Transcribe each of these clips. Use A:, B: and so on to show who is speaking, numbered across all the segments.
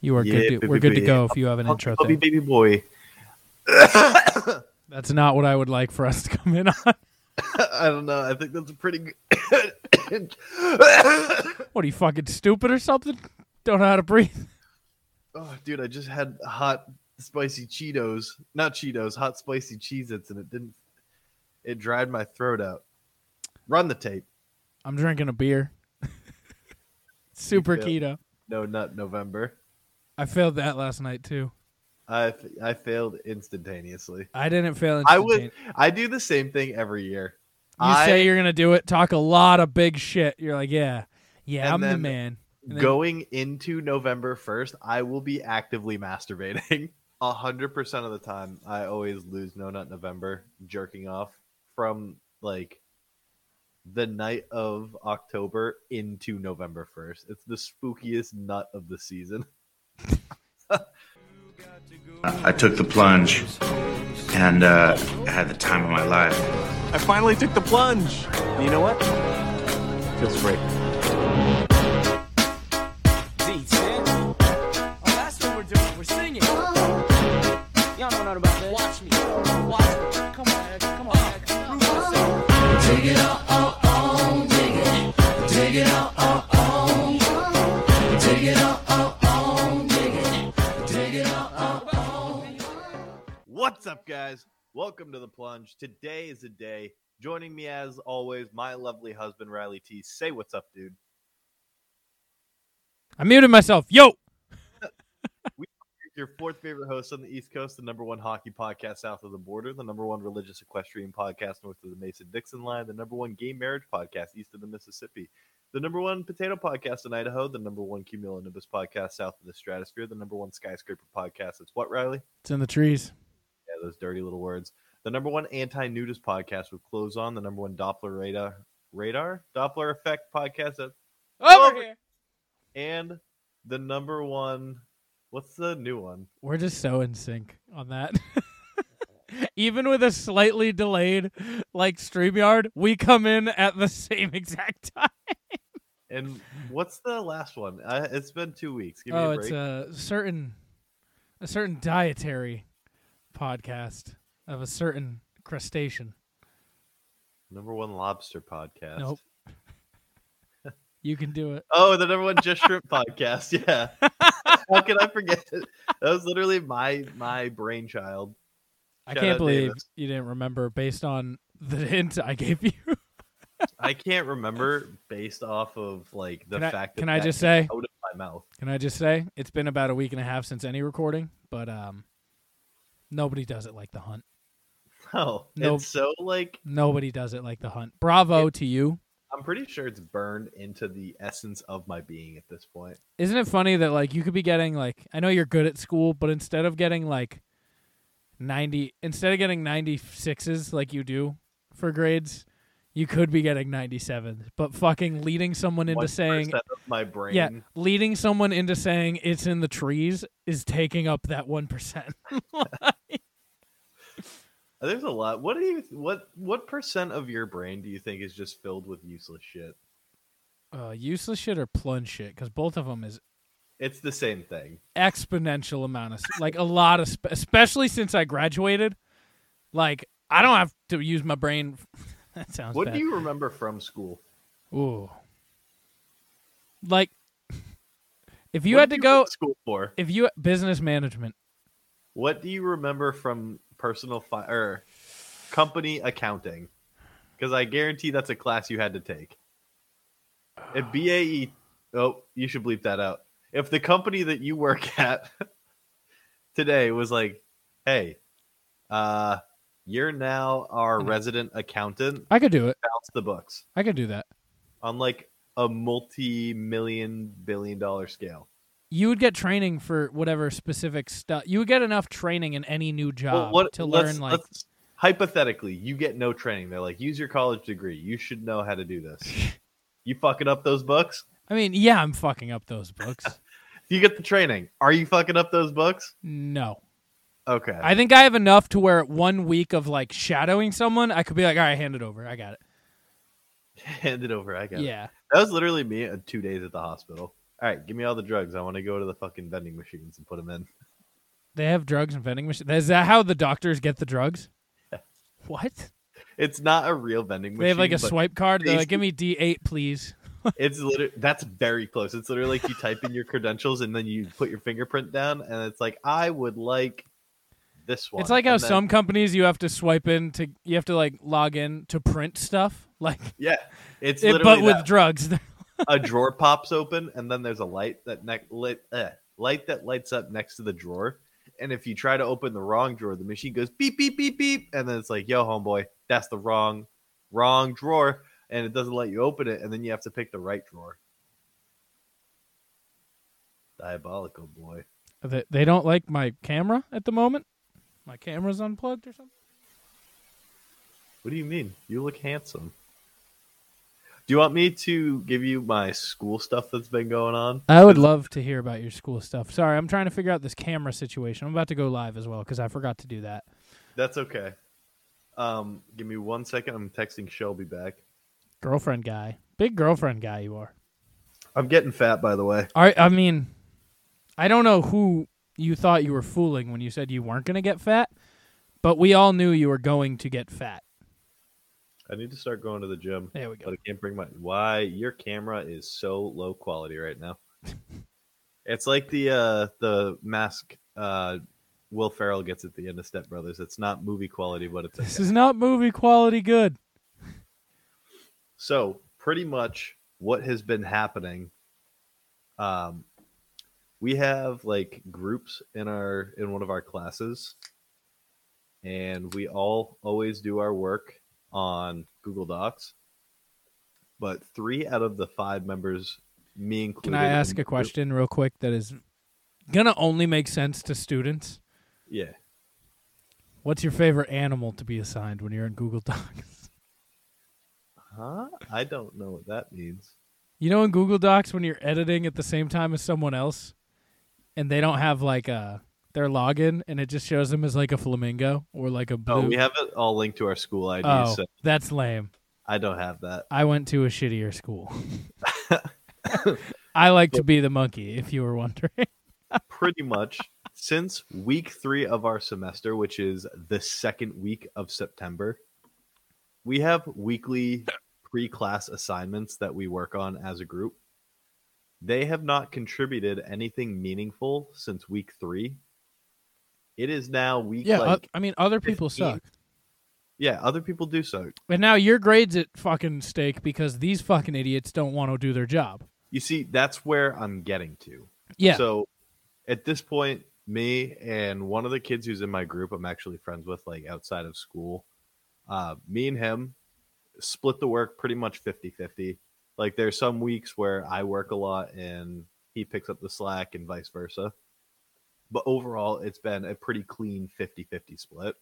A: You are
B: Yeah,
A: good. To,
B: baby
A: we're good to
B: boy.
A: go if you have an
B: I'll
A: intro
B: be
A: thing.
B: baby boy.
A: That's not what I would like for us to come in on.
B: I don't know. I think that's a pretty good. oh,
A: What are you fucking stupid or something? Don't know how to breathe.
B: Oh, dude, I just had hot spicy Cheetos, not Cheetos, hot spicy Cheez-Its, and it didn't. It dried my throat out. Run the tape.
A: I'm drinking a beer. Super
B: failed.
A: keto.
B: No, not November.
A: I failed that last night too.
B: I f- I failed instantaneously.
A: I didn't fail.
B: I would.
A: instantan-
B: I do the same thing every year.
A: You
B: I
A: say you're gonna do it. Talk a lot of big shit. You're like, yeah, yeah.
B: And
A: I'm the
B: then
A: man. and then-
B: going into November 1st, I will be actively masturbating. 100% of the time, I always lose No Nut November jerking off from like the night of October into November 1st. It's the spookiest nut of the season.
C: I took the plunge and uh, had the time of my life.
D: I finally took the plunge. And you know what? Feels great.
E: Oh, that's what we're doing. We're singing. Y'all know nothing about that. Watch me. Watch me. Come on, Eric. Come on, Eric. Prove yourself.
B: What's up, guys? Welcome to The Plunge. Today is a day. Joining me, as always, my lovely husband, Riley T. Say what's up, dude.
A: I muted myself. Yo.
B: your fourth favorite host on the East Coast, the number one hockey podcast south of the border, the number one religious equestrian podcast north of the Mason Dixon line, the number one gay marriage podcast east of the Mississippi, the number one potato podcast in Idaho, the number one cumulonimbus podcast south of the stratosphere, the number one skyscraper podcast. It's what, Riley?
A: It's in the trees.
B: Yeah, those dirty little words. The number one anti-nudist podcast with clothes on, the number one Doppler radar radar Doppler effect podcast that
A: Over
B: Over.
A: here.
B: and the number one what's the new one?
A: We're just so in sync on that. Even with a slightly delayed like StreamYard, we come in at the same exact time.
B: And what's the last one? Uh, it's been two weeks. Give me
A: oh,
B: a
A: it's
B: break.
A: a certain a certain dietary podcast of a certain crustacean.
B: Number one lobster podcast.
A: Nope. you can do it.
B: Oh, the number one just shrimp podcast. Yeah. How can I forget it? That was literally my my brainchild.
A: I
B: Shout
A: can't
B: out
A: believe
B: Davis.
A: you didn't remember based on the hint I gave you.
B: I can't remember based off of like the
A: Can I-
B: fact.
A: can
B: that
A: I
B: that
A: just
B: came
A: say-
B: out of my mouth?
A: Can I just say it's been about a week and a half since any recording, but um nobody does it like the hunt.
B: Oh,
A: Nope.
B: it's so like
A: Nobody does it like the hunt. Bravo to you.
B: I'm pretty sure it's burned into the essence of my being at this point.
A: Isn't it funny that like you could be getting like I know you're good at school, but instead of getting like 90 instead of getting 96s like you do for grades, you could be getting 97s. But fucking leading someone into saying
B: 1% of my brain.
A: yeah, leading someone into saying it's in the trees is taking up that 1%.
B: There's a lot. What do you what what percent of your brain do you think is just filled with useless shit?
A: Uh, useless shit or plunge shit cuz both of them is
B: It's the same thing.
A: exponential amount of like a lot of sp- especially since I graduated. Like I don't have to use my brain. that sounds
B: What
A: bad.
B: do you remember from school?
A: Ooh. Like if you
B: What
A: had
B: did
A: to
B: go
A: go
B: to school for.
A: if you business management,
B: What do you remember from personal fi- or company accounting? Because I guarantee that's a class you had to take. If BAE, oh, you should bleep that out. If the company that you work at today was like, "Hey, uh, you're now
A: Mm.
B: our resident accountant,"
A: I could do it.
B: balance the books
A: I could do that.
B: on like a multi-million billion dollar scale.
A: You would get training for whatever specific stuff. You would get enough training in any new job
B: Well, what
A: to
B: let's-
A: learn like
B: let's- hypothetically, you get no training. They're like, use your college degree. You should know how to do this. you fucking up those books.
A: I mean, yeah, I'm fucking up those books.
B: You get the training. Are you fucking up those books?
A: no.
B: Okay.
A: I think I have enough to where at one week of like shadowing someone, I could be like, all right, hand it over. I got it.
B: hand it over. I got
A: Yeah.
B: it. That was literally me at two days at the hospital. all right, give me all the drugs. I want to go to the fucking vending machines and put them in.
A: They have drugs and vending machines. Is that how the doctors get the drugs? What?
B: It's not a real vending machine.
A: They have like a
B: but
A: swipe card. They're
B: they-
A: like, give me D eight, please.
B: It's literally that's very close. It's literally like you type in your credentials and then you put your fingerprint down, and it's like I would like this one.
A: It's like how
B: And then-
A: some companies you have to swipe in to you have to like log in to print stuff like
B: yeah, it's
A: it,
B: literally
A: but with
B: that.
A: drugs.
B: a drawer pops open and then there's a light that ne- lit, uh, light that lights up next to the drawer and if you try to open the wrong drawer the machine goes beep beep beep beep and then it's like yo homeboy that's the wrong wrong drawer and it doesn't let you open it and then you have to pick the right drawer diabolical boy
A: they, they don't like my camera at the moment. My camera's unplugged or something.
B: what do you mean you look handsome do you want me to give you my school stuff that's been going on
A: I would love to hear about your school stuff. Sorry, I'm trying to figure out this camera situation. I'm about to go live as well because I forgot to do that.
B: that's okay um give me one second i'm texting shelby back
A: Girlfriend guy, big girlfriend guy, you are.
B: I'm getting fat, by the way.
A: I I mean, I don't know who you thought you were fooling when you said you weren't going to get fat, but we all knew you were going to get fat.
B: I need to start going to the gym,
A: There we
B: but
A: go.
B: I can't bring my. Why your camera is so low quality right now? it's like the uh the mask uh Will Ferrell gets at the end of Step Brothers. It's not movie quality, but it's
A: This is not movie quality good.
B: so pretty much what has been happening. Um, we have like groups in our in one of our classes, and we all always do our work on Google Docs. But three out of the five members, me included,
A: Can I ask
B: and-
A: a question real quick that is going to only make sense to students?
B: Yeah,
A: What's your favorite animal to be assigned when you're in Google Docs?
B: huh? I don't know what that means.
A: You know, in Google Docs, when you're editing at the same time as someone else, and they don't have like a their login, and it just shows them as like a flamingo or like a blue.
B: Oh, we have it all linked to our school ID,
A: Oh,
B: so
A: that's lame.
B: I don't have that.
A: I went to a shittier school. I like to be the monkey, if you were wondering.
B: pretty much since week three of our semester, which is the second week of September, we have weekly pre class assignments that we work on as a group. They have not contributed anything meaningful since week three. It is now week
A: Yeah, uh
B: like
A: I mean, other
B: people
A: people
B: 15.
A: suck.
B: suck. yeah, other people do so.
A: And now your grades at fucking stake because these fucking idiots don't want to do their job.
B: You see, that's where I'm getting to.
A: Yeah.
B: So at this point, me and one of the kids who's in my group, I'm actually friends with, like outside of school, uh, me and him split the work pretty much 50 50. Like there's some weeks where I work a lot and he picks up the slack and vice versa. But overall, it's been a pretty clean 50 50 split.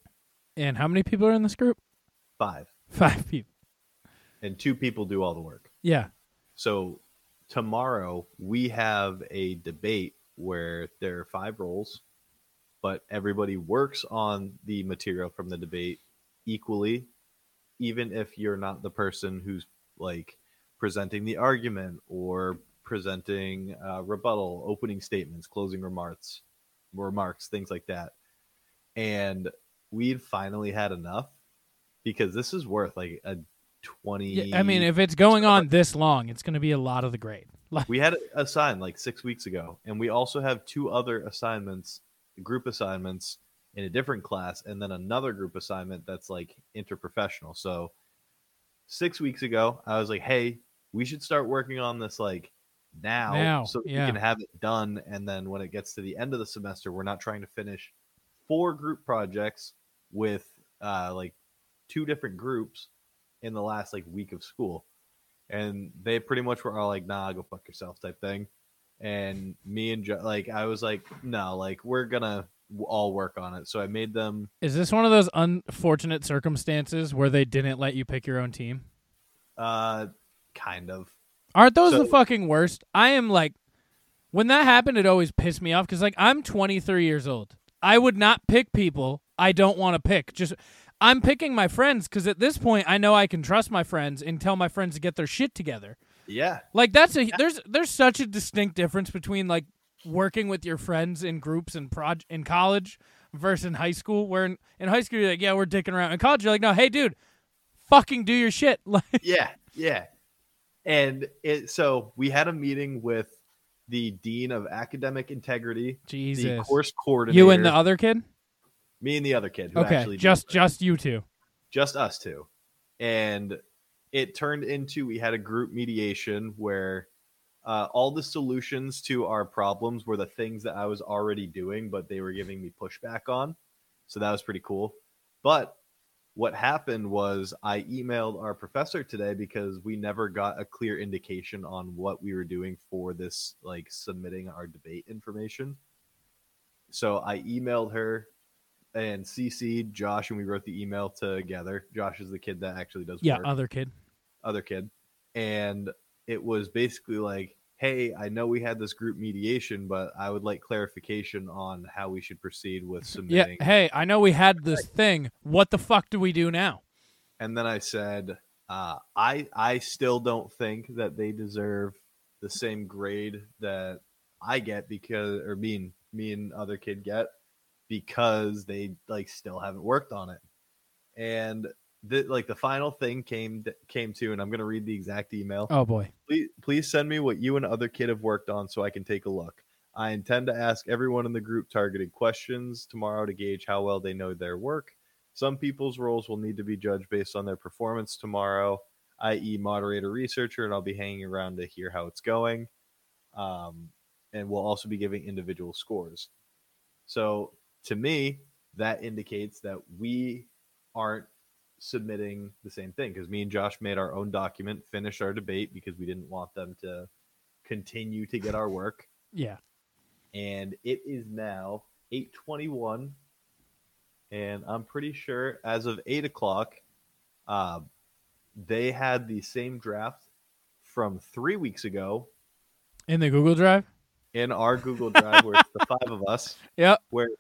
A: and how many people are in this group?
B: Five.
A: Five people.
B: And two people do all the work.
A: Yeah.
B: So tomorrow we have a debate where there are five roles, but everybody works on the material from the debate equally, even if you're not the person who's like presenting the argument or presenting uh, rebuttal, opening statements, closing remarks, remarks, things like that. And we'd finally had enough because this is worth like a 20
A: yeah. I mean, if it's going on this long, it's going to be a lot of the grade. Like,
B: we had it assigned like six weeks ago, and we also have two other assignments, group assignments in a different class, and then another group assignment that's like interprofessional. So six weeks ago, I was like, hey, we should start working on this like now,
A: Now,
B: so that
A: yeah.
B: we can have it done. And then when it gets to the end of the semester, we're not trying to finish four group projects with uh, like two different groups in the last like week of school and they pretty much were all like, "Nah, go fuck yourself," type thing. And me and jo- like I was like, "No, like we're gonna w- all work on it." So I made them.
A: is this one of those unfortunate circumstances where they didn't let you pick your own team?
B: Uh, kind of.
A: Aren't those the
B: So-
A: fucking worst? I am like, when that happened, it always pissed me off because like I'm 23 years old. I would not pick people I don't want to pick. Just I'm picking my friends because at this point I know I can trust my friends and tell my friends to get their shit together.
B: Yeah.
A: Like that's a there's there's such a distinct difference between like working with your friends in groups and proj in college versus in high school. Where in, in high school you're like, yeah, we're dicking around. In college you're like, no, hey, dude, fucking do your shit. Like,
B: Yeah. Yeah. And it, so we had a meeting with the dean of academic integrity, the
A: Jesus.
B: course coordinator,
A: you and the other kid.
B: me and the other kid. Who
A: Okay,
B: actually did
A: just
B: it.
A: just you two.
B: just us two and it turned into we had a group mediation where uh, all the solutions to our problems were the things that i was already doing but they were giving me pushback on so that was pretty cool but what happened was i emailed our professor today because we never got a clear indication on what we were doing for this like submitting our debate information so i emailed her and CC'd Josh, and we wrote the email together. Josh is the kid that actually does
A: Yeah,
B: work,
A: other kid.
B: other kid, and it was basically like, "Hey, I know we had this group mediation, but I would like clarification on how we should proceed with
A: Yeah.
B: submitting."
A: Hey, I know we had this thing. What the fuck do we do now?
B: And then I said, uh, "I I still don't think that they deserve the same grade that I get because, or me and me and other kid get because they like still haven't worked on it." And the, like the final thing came came to, and I'm gonna read the exact email
A: Oh boy.
B: please, please send me what you and other kid have worked on so I can take a look. I intend to ask everyone in the group targeted questions tomorrow to gauge how well they know their work. Some people's roles will need to be judged based on their performance tomorrow, i.e., moderator, researcher, and I'll be hanging around to hear how it's going. Um, and we'll also be giving individual scores. So to me, that indicates that we aren't submitting the same thing because me and Josh made our own document, finished our debate because we didn't want them to continue to get our work.
A: Yeah.
B: And it is now 821. And I'm pretty sure as of eight o'clock, uh, they had the same draft from three weeks ago
A: In the Google Drive.
B: in our Google Drive where it's the five of us
A: Yep.
B: where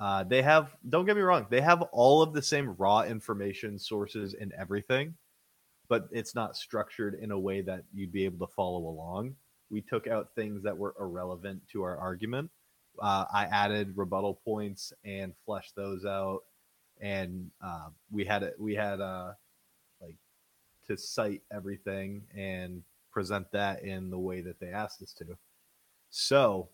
B: uh, they have don't get me wrong they have all of the same raw information sources and everything but it's not structured in a way that you'd be able to follow along we took out things that were irrelevant to our argument uh, i added rebuttal points and fleshed those out and uh, we had it we had uh, like to cite everything and present that in the way that they asked us to so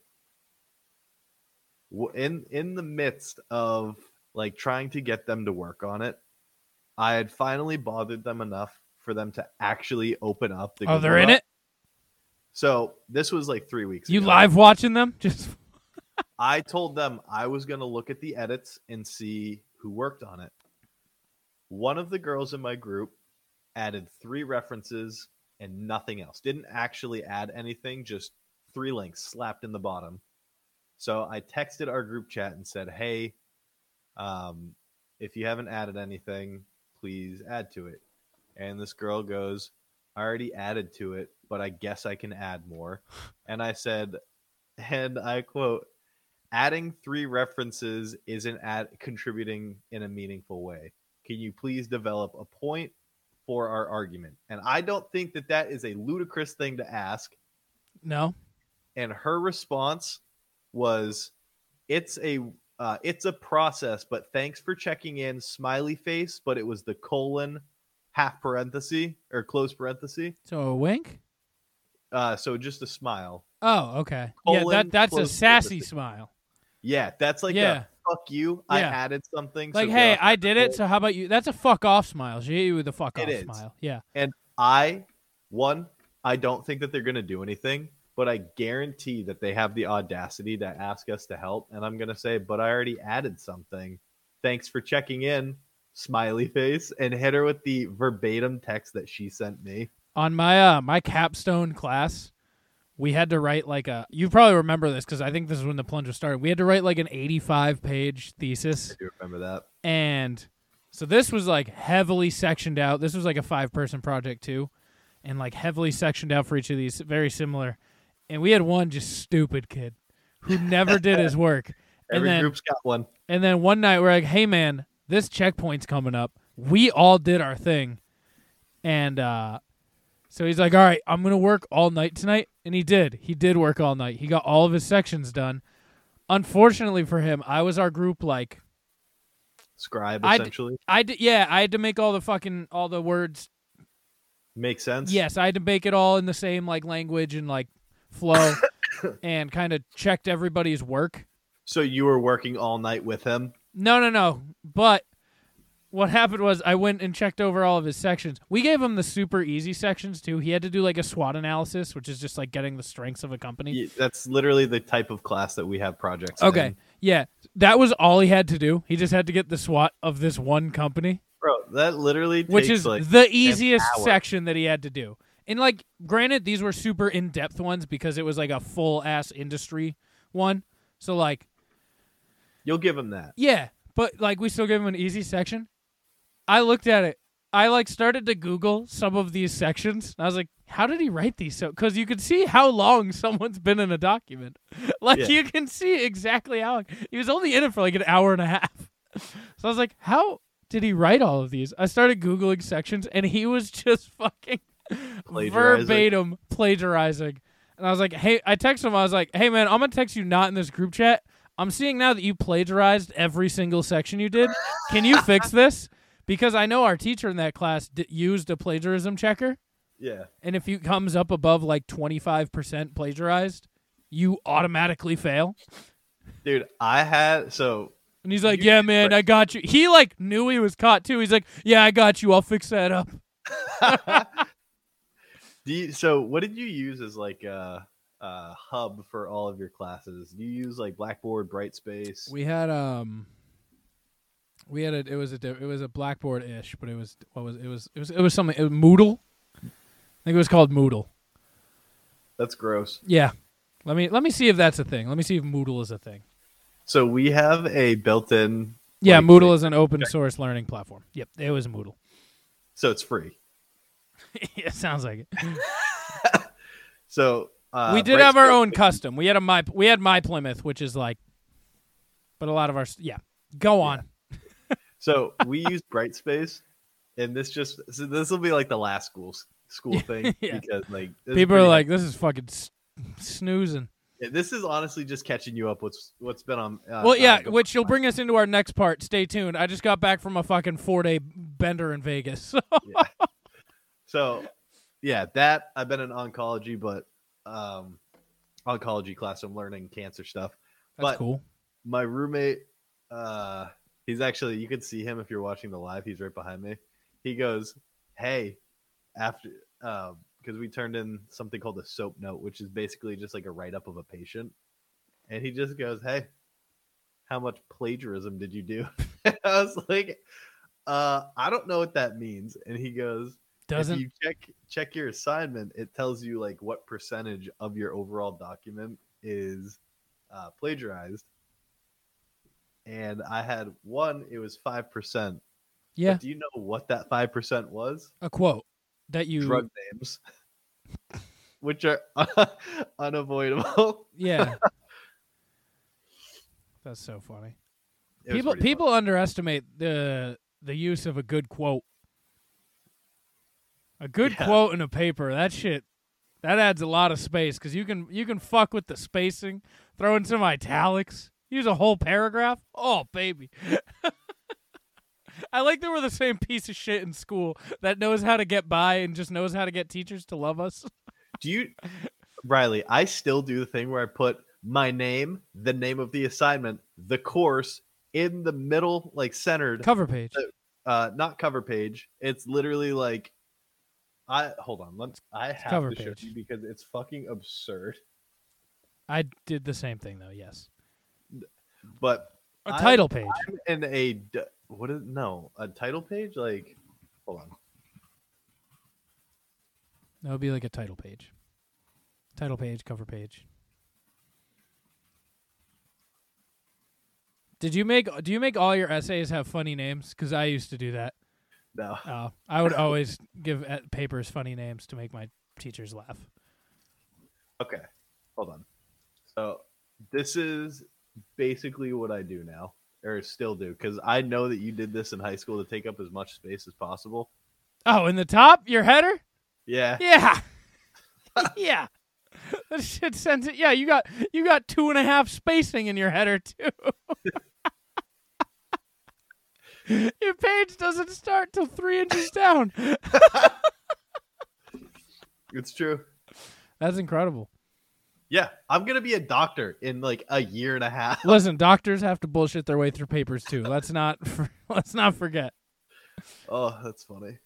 B: w- in in the midst of like trying to get them to work on it, I had finally bothered them enough for them to actually open up the.
A: Oh, they're
B: Google
A: in
B: Doc.
A: it.
B: So this was like three weeks.
A: You
B: ago.
A: live watching them? Just
B: I told them I was going to look at the edits and see who worked on it. One of the girls in my group added three references and nothing else. Didn't actually add anything, just three links slapped in the bottom. So I texted our group chat and said, "Hey, um, if you haven't added anything, please add to it." And this girl goes, "I already added to it, but I guess I can add more." And I said, and I quote, adding three references isn't ad- contributing in a meaningful way. Can you please develop a point for our argument? And I don't think that that is a ludicrous thing to ask.
A: no.
B: And her response was, "It's a uh, it's a process, but thanks for checking in." Smiley face, but it was the colon, half parenthesis or close parenthesis.
A: So a wink.
B: Uh, so just a smile.
A: Oh, okay. yeah,
B: Colon
A: that that's a
B: close
A: sassy
B: parenthesis.
A: smile.
B: Yeah, that's like
A: Yeah.
B: a fuck you. I
A: Yeah.
B: added something. so
A: Like, hey,
B: Josh
A: I did it.
B: Cole-
A: So how about you? That's a fuck off smile. She hit you with a fuck
B: It
A: off
B: is.
A: smile. Yeah.
B: And I, one, I don't think that they're going to do anything, but I guarantee that they have the audacity to ask us to help. And I'm going to say, but I already added something. Thanks for checking in, smiley face, and hit her with the verbatim text that she sent me.
A: On my uh, my capstone class, we had to write like a. You probably remember this because I think this is when the plunge was started. We had to write like an eighty-five page thesis,
B: Do you remember that?
A: and so this was like heavily sectioned out. This was like a five-person project too, and like heavily sectioned out for each of these, very similar. And we had one just stupid kid who never did his work. And
B: Every
A: then,
B: group's got one.
A: And then one night we're like, "Hey man, this checkpoint's coming up. We all did our thing." And uh So he's like, all right, I'm going to work all night tonight. And he did. He did work all night. He got all of his sections done. Unfortunately for him, I was our group like
B: Scribe
A: I'd-
B: essentially
A: I did, yeah, I had to make all the fucking all the words.
B: makes sense.
A: Yes, I had to make it all in the same like language and like flow and kind of checked everybody's work.
B: So you were working all night with him.
A: No, no, no. But what happened was I went and checked over all of his sections. We gave him the super easy sections too. He had to do like a SWOT analysis, which is just like getting the strengths of a company.
B: Ye- That's literally the type of class that we have projects.
A: Okay.
B: in.
A: Yeah. That was all he had to do. He just had to get the SWAT of this one company,
B: bro, that literally takes
A: which is
B: like
A: the easiest
B: hour.
A: section that he had to do. And like granted these were super in-depth ones because it was like a full ass industry one. So like
B: you'll give him that.
A: yeah, but like we still give him an easy section. I looked at it. I like started to Google some of these sections. And I was like, how did he write these? So because you could see how long someone's been in a document. like
B: Yeah.
A: you can see exactly how long. he was only in it for like an hour and a half. So I was like, how did he write all of these? I started Googling sections and he was just fucking
B: Plagiarizing.
A: verbatim plagiarizing. And I was like, hey, I texted him. I was like, hey, man, I'm going to text you not in this group chat. I'm seeing now that you plagiarized every single section you did. Can you fix this? Because I know our teacher in that class d- used a plagiarism checker.
B: Yeah.
A: And if it comes up above like 25% plagiarized, you automatically fail.
B: Dude, I had so
A: And he's like,
B: You
A: yeah,
B: did
A: man,
B: great."
A: I got you. He like knew he was caught too. He's like, yeah, I got you. I'll fix that up.
B: do you, so what did you use as like a, a hub for all of your classes? Do you use like Blackboard, Brightspace?
A: We had um, we had a it was a di- it was a Blackboard ish, but it was what was it was it was it was something it was Moodle. I think it was called Moodle.
B: That's gross.
A: Yeah, let me let me see if that's a thing. Let me see if Moodle is a thing.
B: So we have a built-in
A: Yeah,
B: like,
A: Moodle is an open source learning platform. Yep, it was Moodle.
B: so it's free.
A: it sounds like it.
B: So uh,
A: we did have our
B: Brightspace-
A: own custom. We had a my we had my Plymouth, which is like, but a lot of our s- yeah. Go on.
B: So we use Brightspace, and this just so this will be like the last school school thing
A: yeah.
B: because like this is
A: People are
B: pretty-
A: like, this is fucking s- snoozing.
B: Yeah, this is honestly just catching you up what's what's been on. Uh,
A: Well, yeah,
B: uh, go-
A: which you'll bring us into our next part. Stay tuned. I just got back from a fucking four day bender in Vegas. So
B: So yeah, that I've been in oncology, but um, oncology class I'm learning cancer stuff.
A: that's
B: But-
A: cool.
B: my roommate uh he's actually you could see him if you're watching the live he's right behind me he goes hey after um because we turned in something called a soap note which is basically just like a write-up of a patient and he just goes hey how much plagiarism did you do i was like uh i don't know what that means and he goes
A: Doesn't
B: if you check check your assignment it tells you like what percentage of your overall document is uh, plagiarized and i had one it was 5% But
A: yeah
B: do you know what that 5% was
A: a quote that you
B: drug names which are unavoidable
A: yeah. that's so funny.
B: It was
A: people
B: pretty
A: people underestimate the the use of a good quote. A good
B: Yeah.
A: quote in a paper, that shit that adds a lot of space cuz you can you can fuck with the spacing, throw in some italics, use a whole paragraph. Oh, baby. I like that we're the same piece of shit in school that knows how to get by and just knows how to get teachers to love us.
B: Do you, Riley? I still do the thing where I put my name, the name of the assignment, the course in the middle, like centered,
A: Cover page.
B: uh, not cover page. It's literally like, I hold on. Let's. I have
A: cover
B: to show
A: page.
B: you because it's fucking absurd.
A: I did the same thing though, yes.
B: But
A: A
B: I-
A: title page.
B: in a d- what is no a title page like. Hold on.
A: That would be like a title page. Title page, cover page. Did you make do you make all your essays have funny names? Cuz I used to do that.
B: No.
A: Uh, I would always give uh, papers funny names to make my teachers laugh.
B: Okay. Hold on. So this is basically what I do now, or still do, because I know that you did this in high school to take up as much space as possible.
A: Oh, in the top, your header?
B: Yeah.
A: Yeah. yeah. That shit sends it. Yeah, you got you got two and a half spacing in your header too. your page doesn't start till three inches down.
B: It's true.
A: That's incredible.
B: Yeah. I'm gonna be a doctor in like a year and a half.
A: Listen, doctors have to bullshit their way through papers too. Let's not let's not forget.
B: Oh, that's funny.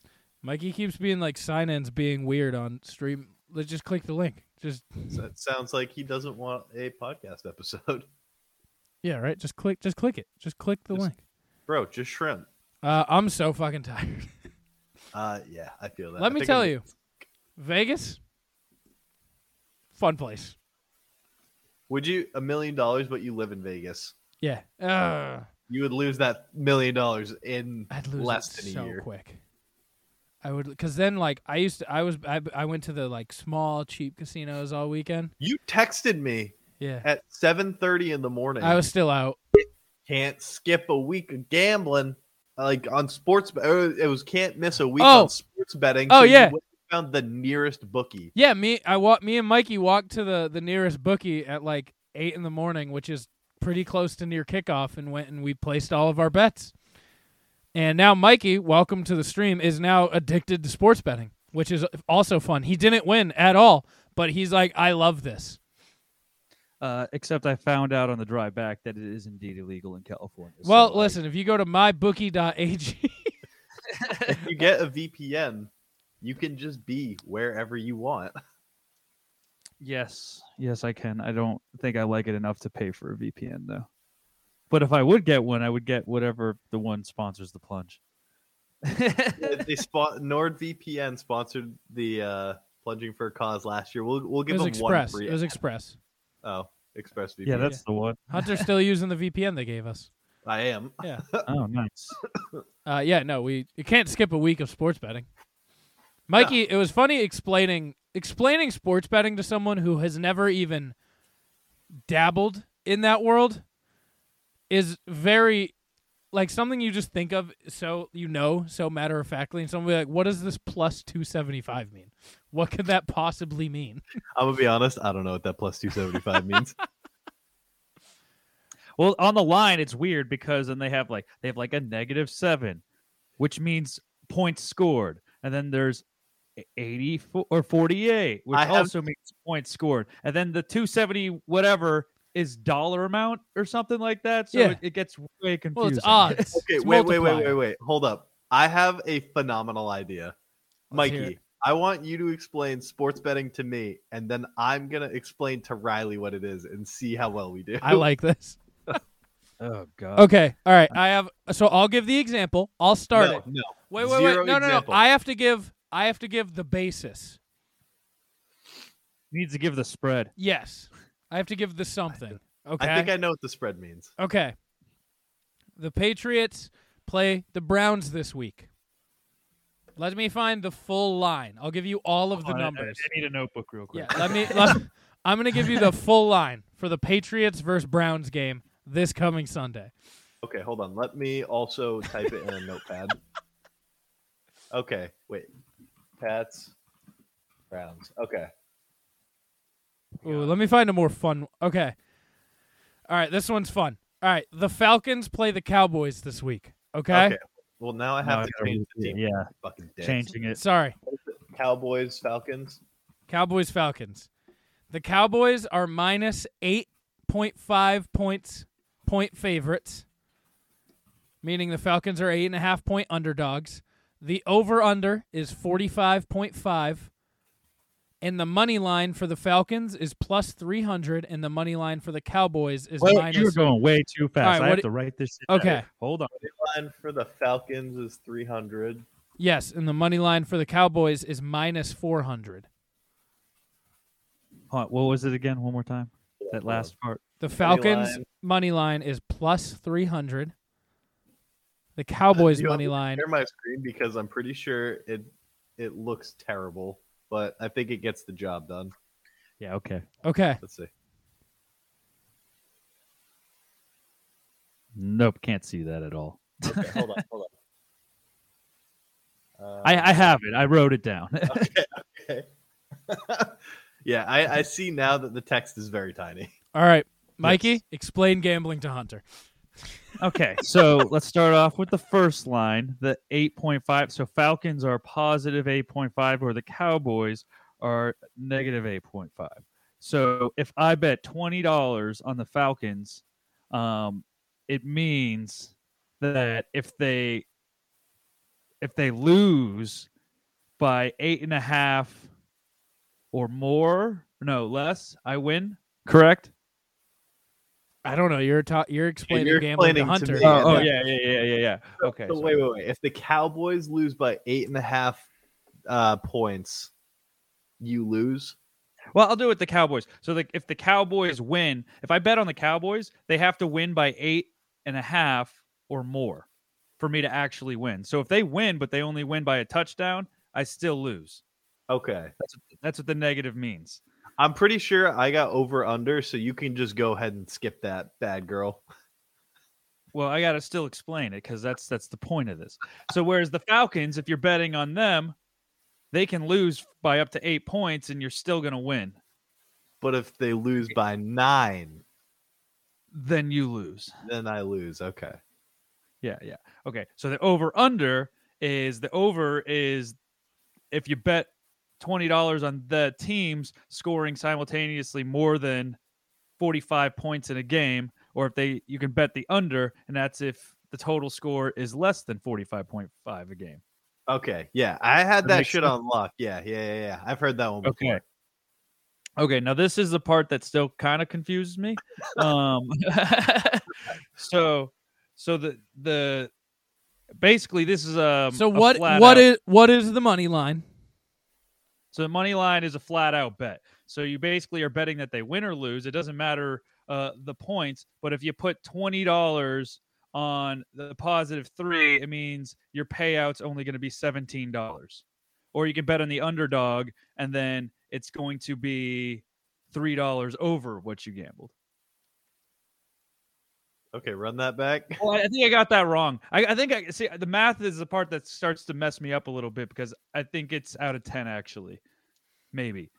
A: Mikey keeps being like sign-ins being weird on stream. Let's just click the link. Just
B: So it sounds like he doesn't want a podcast episode.
A: yeah, right. Just click. Just click it. Just click the
B: Just-
A: link.
B: Bro, just shrimp.
A: Uh, I'm so fucking tired.
B: Uh yeah, I feel that.
A: Let
B: I
A: me
B: think
A: tell
B: I'm-
A: you, Vegas, fun place.
B: Would you a million dollars but you live in Vegas?
A: Yeah, uh,
B: You would lose that million dollars in
A: I'd lose
B: less
A: it
B: than
A: so
B: a year.
A: quick. I would, cause then like I used to, I was, I, I went to the like small cheap casinos all weekend.
B: You texted me
A: Yeah,
B: at 7:30 in the morning.
A: I was still out.
B: can't skip a week of gambling like on sports bet- or it was can't miss a week
A: Oh.
B: on sports betting
A: Oh,
B: you
A: yeah.
B: went and found the nearest bookie
A: Yeah, me, I walk, me and Mikey walked to the the nearest bookie at like eight in the morning, which is pretty close to near kickoff, and went and we placed all of our bets. And now Mikey, welcome to the stream, is now addicted to sports betting, which is also fun. He didn't win at all, but he's like, I love this.
F: Uh, except I found out on the drive back that it is indeed illegal in California. so
A: Well,
F: I-
A: listen, if you go to mybookie.ag,
B: if you get a vpn you can just be wherever you want
F: yes, yes, I can. I don't think I like it enough to pay for a VPN though. But if I would get one, I would get whatever the one sponsors the plunge.
B: they spot nordvpn sponsored the uh plunging for a cause last year we'll, we'll
A: it
B: give
A: was
B: them
A: express.
B: one free
A: It was express.
B: oh express VPN.
F: yeah, that's the one.
A: Hunter's still using the VPN they gave us.
B: i am
A: Yeah.
F: Oh, nice.
A: Uh, yeah, no, we you can't skip a week of sports betting. Mikey, it was funny explaining explaining sports betting to someone who has never even dabbled in that world is very like something you just think of so you know so matter of factly and someone be like, what does this plus two seventy five mean? What could that possibly mean?
B: i'm gonna be honest i don't know what that plus 275 means
F: Well, on the line, it's weird because then they have like they have like a negative seven, which means points scored, and then there's eighty fo- or forty-eight, which
B: I have-
F: also means points scored, and then the two seventy whatever is dollar amount or something like that. So
A: Yeah.
F: it, it gets way confusing.
A: Well, it's odds.
B: Okay,
A: It's
B: wait, wait, wait,
A: multiplier.
B: wait, wait. Hold up. I have a phenomenal idea.
A: Let's hear
B: Mikey,
A: it.
B: I want you to explain sports betting to me, and then I'm going to explain to Riley what it is and see how well we do.
A: I like this.
F: oh god.
A: Okay, all right. I have so I'll give the example. I'll start
B: No,
A: it.
B: no.
A: Wait, wait,
B: Zero
A: wait. No, no, no.
B: example.
A: I have to give I have to give the basis.
F: Needs to give the spread.
A: Yes. I have to give the something. Okay.
B: I think I know what the spread means.
A: okay. The Patriots play the Browns this week. Let me find the full line. I'll give you all of the
F: Hold on, I- I-
A: numbers.
F: I, need a notebook real quick.
A: Yeah, let me let- I'm going to give you the full line for the Patriots versus Browns game this coming Sunday.
B: Okay, hold on. Let me also type it in a notepad. Okay, wait. Pats, Browns. Okay.
A: Ooh, let me find a more fun. Okay. All right, this one's fun. All right, the Falcons play the Cowboys this week. Okay?
B: Okay. Well, now I
F: No,
B: have
F: I
B: to
F: gotta
B: change the
F: read it.
B: team.
F: Yeah,
B: Fucking dicks.
F: changing it.
A: Sorry.
B: Cowboys, Falcons.
A: Cowboys Falcons. The Cowboys are minus 8.5 points, point favorites, meaning the Falcons are 8.5 point underdogs. The over under is 45.5. And the money line for the Falcons is plus 300, and the money line for the Cowboys is
F: Well,
A: minus.
F: you're going way too fast.
A: right,
F: I
A: what
F: have
A: do-
F: to write this. Shit down.
A: Okay.
F: hold on.
B: Line for the Falcons is 300.
A: yes, and the money line for the Cowboys is minus 400.
F: Hold on. What was it again? One more time. That last part.
A: The
B: Money
A: Falcons'
B: line.
A: money line is plus 300. The Cowboys'
B: Do you want
A: money
B: me to
A: line.
B: Share my screen because I'm pretty sure it it looks terrible, but I think it gets the job done.
F: Yeah. Okay.
A: Okay.
B: Let's see.
F: Nope, can't see that at all.
B: Okay, hold on, hold on. Uh,
F: I, I have it. I wrote it down.
B: Yeah, I, I see now that the text is very tiny.
A: All right, Mikey, explain gambling to Hunter.
F: Okay, so let's start off with the first line, the 8.5. So Falcons are positive 8.5, or the Cowboys are negative 8.5. So if I bet $20 on the Falcons, um, it means that if they if they lose by eight and a half or more, no less, I win. Correct?
A: I don't know. You're ta- you're explaining
B: you're
A: gambling
B: explaining to
A: to Hunter.
B: me. Yeah,
F: oh,
B: that-
F: yeah, yeah, yeah, yeah, yeah. Okay.
B: So
F: so-
B: wait, wait, wait. If the Cowboys lose by eight and a half uh, points, you lose.
F: Well, I'll do it with the Cowboys. So, like, if the Cowboys win, if I bet on the Cowboys, they have to win by eight and a half or more for me to actually win. So, if they win, but they only win by a touchdown, I still lose.
B: Okay.
F: That's that's what the negative means.
B: I'm pretty sure I got over under, so you can just go ahead and skip that bad girl.
F: Well, I gotta still explain it because that's that's the point of this. So, whereas the Falcons, if you're betting on them, they can lose by up to eight points, and you're still gonna win.
B: But if they lose by nine,
F: Then you lose.
B: then I lose. Okay.
F: Yeah, yeah. Okay. So the over under is the over is if you bet $20 on the teams scoring simultaneously more than 45 points in a game or if they you can bet the under and that's if the total score is less than 45.5 a game.
B: Okay. Yeah. I had
F: That
B: that
F: makes
B: shit
F: sense.
B: on lock. Yeah. Yeah. Yeah. yeah. I've heard that one before.
F: Okay. Okay, now this is the part that still kind of confuses me. Um, so, so the the basically this is um,
A: So
F: a
A: what
F: flat
A: what
F: out-
A: is what is the money line?
F: So the money line is a flat out bet. So you basically are betting that they win or lose. It doesn't matter uh, the points, but if you put twenty dollars on the positive three, it means your payout's only going to be seventeen dollars. Or you can bet on the underdog, and then it's going to be three dollars over what you gambled.
B: Okay. Run that back.
F: Well, I think I got that wrong. I, I think I see the math is the part that starts to mess me up a little bit because I think it's out of ten actually, maybe.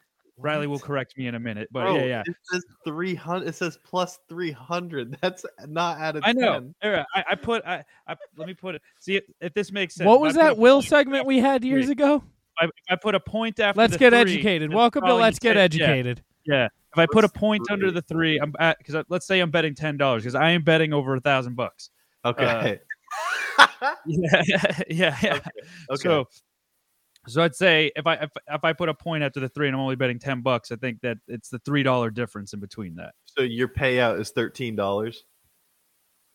F: Riley will correct me in a minute, but
A: Oh,
B: Bro,
F: yeah, yeah.
B: It says 300. It says plus 300. That's not out of
F: I know.
B: 10.
F: Era, I, I put. I, I let me put it. See if, if this makes sense.
A: What
F: If
A: was
F: I put
A: that
F: a
A: Will
F: point-
A: segment we had years
F: three.
A: ago?
F: I, if I put a point after.
A: Let's
F: the
A: get
F: three,
A: educated.
F: that's
A: Welcome to
F: all you
A: Let's Get
F: say. Yeah,
A: Educated.
F: Yeah. If I put a
B: Let's
F: point under
B: three.
F: the three, I'm at because let's say I'm betting ten dollars because I am betting over a thousand bucks. Uh,
B: Okay.
F: Yeah, yeah, yeah.
B: okay.
F: So, so I'd say if I if, if I put a point after the three and I'm only betting ten bucks, I think that it's the three dollar difference in between that.
B: so your payout is $13.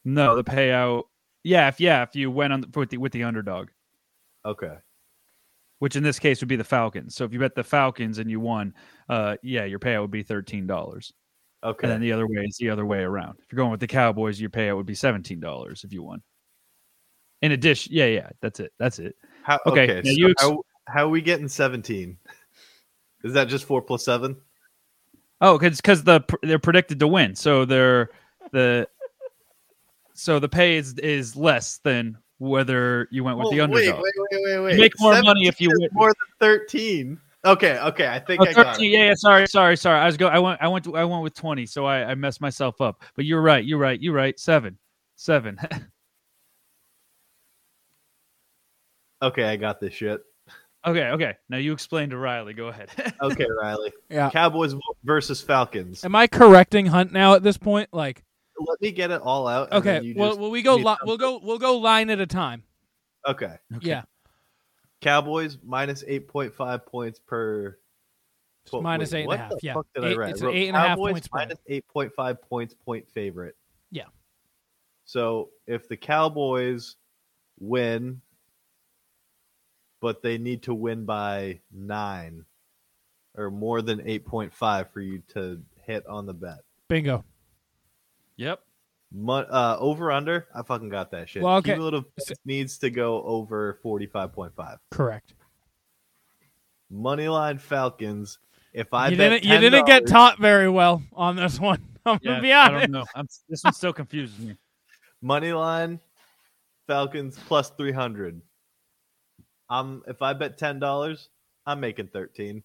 F: No, the payout. Yeah, if yeah, if you went on the, with the with the underdog.
B: Okay.
F: which in this case would be the Falcons. So if you bet the Falcons and you won, uh, yeah, your payout would be thirteen dollars.
B: Okay.
F: And then the other way is the other way around. If you're going with the Cowboys, your payout would be seventeen dollars if you won. In addition, yeah, yeah, that's it, that's it.
B: How,
F: Okay,
B: okay.
F: now
B: so
F: you ex-
B: how, how are we getting 17? Is that just four plus seven?
F: Oh, because the pr- they're predicted to win, so they're the so the pay is is less than whether you went with the
B: Oh, wait,
F: underdog.
B: Wait, wait, wait, wait.
F: You make more
B: 17
F: money if you
B: is
F: win.
B: more than 13. Okay, okay. I think
F: Oh,
B: I got
F: 13,
B: it.
F: yeah, yeah, sorry, sorry, sorry. I was go. I went. I went. To, I went with twenty, so I, I messed myself up. But you're right. You're right. You're right. Seven, seven.
B: Okay, I got this shit.
F: okay, okay. Now you explain to Riley. Go ahead.
B: Okay, Riley.
A: Yeah.
B: Cowboys versus Falcons.
A: Am I correcting Hunt now at this point? Like,
B: Let me get it all out. and then
A: okay,
B: you
A: well,
B: just
A: well, we go
B: give me
A: li-
B: thumbs
A: we'll go we'll go line at a time.
B: up. Okay.
A: Yeah,
B: Cowboys minus 8.5 points per. po-
A: minus
B: wait,
A: eight and a
B: what
A: half,
B: the
A: yeah.
B: fuck did I
A: Eight-
B: write?
A: it's
B: I wrote
A: eight and a half
B: Cowboys
A: points per.
B: minus 8.5 points, point favorite.
A: Yeah.
B: So if the Cowboys win, but they need to win by nine or more than 8.5 for you to hit on the bet.
A: bingo.
F: yep.
B: Mon- uh, over under, I fucking got that shit.
A: Well, okay.
B: Cumulative points needs to go over 45.5.
A: Correct.
B: Moneyline Falcons. If I
A: you
B: bet
A: didn't you didn't get
B: $10
A: taught very well on this one. I'm
F: Yeah,
A: gonna be
F: I don't
A: honest.
F: know. I'm, this one still confuses me.
B: Moneyline Falcons plus 300. I'm if I bet $10, I'm making 13.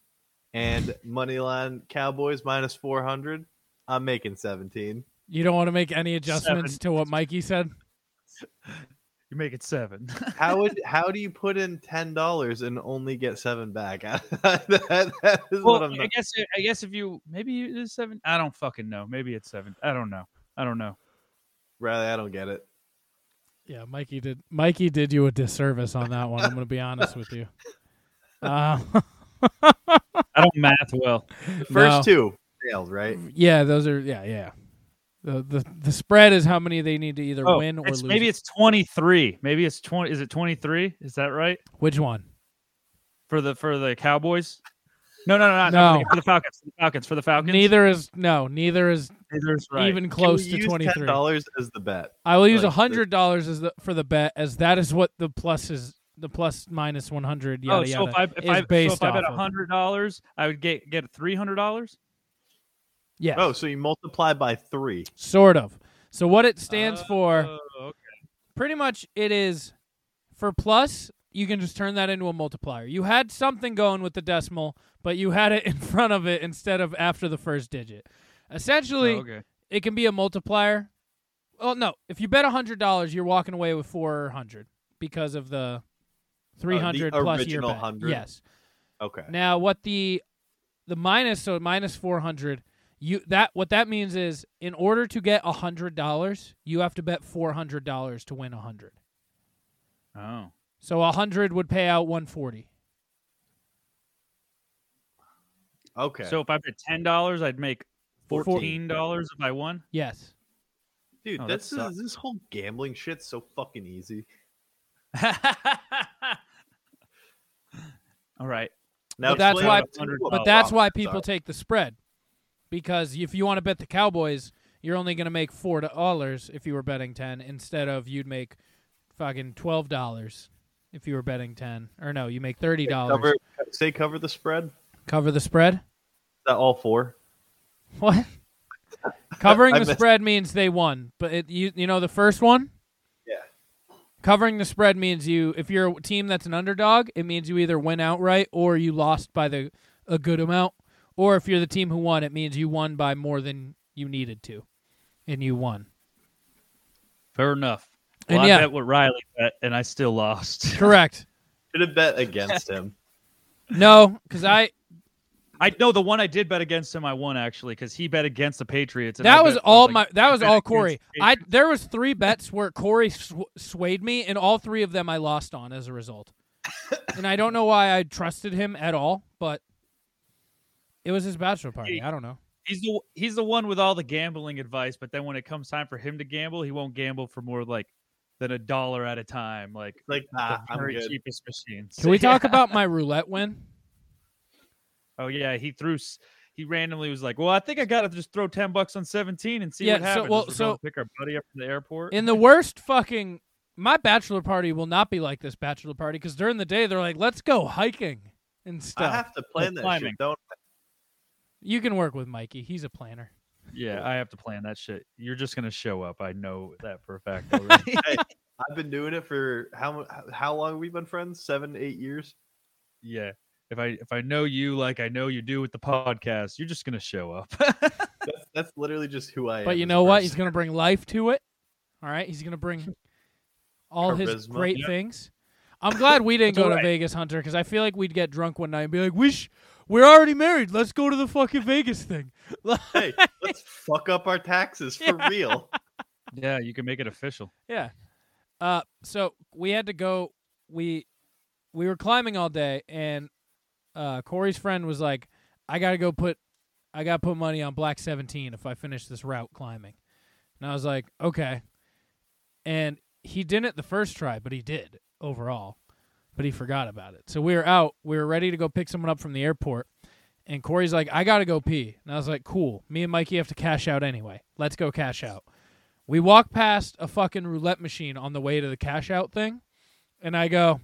B: and Moneyline Cowboys minus 400. I'm making 17.
A: You don't want to make any adjustments to what Mikey said.
F: You make it seven.
B: How would how do you put in ten dollars and only get seven back? that, that is
F: well,
B: what I'm.
F: I guess if- I guess if you maybe it is seven. I don't fucking know. Maybe it's seven. I don't know. I don't know.
B: Riley, I don't get it.
A: Yeah, Mikey did. Mikey did you a disservice on that one. I'm going to be honest with you. Uh,
F: I don't math well.
B: The first
A: No.
B: two failed, right?
A: yeah, those are. Yeah, yeah. The, the the spread is how many they need to either
F: Oh,
A: win or
F: it's-
A: lose.
F: maybe it's twenty three. Maybe it's twenty. Is it twenty three? Is that right
A: which one?
F: for the for the Cowboys? No, no, no,
A: No.
F: no. For the Falcons. For the Falcons. For the Falcons.
A: Neither is no. Neither is
F: Neither's right.
A: even
B: Can we
A: close to
B: use
A: twenty three.
B: $10 as the bet.
A: I will use
B: Like,
A: a hundred dollars as the for the bet, as that is what the plus is. The plus minus one hundred. Yada
F: oh, so
A: yada.
F: if I if
A: is
F: I, so
A: based
F: if I bet
A: off of-
F: hundred dollars, I would get get three hundred dollars.
A: Yes.
B: Oh, so you multiply by three.
A: Sort of. So what it stands for,
F: Oh, okay.
A: pretty much, it is for plus. You can just turn that into a multiplier. You had something going with the decimal, but you had it in front of it instead of after the first digit. Essentially,
F: Oh, okay.
A: it can be a multiplier. Well, no, if you bet hundred dollars, you're walking away with four hundred because of the three hundred plus your
B: original
A: bet.
B: 100?
A: Yes.
B: Okay.
A: Now, what the the minus so minus four hundred. You that what that means is in order to get hundred dollars, you have to bet four hundred dollars to win hundred.
F: Oh.
A: So hundred would pay out one forty.
B: Okay.
F: So if I bet ten dollars, I'd make
A: Fourteen.
F: fourteen dollars if I won.
A: Yes.
B: dude,
F: Oh, that
B: that's this,
F: sucks.
B: this whole gambling shit's so fucking easy.
F: All right.
B: Now
A: But that's
B: explain
A: why-
B: what two
F: but
A: But
B: of
A: that's
B: them
A: why
B: are.
A: people take the spread, because if you want to bet the Cowboys, you're only going to make four dollars if you were betting ten, instead of you'd make fucking twelve dollars if you were betting ten. Or no, you make thirty dollars.
B: cover. Say cover the spread. Is
A: Cover the spread.
B: that all four?
A: What? Covering
B: I
A: the
B: missed-
A: spread means they won, but it, you you know the first one.
B: Yeah.
A: Covering the spread means you if you're a team that's an underdog, it means you either win outright or you lost by the a good amount, or if you're the team who won, it means you won by more than you needed to, and you won.
F: Fair enough.
A: And
F: Well, I
A: yeah.
F: bet what Riley bet, and I still lost.
A: Correct.
B: Should have bet against him.
A: No, because I
F: I know the one I did bet against him. I won actually because he bet against the Patriots. and I
A: that
F: bet-
A: was
F: I
A: all
F: like,
A: my that
F: I
A: was
F: bet
A: all
F: against
A: Corey.
F: the
A: I
F: Patriots.
A: there was three bets where Corey sw- swayed me, and all three of them I lost on as a result. and I don't know why I trusted him at all, but it was his bachelor party. I don't know.
F: he's the he's the one with all the gambling advice, but then when it comes time for him to gamble, he won't gamble for more like than a dollar at a time, like
B: Like, nah,
F: the
B: I'm
F: very
B: good.
F: cheapest machines.
A: Can we talk about my roulette win?
F: Oh yeah, he threw. s- He randomly was like, "Well, I think I gotta just throw ten bucks on seventeen and see
A: Yeah,
F: what
A: so-
F: happens."
A: well,
F: As we're
A: so-
F: going to pick our buddy up from the airport.
A: In the worst fucking my bachelor party will not be like this bachelor party because during the day they're like, let's go hiking and
B: I
A: stuff.
B: have to plan
F: Like
B: that shit.
F: climbing.
B: Don't
A: you can work with Mikey. He's a planner.
F: yeah, I have to plan that shit. You're just gonna show up. I know that for a fact. Already.
B: I've been doing it for how mu- how- how long have we been friends? Seven, eight years.
F: yeah, if I if I know you like I know you do with the podcast, you're just gonna show up.
B: That's, that's literally just who I am.
A: But you
B: as a
A: know what? He's
B: person.
A: going to bring life to it. All right. He's going to bring all his
B: Charisma.
A: great
F: Yep.
A: things. I'm glad we didn't
F: That's
A: go to
F: right.
A: Vegas, Hunter, because I feel like we'd get drunk one night and be like, "We sh- we're already married. Let's go to the fucking Vegas thing."
B: hey, let's fuck up our taxes for real.
F: yeah, you can make it official.
A: Yeah. Uh, so we had to go. We we were climbing all day, and uh, Corey's friend was like, "I gotta go put, I gotta put money on Black Seventeen if I finish this route climbing." And I was like, "Okay." And he didn't the first try, but he did overall. But he forgot about it. So we were out. We were ready to go pick someone up from the airport. And Corey's like, I got to go pee. And I was like, cool. Me and Mikey have to cash out anyway. Let's go cash out. We walk past a fucking roulette machine on the way to the cash out thing, and I go,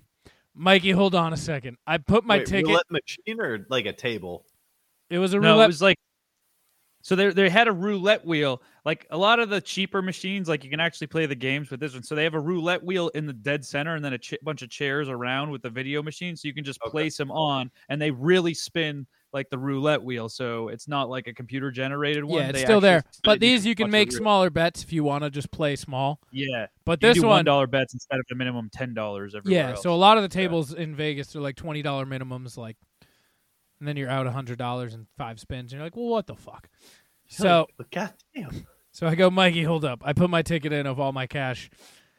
A: Mikey, hold on a second. I put my
B: Wait,
A: ticket.
B: roulette machine or like a table?
A: It was a
F: no,
A: roulette.
F: it was like so they they had a roulette wheel. Like a lot of the cheaper machines, like you can actually play the games with this one. So they have a roulette wheel in the dead center, and then a ch- bunch of chairs around with the video machine, so you can just
B: Okay.
F: place them on, and they really spin like the roulette wheel, so it's not like a computer generated one.
A: yeah, it's
F: They
A: still there.
F: actually
A: But
F: said you
A: these you can
F: watch a
A: make
F: roulette.
A: smaller bets if you want to just play small.
F: Yeah,
A: But
F: you
A: this
F: do
A: one,
F: dollar bets instead of the minimum ten dollars everywhere.
A: yeah.
F: else.
A: So a lot of the tables in Vegas are like twenty dollar minimums, like, and then you're out hundred dollars and five spins. And you're like, well, what the fuck? So
B: but goddamn,
A: So I go, Mikey, hold up. I put my ticket in of all my cash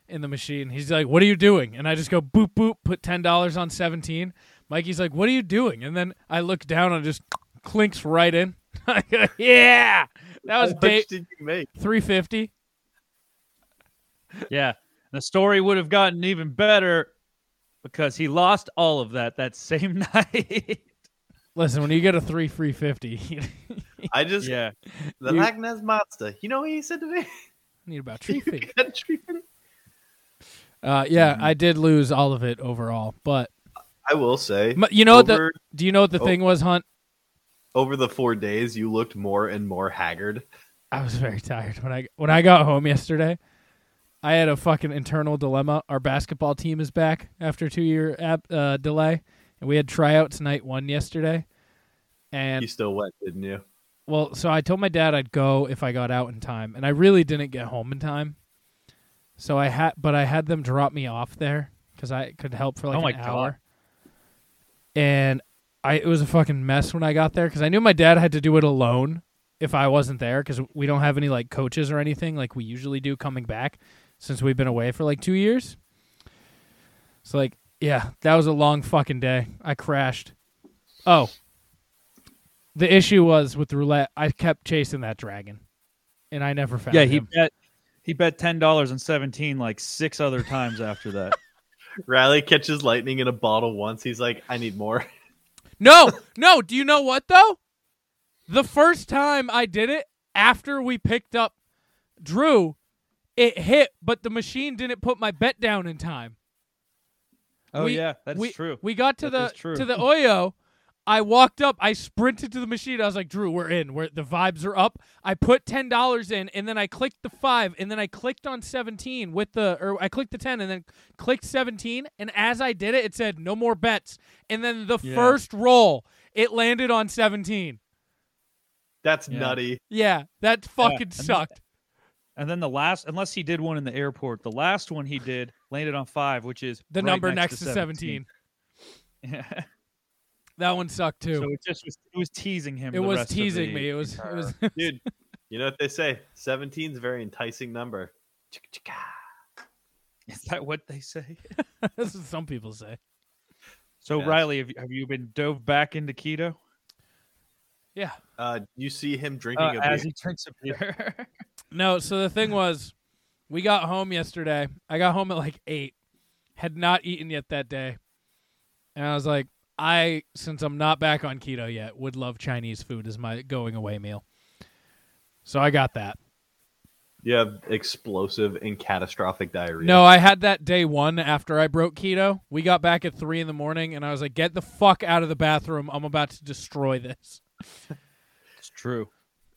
A: in the machine. He's like, What are you doing? And I just go, boop, boop, put $10 on 17. Mikey's like, What are you doing? And then I look down and it just clinks right in. I go, yeah. That was
B: how much
A: day
B: did you make?
A: 350.
F: yeah, the story would have gotten even better because he lost all of that that same night.
A: Listen, when you get a three free 50, you
B: I just
F: yeah,
B: the
A: You-
B: Agnes monster. You know what he said to me?
A: need about
B: You
A: 350.
B: got treated.
A: Uh, yeah, I did lose all of it overall. But
B: I will say,
A: M- you know what the,
B: over,
A: do you know what the
B: Oh.
A: thing was, Hunt?
B: over the four days, you looked more and more haggard.
A: I was very tired when I when I got home yesterday. I had a fucking internal dilemma. Our basketball team is back after two year ab- uh, delay, and we had tryouts night one yesterday.
B: You
A: And
B: still went, didn't you?
A: well, so I told my dad I'd go if I got out in time, and I really didn't get home in time. So I had, but I had them drop me off there because I could help for like
F: Oh my
A: an
F: God.
A: hour. And I it was a fucking mess when I got there because I knew my dad had to do it alone if I wasn't there because we don't have any like coaches or anything like we usually do coming back since we've been away for like two years. So like yeah, that was a long fucking day. I crashed. Oh, the issue was with roulette. I kept chasing that dragon, and I never found
F: yeah,
A: him.
F: he bet he bet ten dollars and seventeen like six other times after that.
B: Riley catches lightning in a bottle once. He's like, I need more.
A: No, no. Do you know what though? The first time I did it after we picked up Drew, it hit, but the machine didn't put my bet down in time.
F: Oh
A: We-
F: yeah, that's
A: we,
F: true.
A: We got to
F: That is
A: the
F: true.
A: to the Oyo. I walked up. I sprinted to the machine. I was like, "Drew, we're in. We're the vibes are up." I put ten dollars in, and then I clicked the five, and then I clicked on seventeen with the, or I clicked the ten, and then clicked seventeen. And as I did it, it said no more bets. And then the
F: Yeah.
A: first roll, it landed on seventeen.
B: That's
F: Yeah.
B: nutty.
A: Yeah, that fucking
F: and then-
A: sucked.
F: And then the last, unless he did one in the airport, the last one he did landed on five, which is
A: The
F: right
A: number next, to
F: 17.
A: seventeen. That one sucked too.
F: so it just was, it was teasing him.
A: it
F: the
A: was
F: rest of
A: teasing
F: the
A: me. It was it
F: entire-
A: was
B: Dude, you know what they say? 17 is a very enticing number. Chicka-chicka.
F: Is that what they say?
A: that's what some people say.
F: So
B: Yes.
F: Riley, have you, have you been dove back into keto
A: Yeah.
B: Uh, you see him
F: uh,
B: drinking a beer.
F: as he drinks a beer?
A: No, so the thing was, we got home yesterday. I got home at like eight, had not eaten yet that day, and I was like, I since I'm not back on keto yet, would love Chinese food as my going away meal. So I got that.
B: You have explosive and catastrophic diarrhea.
A: No, I had that day one after I broke keto. We got back at three in the morning, and I was like, "Get the fuck out of the bathroom! I'm about to destroy this."
F: it's true.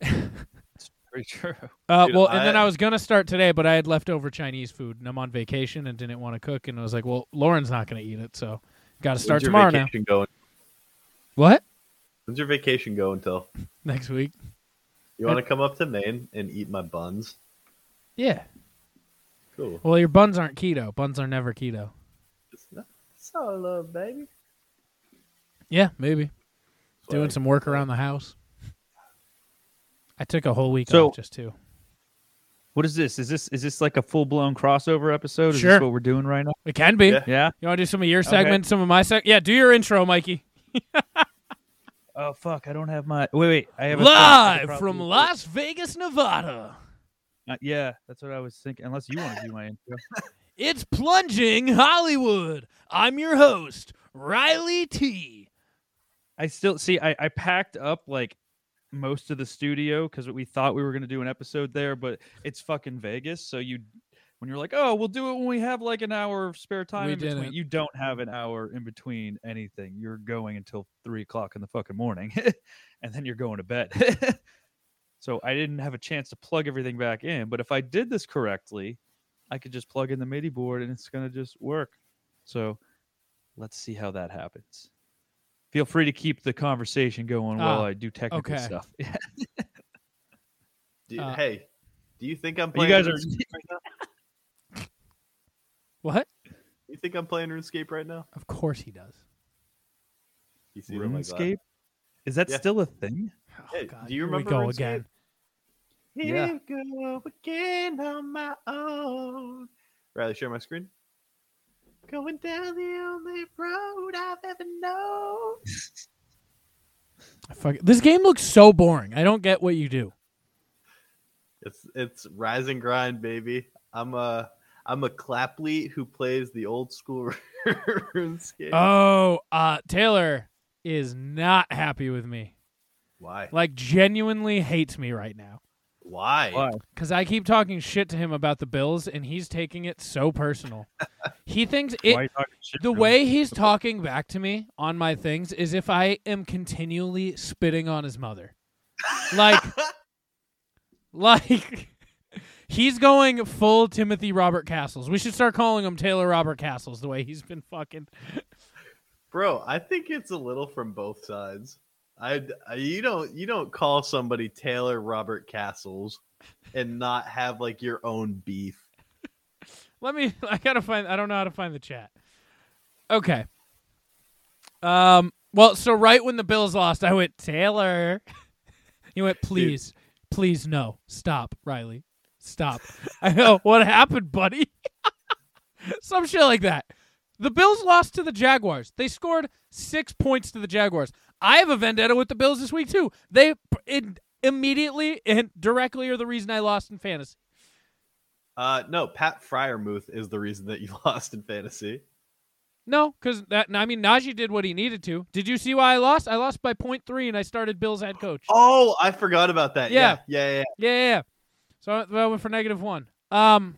F: it's pretty true.
A: Uh,
B: Dude,
A: well, and then
B: I-
A: I was gonna start today, but I had leftover Chinese food, and I'm on vacation and didn't want to cook, and I was like, "Well, Lauren's not gonna eat it, so got to
B: When's
A: start
B: your
A: tomorrow now."
B: vacation Going?
A: What
B: When's your vacation go until?
A: next week?
B: You want to come up to Maine and eat my buns?
A: Yeah.
B: Cool.
A: Well, your buns aren't keto. Buns are never keto.
B: Solo, baby.
A: Yeah, maybe doing
B: Like,
A: some work around the house. I took a whole week
F: So-
A: off just too.
F: What is this? Is this is this like a full blown crossover episode? Is
A: Sure.
F: this what we're doing right now?
A: It can be.
B: Yeah.
F: Yeah.
A: You want to do some of your segments, some of my seg? Yeah, do your intro, Mikey.
F: Oh fuck! I don't have my wait. Wait, uh, I have a thing. I
A: Live
F: could probably
A: from
F: do it.
A: Las Vegas, Nevada.
F: Uh, yeah, that's what I was thinking. Unless you want to do my intro.
A: It's plunging Hollywood. I'm your host, Riley T.
F: I still see. I, I packed up like most of the studio because we thought we were going to do an episode there, but it's fucking Vegas. So you, when you're like, oh, we'll do it when we have like an hour of spare time
A: We
F: in between.
A: didn't.
F: You don't have an hour in between anything. You're going until three o'clock in the fucking morning, and then you're going to bed. so I didn't have a chance to plug everything back in. But if I did this correctly, I could just plug in the MIDI board and it's going to just work. So let's see how that happens. Feel free to keep the conversation going while
A: Ah,
F: I do technical
A: okay.
F: stuff.
B: Do-
A: Uh,
B: hey, do you think I'm
F: you
B: playing?
F: guys are
B: RuneScape right now?
A: What?
B: You think I'm playing RuneScape right now?
A: Of course he does.
B: You see it on oh my glass.
F: RuneScape. Is that
B: Yeah.
F: still a thing?
A: Oh,
B: Hey,
A: God,
B: do you
A: here we
B: remember
A: go
B: RuneScape?
A: again?
B: Here
A: Yeah.
B: we go again on my own. Riley, share my screen. Going down the only road I've ever known.
A: I fuck- This game looks so boring. I don't get what you do.
B: It's it's rise and grind, baby. I'm a I'm a clapley who plays the old school RuneScape.
A: Oh, uh, Taylor is not happy with me.
B: Why?
A: Like, genuinely hates me right now.
B: Why?
F: Why?
A: Because I keep talking shit to him about the Bills, and he's taking it so personal. he thinks it.
F: Why are you talking shit
A: The
F: to me?
A: way he's talking back to me on my things is if I am continually spitting on his mother. Like like he's going full Timothy Robert Castles. We should start calling him Taylor Robert Castles the way he's been fucking
B: Bro, I think it's a little from both sides. I, I- you don't you don't call somebody Taylor Robert Castles and not have like your own beef.
A: Let me I got to find I don't know how to find the chat. Okay. Um well, so right when the Bills lost, I went Taylor. He went, "Please. Please no. Stop, Riley. Stop." I know what happened, buddy. Some shit like that. The Bills lost to the Jaguars. They scored 6 points to the Jaguars. I have a vendetta with the Bills this week too. They it, immediately and directly are the reason I lost in fantasy.
B: Uh no, Pat Fryermuth is the reason that you lost in fantasy.
A: No, because that I mean Najee did what he needed to. Did you see why I lost? I lost by point three, and I started Bills head coach.
B: Oh, I forgot about that. Yeah.
A: Yeah.
B: Yeah, yeah. yeah.
A: Yeah, yeah, yeah. So I- I went for negative one. Um,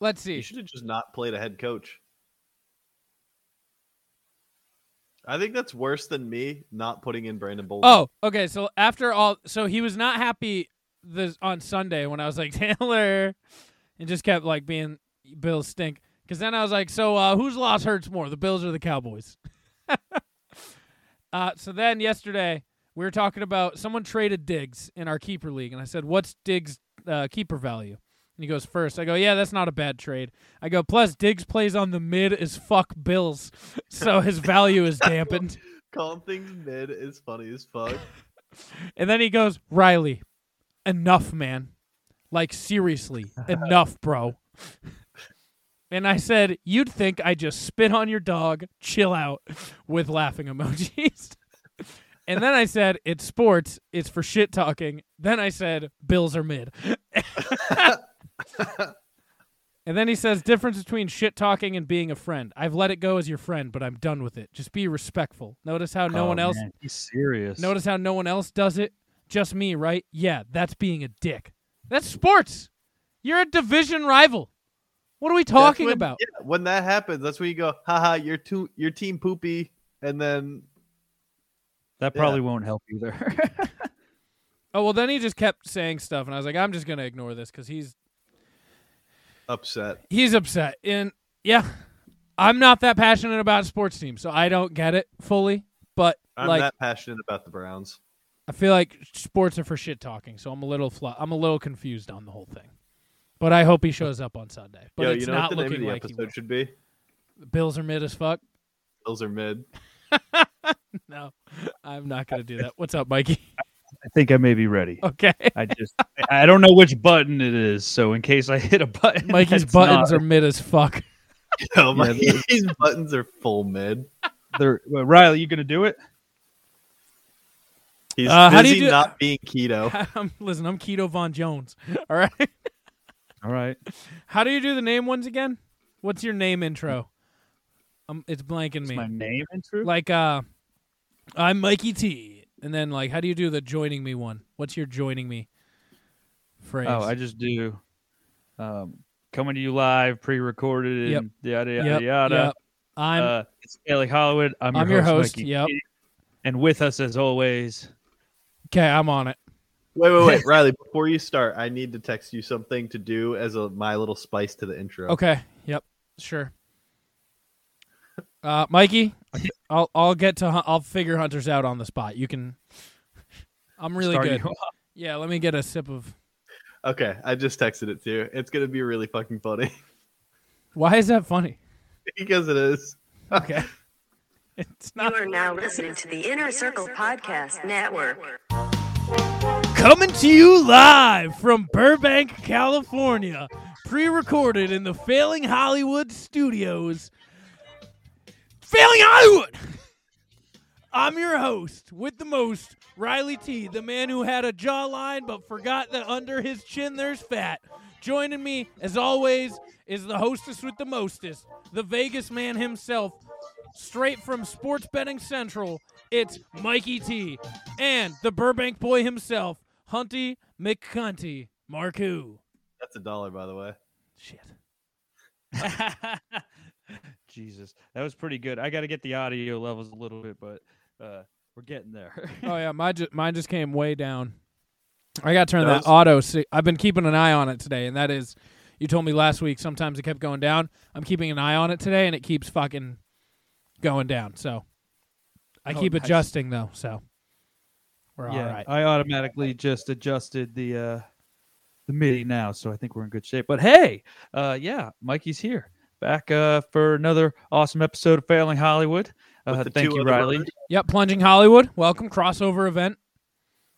A: let's
B: You
A: see.
B: should have just not played a head coach. I think that's worse than me not putting in Brandon Bolden.
A: Oh, okay. So after all, so he was not happy this on Sunday when I was like Taylor, and just kept like being Bills stink. Because then I was like, so uh, whose loss hurts more, the Bills or the Cowboys? uh, so then yesterday we were talking about someone traded Diggs in our keeper league, and I said, what's Diggs' uh, keeper value? And he goes first. I go, yeah, that's not a bad trade. I go, plus Diggs plays on the mid as fuck Bills, so his value is dampened.
B: Calling things mid is funny as fuck.
A: And then he goes, Riley, enough, man. Like, seriously, enough, bro. And I said, You'd think I just spit on your dog, chill out, with laughing emojis. and then I said, It's sports, it's for shit talking. Then I said, Bills are mid. and then he says, Difference between shit talking and being a friend. I've let it go as your friend, but I'm done with it. Just be respectful. Notice how no
F: Oh,
A: one else
F: man, he's serious.
A: Notice how no one else does it? Just me, right? Yeah, that's being a dick. That's sports. You're a division rival. What are we
B: That's
A: talking
B: when-
A: about?
B: yeah, when that happens, that's when you go, haha, you're too your team poopy. And then
F: that
B: yeah.
F: probably won't help either.
A: Oh, well, then he just kept saying stuff, and I was like, I'm just going to ignore this because he's
B: upset.
A: he's upset. And yeah, I'm not that passionate about sports teams, so I don't get it fully. But
B: I'm
A: like,
B: not passionate about the Browns.
A: I feel like sports are for shit talking, so I'm a little flu- I'm a little confused on the whole thing. But I hope he shows up on Sunday. But
B: Yo,
A: it's
B: you know
A: not
B: what the name of
A: looking
B: the
A: like he
B: episode should be?
A: will. Bills are mid as fuck.
B: Bills are mid.
A: No, I'm not going to do that. What's up, Mikey?
F: I think I may be ready.
A: Okay.
F: I just I don't know which button it is, so in case I hit a button,
A: Mikey's
F: that's
A: buttons
F: not-
A: are mid as fuck.
B: Yo, Oh my,
F: they're-
B: these buttons are full mid.
F: they're- well, Riley, you gonna do it?
B: He's
A: Uh,
B: busy
A: how do you do-
B: not being keto.
A: I'm, listen, I'm Keto Von Jones. All right.
F: All right.
A: How do you do the name ones again? What's your name intro? Um, it's blanking
F: Is
A: me.
F: my name intro?
A: Like, uh, I'm Mikey T. And then, like, how do you do the joining me one? What's your joining me phrase?
F: oh, I just do. Um, coming to you live, pre-recorded,
A: Yep.
F: and yada yada
A: Yep,
F: yada.
A: yep. I'm
F: uh, it's Bailey Hollywood. I'm,
A: I'm your host,
F: Mikey
A: yep.
F: Keating. And with us, as always,
A: okay. I'm on it.
B: Wait, wait, wait, Riley. Before you start, I need to text you something to do as a my little spice to the intro.
A: Okay. Yep. Sure. Uh, Mikey, I'll I'll get to hun- I'll figure hunters out on the spot. You can. I'm really
F: Start
A: good.
F: you off.
A: Yeah, let me get a sip of.
B: Okay, I just texted it to you. It's gonna be really fucking funny
A: Why is that funny?
B: because it is.
A: Okay. It's
G: You
A: not
G: are now listening to the Inner Circle Podcast Network.
A: coming to you live from Burbank, California, pre-recorded in the Failing Hollywood studios. Failing Hollywood. I'm your host with the most, Riley T, the man who had a jawline but forgot that under his chin there's fat. Joining me, as always, is the hostess with the mostest, the Vegas man himself, straight from Sports Betting Central. It's Mikey T and the Burbank boy himself, Hunty McCunty Marku.
B: That's a dollar, by the way.
A: Shit.
F: Jesus, that was pretty good. I got to get the audio levels a little bit, but uh, we're getting there.
A: Oh yeah, my ju- mine just came way down. I got to turn that
B: Those-
A: auto. See, I've been keeping an eye on it today, and that is, you told me last week. Sometimes it kept going down. I'm keeping an eye on it today, and it keeps fucking going down. So I
F: Oh,
A: keep
F: nice. uh,
A: adjusting though. So we're all right.
F: I automatically just adjusted the uh the MIDI now, so I think we're in good shape. But hey, uh yeah, Mikey's here. Back uh for another awesome episode of Failing Hollywood.
B: With
F: Uh,
B: the
F: thank
B: two
F: you,
B: other
F: Riley.
B: brothers.
A: Yep, plunging Hollywood. Welcome crossover event.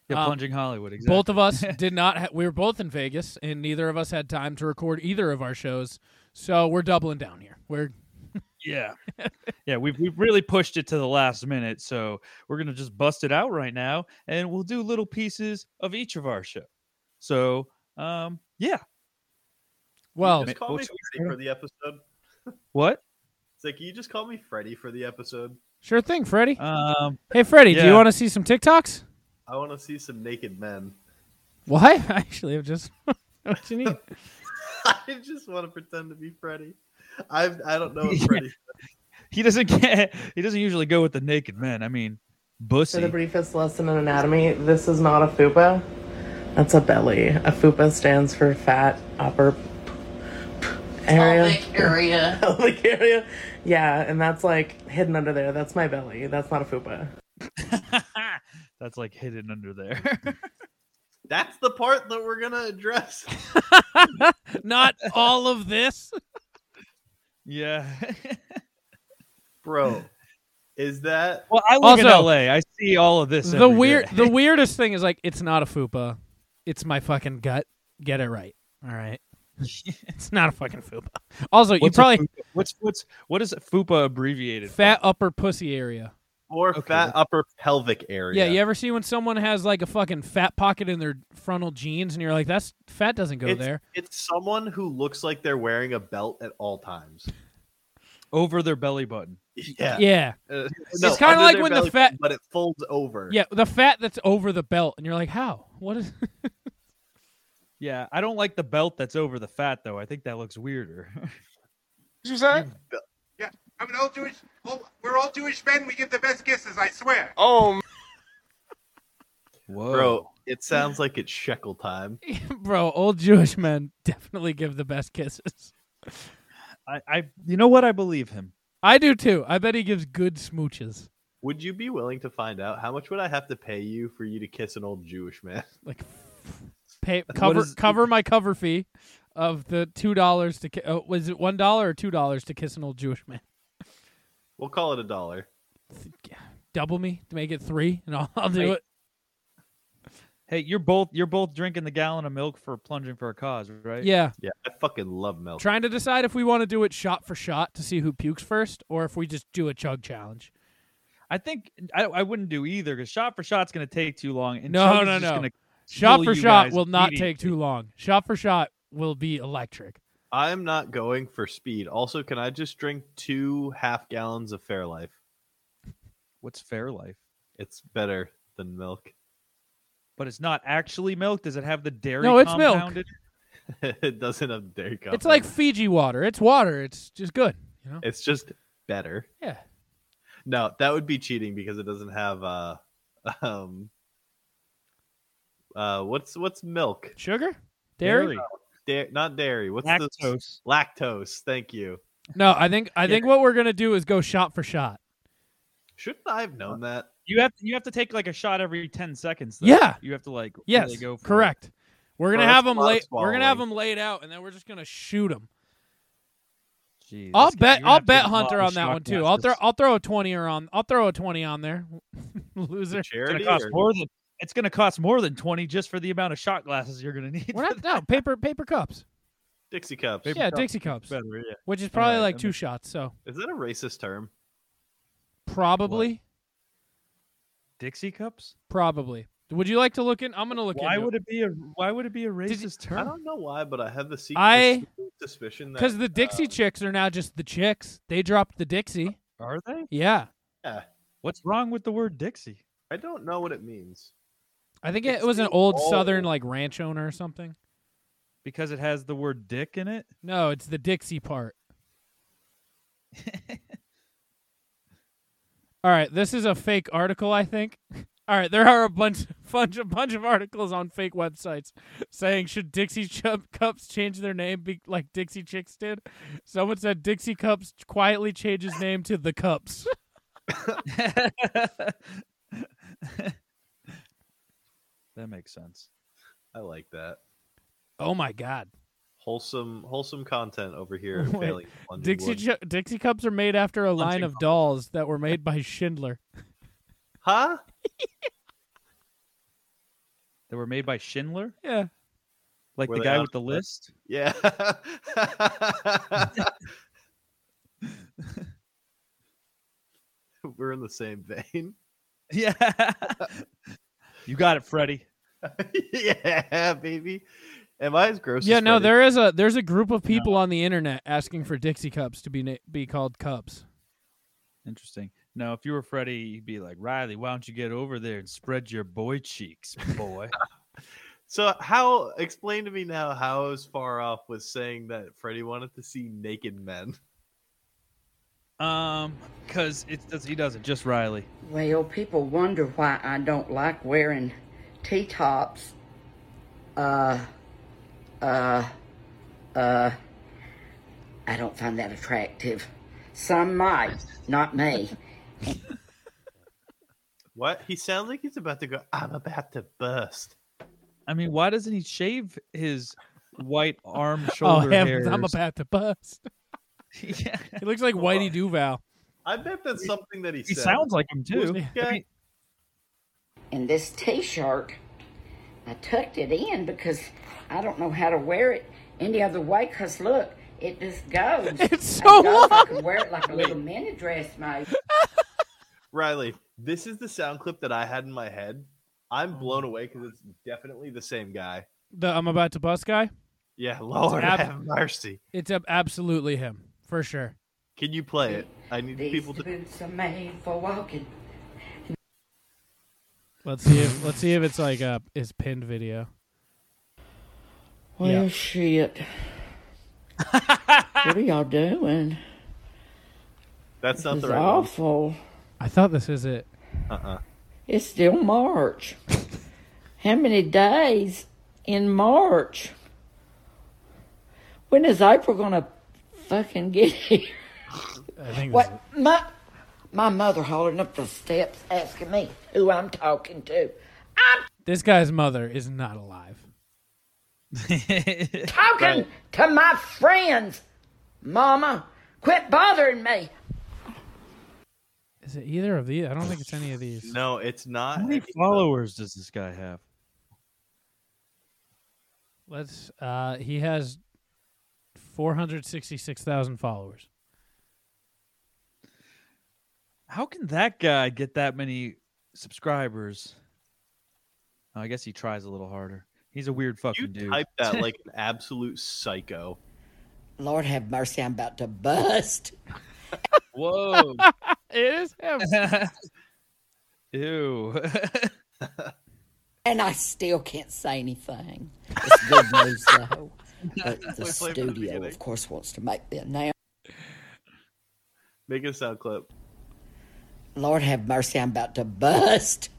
F: Yeah,
A: Um,
F: plunging Hollywood. Exactly.
A: Both of us did not. Ha- we were both in Vegas, and neither of us had time to record either of our shows. So we're doubling down here. We're
F: Yeah. yeah, we've we've really pushed it to the last minute, so we're gonna just bust it out right now and we'll do little pieces of each of our show. So um yeah.
A: well.
B: Just call me
F: what's-
B: Freddy for the episode.
F: What?
B: It's like, can you just call me Freddy for the episode?
A: Sure thing, Freddie.
F: Um
A: Hey, Freddie, do you
F: Yeah.
A: want to see some TikToks?
B: I want to see some naked men.
A: Well, I actually have just. what you need?
B: I just want to pretend to be Freddy. I've I don't know what Freddy.
F: he doesn't get he doesn't usually go with the naked men. I mean
H: For the
F: bussy.
H: briefest lesson in anatomy, this is not a fupa. That's a belly. A fupa stands for fat upper area.
I: Pelvic area.
H: Pelvic area. Yeah, and that's like hidden under there. That's my belly. That's not a fupa.
F: That's like hidden under there.
B: That's the part that we're gonna address.
A: Not all of this.
F: yeah.
B: Bro, is that
F: Well, I live in
A: Also,
F: LA. I see all of this.
A: The
F: every
A: weird,
F: day.
A: the weirdest thing is like it's not a fupa, it's my fucking gut. Get it right. All right. it's not a fucking fupa. Also,
F: What's a
A: you probably
F: fupa? what's what's what is FUPA abbreviated? for?
A: fat upper pussy area.
B: or
F: Okay,
B: fat
F: that's-
B: upper pelvic area?
A: Yeah, you ever see when someone has like a fucking fat pocket in their frontal jeans, and you're like, that's fat doesn't go
B: It's,
A: there.
B: it's someone who looks like they're wearing a belt at all times.
F: over their belly button.
B: Yeah,
A: Yeah,
B: Uh,
A: It's
B: no,
A: kinda
B: under
A: like
B: their
A: when the
B: belly button,
A: fat-
B: but it folds over.
A: yeah, the fat that's over the belt, and you're like, how? What is?
F: Yeah, I don't like the belt that's over the fat though. I think that looks weirder.
J: you say? Yeah, I'm an old Jewish. Well, we're all Jewish men. We give the best kisses. I swear.
E: Oh,
F: Whoa,
A: Oh.
B: bro, it sounds like it's shekel time.
A: Bro, old Jewish men definitely give the best kisses.
F: I, I you know what? I believe him.
A: I do too. I bet he gives good smooches,
B: Would you be willing to find out how much would I have to pay you for you to kiss an old Jewish man?
A: like pay cover
B: is-
A: cover my cover fee of the two dollars to ki- oh, was it one dollar or two dollars to kiss an old Jewish man?
B: We'll call it a dollar.
A: Double me to make it three, and I'll, I'll do
F: Right.
A: it.
F: Hey, you're both you're both drinking the gallon of milk for plunging for a cause, right?
A: Yeah,
B: Yeah, I fucking love milk.
A: trying to decide if we want to do it shot for shot to see who pukes first, or if we just do a chug challenge.
F: I think I, I wouldn't do either because shot for shot's gonna take too long. And
A: No,
F: Chug is
A: no,
F: just
A: no.
F: gonna
A: Shot
F: kill
A: for
F: you
A: shot
F: guys
A: will not
F: immediately.
A: take too long. Shot for shot will be electric.
B: I'm not going for speed. Also, can I just drink two half gallons of Fairlife?
F: What's Fairlife?
B: It's better than milk.
F: But it's not actually milk. Does it have the dairy?
A: No, it's milk.
F: compounded?
B: it doesn't have dairy.
A: It's like
B: content.
A: Fiji water. It's water. It's just good. You know?
B: it's just better.
A: Yeah.
B: No, that would be cheating because it doesn't have uh um uh what's what's milk?
A: Sugar? Dairy?
B: Da- not dairy. What's the
F: lactose.
B: lactose? Thank you.
A: No, I think I think what we're gonna do is go shot for shot.
B: Shouldn't I have known that?
F: You have you have to take like a shot every ten seconds. Though.
A: Yeah.
F: you have to like really
A: Yes,
F: go for it.
A: correct. We're gonna
B: Well, that's
A: have
B: a
A: them
B: lot of
A: laid. We're gonna have
B: swallowing.
A: them laid out, and then we're just gonna shoot them.
F: Jeez,
A: I'll
F: that's good.
A: bet.
F: You're gonna
A: I'll
F: have to
A: bet
F: get a lot
A: Hunter
F: of
A: on that
F: shot
A: one too. I'll throw.
F: glasses.
A: I'll throw a twenty or on. I'll throw a twenty on there. Loser.
F: It's
B: Charity
F: gonna cost
B: or-
F: more than it's gonna cost more than twenty just for the amount of shot glasses you're gonna need.
A: We're not no paper paper cups.
B: Dixie cups.
F: Paper
A: yeah,
F: cups.
A: Dixie cups,
F: Better, yeah.
A: which is probably
F: Alright,
A: like
F: that
A: two
F: makes-
A: shots. So
B: Is that a racist term?
A: probably,
F: Dixie cups.
A: probably. Would you like to look in? I'm gonna look.
F: Why
A: into
F: would it be a Why would it be a racist
B: I
F: term?
B: don't know why, but I have the secret
A: I-
B: suspicion that
A: because the Dixie chicks are now just the chicks. They dropped the Dixie.
F: Are they?
A: Yeah,
B: uh, yeah,
F: What's wrong with the word Dixie?
B: I don't know what it means.
A: I think it, it was an old
B: all-
A: Southern like ranch owner or something.
F: Because it has the word dick in it.
A: No, it's the Dixie part. All right, this is a fake article, I think. All right, there are a bunch, bunch, a bunch of articles on fake websites saying should Dixie Chub Cups change their name be- like Dixie Chicks did. Someone said Dixie Cups quietly changes name to the Cups.
F: that makes sense.
B: I like that
A: Oh my God,
B: wholesome, wholesome content over here. at
A: Wait,
B: failing London
A: Dixie
B: Wood.
A: Chu Dixie Cups are made after a line
F: Hunting
A: of dolls that were made by Schindler.
B: huh?
F: They were made by Schindler,
A: Yeah,
F: like
B: Were
F: the
B: they
F: guy
B: on
F: with the list.
B: Yeah. We're in the same vein.
F: Yeah. you got it, Freddie.
B: yeah, baby. Am I as gross?
A: yeah.
B: as
A: No,
B: Freddy?
A: there is a there's a group of people on the internet asking for Dixie Cups to be na- be called Cups.
F: Interesting. Now, if you were Freddie, you'd be like, Riley, why don't you get over there and spread your boy cheeks, boy?
B: So how? Explain to me now how I was far off with saying that Freddy wanted to see naked men.
F: um, because it does he doesn't just Riley.
E: Well, people wonder why I don't like wearing t tops. Uh, uh, uh, I don't find that attractive. Some might, not me.
B: What? He sounds like he's about to go. I'm about to burst.
F: I mean, why doesn't he shave his white arm shoulder
A: oh,
F: hairs?
A: heavens, I'm about to bust.
F: yeah.
A: He looks like Whitey Duval.
B: I bet that's something that he,
F: He
B: said.
F: sounds like him too.
A: Yeah.
B: Okay.
E: And this t shirt, I tucked it in because I don't know how to wear it any other way. Because look, it just goes.
A: It's so
E: It goes. I
A: long.
E: could wear it like a little mini dress, maybe.
B: Riley, this is the sound clip that I had in my head. I'm blown away because it's definitely the same guy.
A: The I'm about to bust guy.
B: Yeah, Lord
A: ab-
B: have mercy.
A: It's ab- absolutely him for sure.
B: Can you play it? I need
E: These
B: people to.
E: boots are made for walking.
A: Let's see. If, let's see if it's like uh his pinned video.
E: Well,
A: Yeah.
E: shit. what are y'all doing?
B: That's not
E: It's
B: the right one.
E: awful.
A: I thought this is it.
E: It's still March. How many days in March? When is April gonna fucking get here?
A: I think. This is
E: What my my mother hollering up the steps asking me who I'm talking to.
A: This guy's mother is not alive.
E: Talking to my friends. Mama, quit bothering me.
A: Is it either of these? I don't think it's any of these.
B: No, it's not.
F: How many followers does this guy have?
A: Let's. Uh, he has four hundred sixty-six thousand followers.
F: How can that guy get that many subscribers? Oh, I guess he tries a little harder. He's a weird
B: You
F: fucking dude.
B: type that like an absolute psycho.
E: Lord have mercy, I'm about to bust.
F: Whoa.
A: It is him.
F: Ew.
E: And I still can't say anything. It's good news, though. But
B: play from
E: the
B: the
E: studio,
B: beginning.
E: of course, wants to make the now.
B: Make a sound clip.
E: Lord have mercy, I'm about to bust.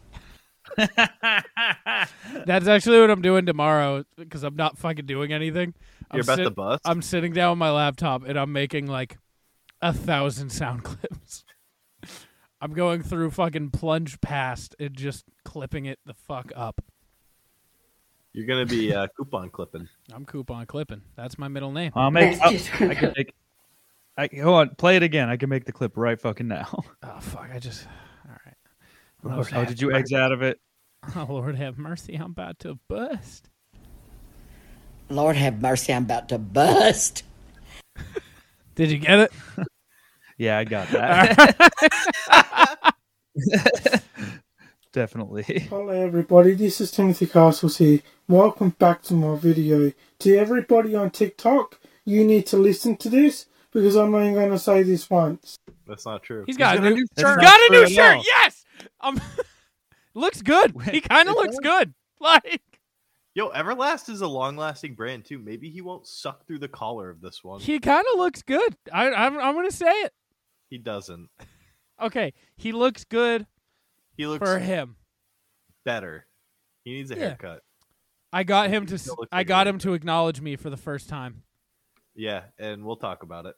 A: That's actually what I'm doing tomorrow because I'm not fucking doing anything. I'm
B: You're about to
A: sit-
B: bust?
A: I'm sitting down with my laptop and I'm making like a thousand sound clips. I'm going through fucking plunge past and just clipping it the fuck up.
B: You're gonna be uh, coupon clipping.
A: I'm coupon clipping. That's my middle name.
F: I'll make.
E: That's just-
F: I can make. I hold on. Play it again. I can make the clip right fucking now.
A: Oh fuck! I just. All right.
F: Oh, did you exit out of it?
A: Oh Lord, have mercy! I'm about to bust.
E: Lord have mercy, I'm about to bust.
A: Did you get it?
F: Yeah, I got that. Definitely.
I: Hello everybody, this is Timothy Castles here. Welcome back to my video. To everybody on TikTok, you need to listen to this because I'm only going to say this once.
B: That's not true.
A: He's got a
F: got a
A: new
F: new
A: He's
F: shirt.
A: got a new
F: Not true at
A: shirt.
F: all.
A: Yes. Um, looks good. He kind of looks good. Like
B: Yo, Everlast is a long-lasting brand too. Maybe he won't suck through the collar of this one.
A: he kind of looks good. I I'm, I'm gonna say it.
B: He doesn't.
A: Okay, he looks good
B: He looks
A: for him.
B: better. He needs a
A: Yeah.
B: haircut.
A: I got him to. s-
B: still looks
A: I
B: like a
A: got
B: white
A: him to acknowledge me for the first time.
B: Yeah, and we'll talk about it.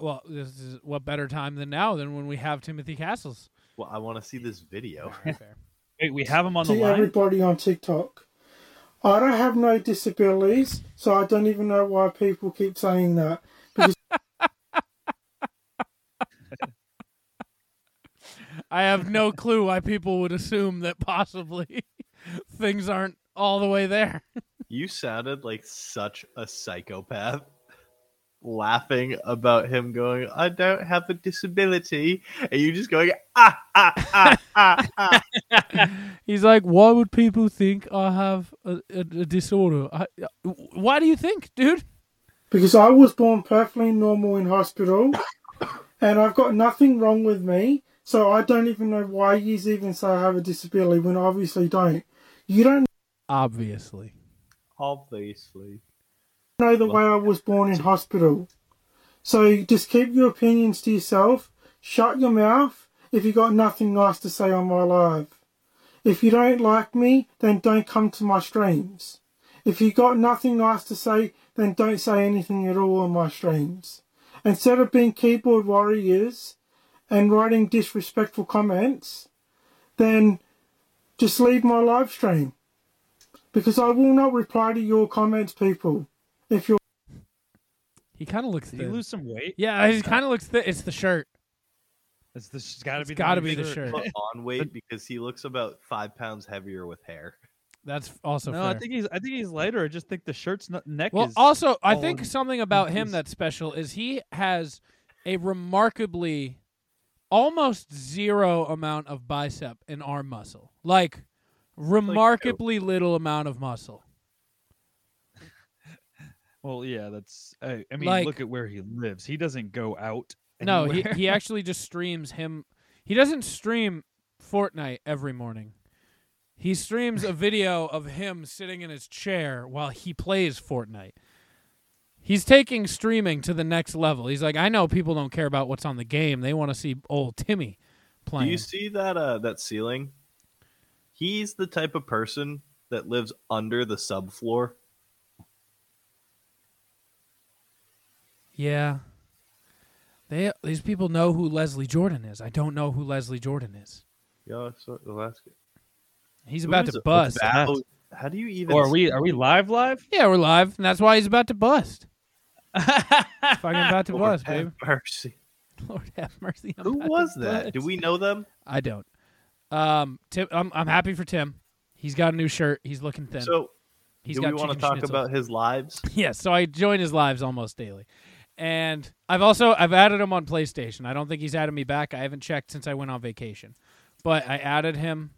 A: Well, this is what better time than now than when we have Timothy Castles.
B: Well, I want to see this video.
A: Fair.
F: Wait, we have him on the
I: To
F: line.
I: everybody on TikTok, I don't have no disabilities, so I don't even know why people keep saying that.
A: I have no clue why people would assume that possibly things aren't all the way there.
B: You sounded like such a psychopath laughing about him going, I don't have a disability. And you just going, ah, ah, ah, ah, ah.
A: He's like, why would people think I have a, a, a disorder? I, I- why do you think, dude?
I: Because I was born perfectly normal in hospital, and I've got nothing wrong with me, so I don't even know why you even say I have a disability when I obviously don't. You don't
A: Obviously.
B: Obviously.
I: know the way I was born in hospital. So just keep your opinions to yourself. Shut your mouth if you got nothing nice to say on my live. If you don't like me, then don't come to my streams. If you got nothing nice to say, then don't say anything at all on my streams. Instead of being keyboard warriors and writing disrespectful comments, then just leave my live stream. Because I will not reply to your comments, people. If you're
A: He kind of looks
F: Did he
A: thin.
F: lose some weight?
A: yeah, he kind of looks thin. It's the shirt.
F: It's the, it's gotta
A: It's
F: be.
A: gotta be
F: new
A: the shirt.
B: Put on weight because he looks about five pounds heavier with hair.
A: That's also
F: No,
A: fair.
F: I think he's. I think he's lighter. I just think the shirt's not, neck
A: well,
F: is.
A: also, I
F: all
A: think
F: in-
A: something about him
F: increase.
A: that's special is he has a remarkably almost zero amount of bicep and arm muscle. Like,
F: oh,
A: remarkably little amount of muscle.
F: well, yeah, that's. I, I mean,
A: Like-
F: look at where he lives. He doesn't go out.
A: No, he,
F: anywhere.
A: he actually just streams him. He doesn't stream Fortnite every morning. He streams a video of him sitting in his chair while he plays Fortnite. He's taking streaming to the next level. He's like, I know people don't care about what's on the game. They want to see old Timmy
B: Do
A: playing.
B: you see that uh, that ceiling? He's the type of person that lives under the subfloor.
A: yeah. They, these people know who Leslie Jordan is. I don't know who Leslie Jordan is.
B: Yo, so, Alaska.
A: He's
B: Who
A: about
B: is
A: to
B: it?
A: bust.
B: That-
F: Oh,
B: How do you even?
F: Or are we? Are we live? Live?
A: Yeah, we're live, and that's why he's about to bust. Fucking about to
B: Lord
A: bust,
B: have
A: baby.
B: mercy.
A: Lord have mercy. I'm
B: Who
A: about to
B: was that? Do
A: bust.
B: we know them?
A: I don't. Um, Tim, I'm I'm happy for Tim. He's got a new shirt. He's looking thin.
B: So,
A: He's
B: do
A: got
B: we want to
A: chicken
B: talk
A: schnitzel.
B: about his lives?
A: Yeah, so I join his lives almost daily, and I've also I've added him on PlayStation. I don't think he's added me back. I haven't checked since I went on vacation, but I added him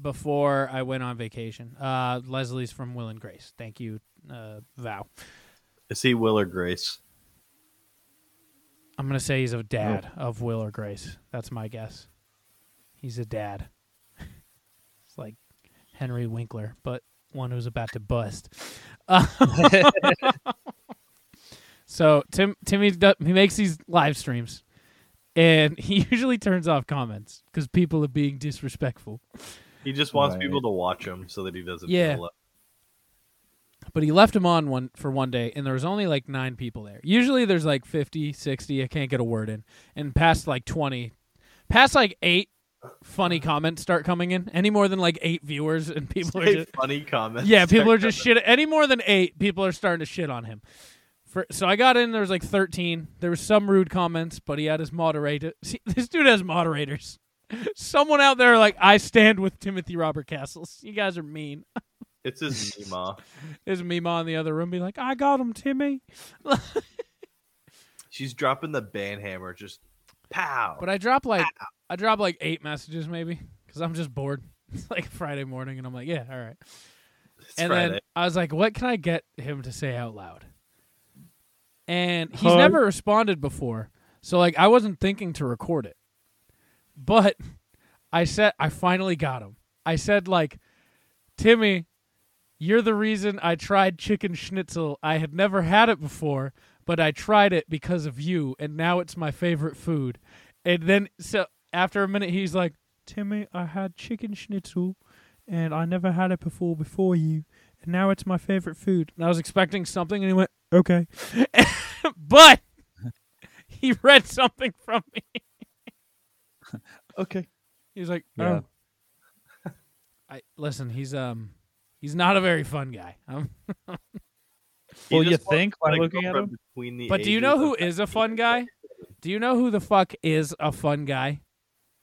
A: before I went on vacation. Uh, Leslie's from Will and Grace. Thank you, uh, Vow.
B: Is he Will or Grace?
A: I'm gonna say he's a dad of Will or Grace. That's my guess. He's a dad. it's like Henry Winkler, but one who's about to bust. so Tim Timmy do- he makes these live streams, and he usually turns off comments because people are being disrespectful.
B: He just wants
F: Right.
B: people to watch him so that he doesn't
A: Yeah.
B: feel
A: But he left him on one for one day, and there was only like nine people there. Usually there's like 50, 60. I can't get a word in. And past like 20, past like eight, funny comments start coming in. Any more than like eight viewers, and people are
B: Say
A: just,
B: funny comments.
A: Yeah, people are just shit. Any more than eight, people are starting to shit on him. For, so I got in. There was like thirteen. There was some rude comments, but he had his moderator. See, this dude has moderators. Someone out there like I stand with Timothy Robert Castles. You guys are mean.
B: It's his Mima.
A: Is Mima in the other room? Be like, I got him, Timmy.
B: She's dropping the ban hammer. Just pow.
A: But I drop like I drop like eight messages maybe because I'm just bored. It's like Friday morning, and I'm like, yeah, all right. and then
B: Friday.
A: I was like, what can I get him to say out loud? And he's
F: Hi.
A: never responded before, so like I wasn't thinking to record it, but I said I finally got him. I said like, Timmy, you're the reason I tried chicken schnitzel. I had never had it before, but I tried it because of you, and now it's my favorite food. And then, so after a minute, he's like, Timmy, I had chicken schnitzel, and I never had it before before you, and now it's my favorite food. And I was expecting something, and he went, okay. but he read something from me.
F: okay.
A: He's like, oh.
F: Yeah.
A: I listen. He's um, he's not a very fun guy. Um,
B: He
F: Well, you
B: just wants
F: think by
B: to go
F: looking at
B: from
F: him?
B: Between the
A: but do you
B: ages
A: know
B: of-
A: who is a fun guy? Do you know who the fuck is a fun guy?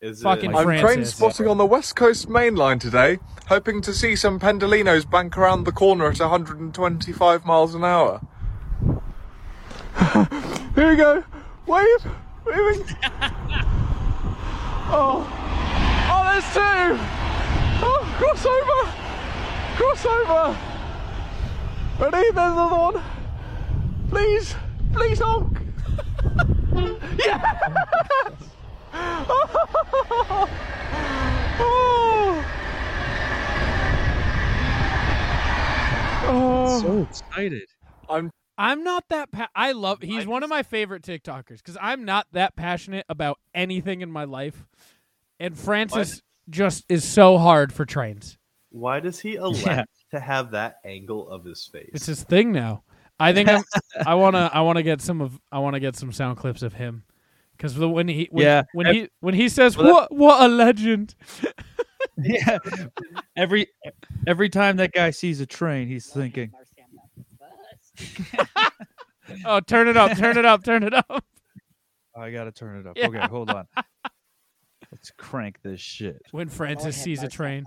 B: Is it-
A: fucking
B: I'm
A: Francis.
D: Train spotting on the West Coast Main Line today, hoping to see some Pendolinos bank around the corner at 125 miles an hour. Here we go. Wave. Waving. oh. Oh, there's two. Oh, crossover. Crossover. Ready? There's another one. Please. Please honk. yes. Oh. Oh.
F: So excited.
A: I'm not that. Pa- I love. He's one of my favorite TikTokers because I'm not that passionate about anything in my life, and Francis just is so hard for trains.
B: Why does he elect to have that angle of his face?
A: It's his thing now. I think I'm, I wanna. I wanna get some of. I wanna get some sound clips of him because when he. When,
F: Yeah.
A: When he when he says
F: Well, that-
A: what what a legend.
F: Yeah. every every time that guy sees a train, he's thinking,
A: Oh, turn it up! Turn it up! Turn it up!
F: "Oh, I gotta turn it up.
A: Yeah.
F: Okay, hold on. Let's crank this shit.
A: When Francis sees a train.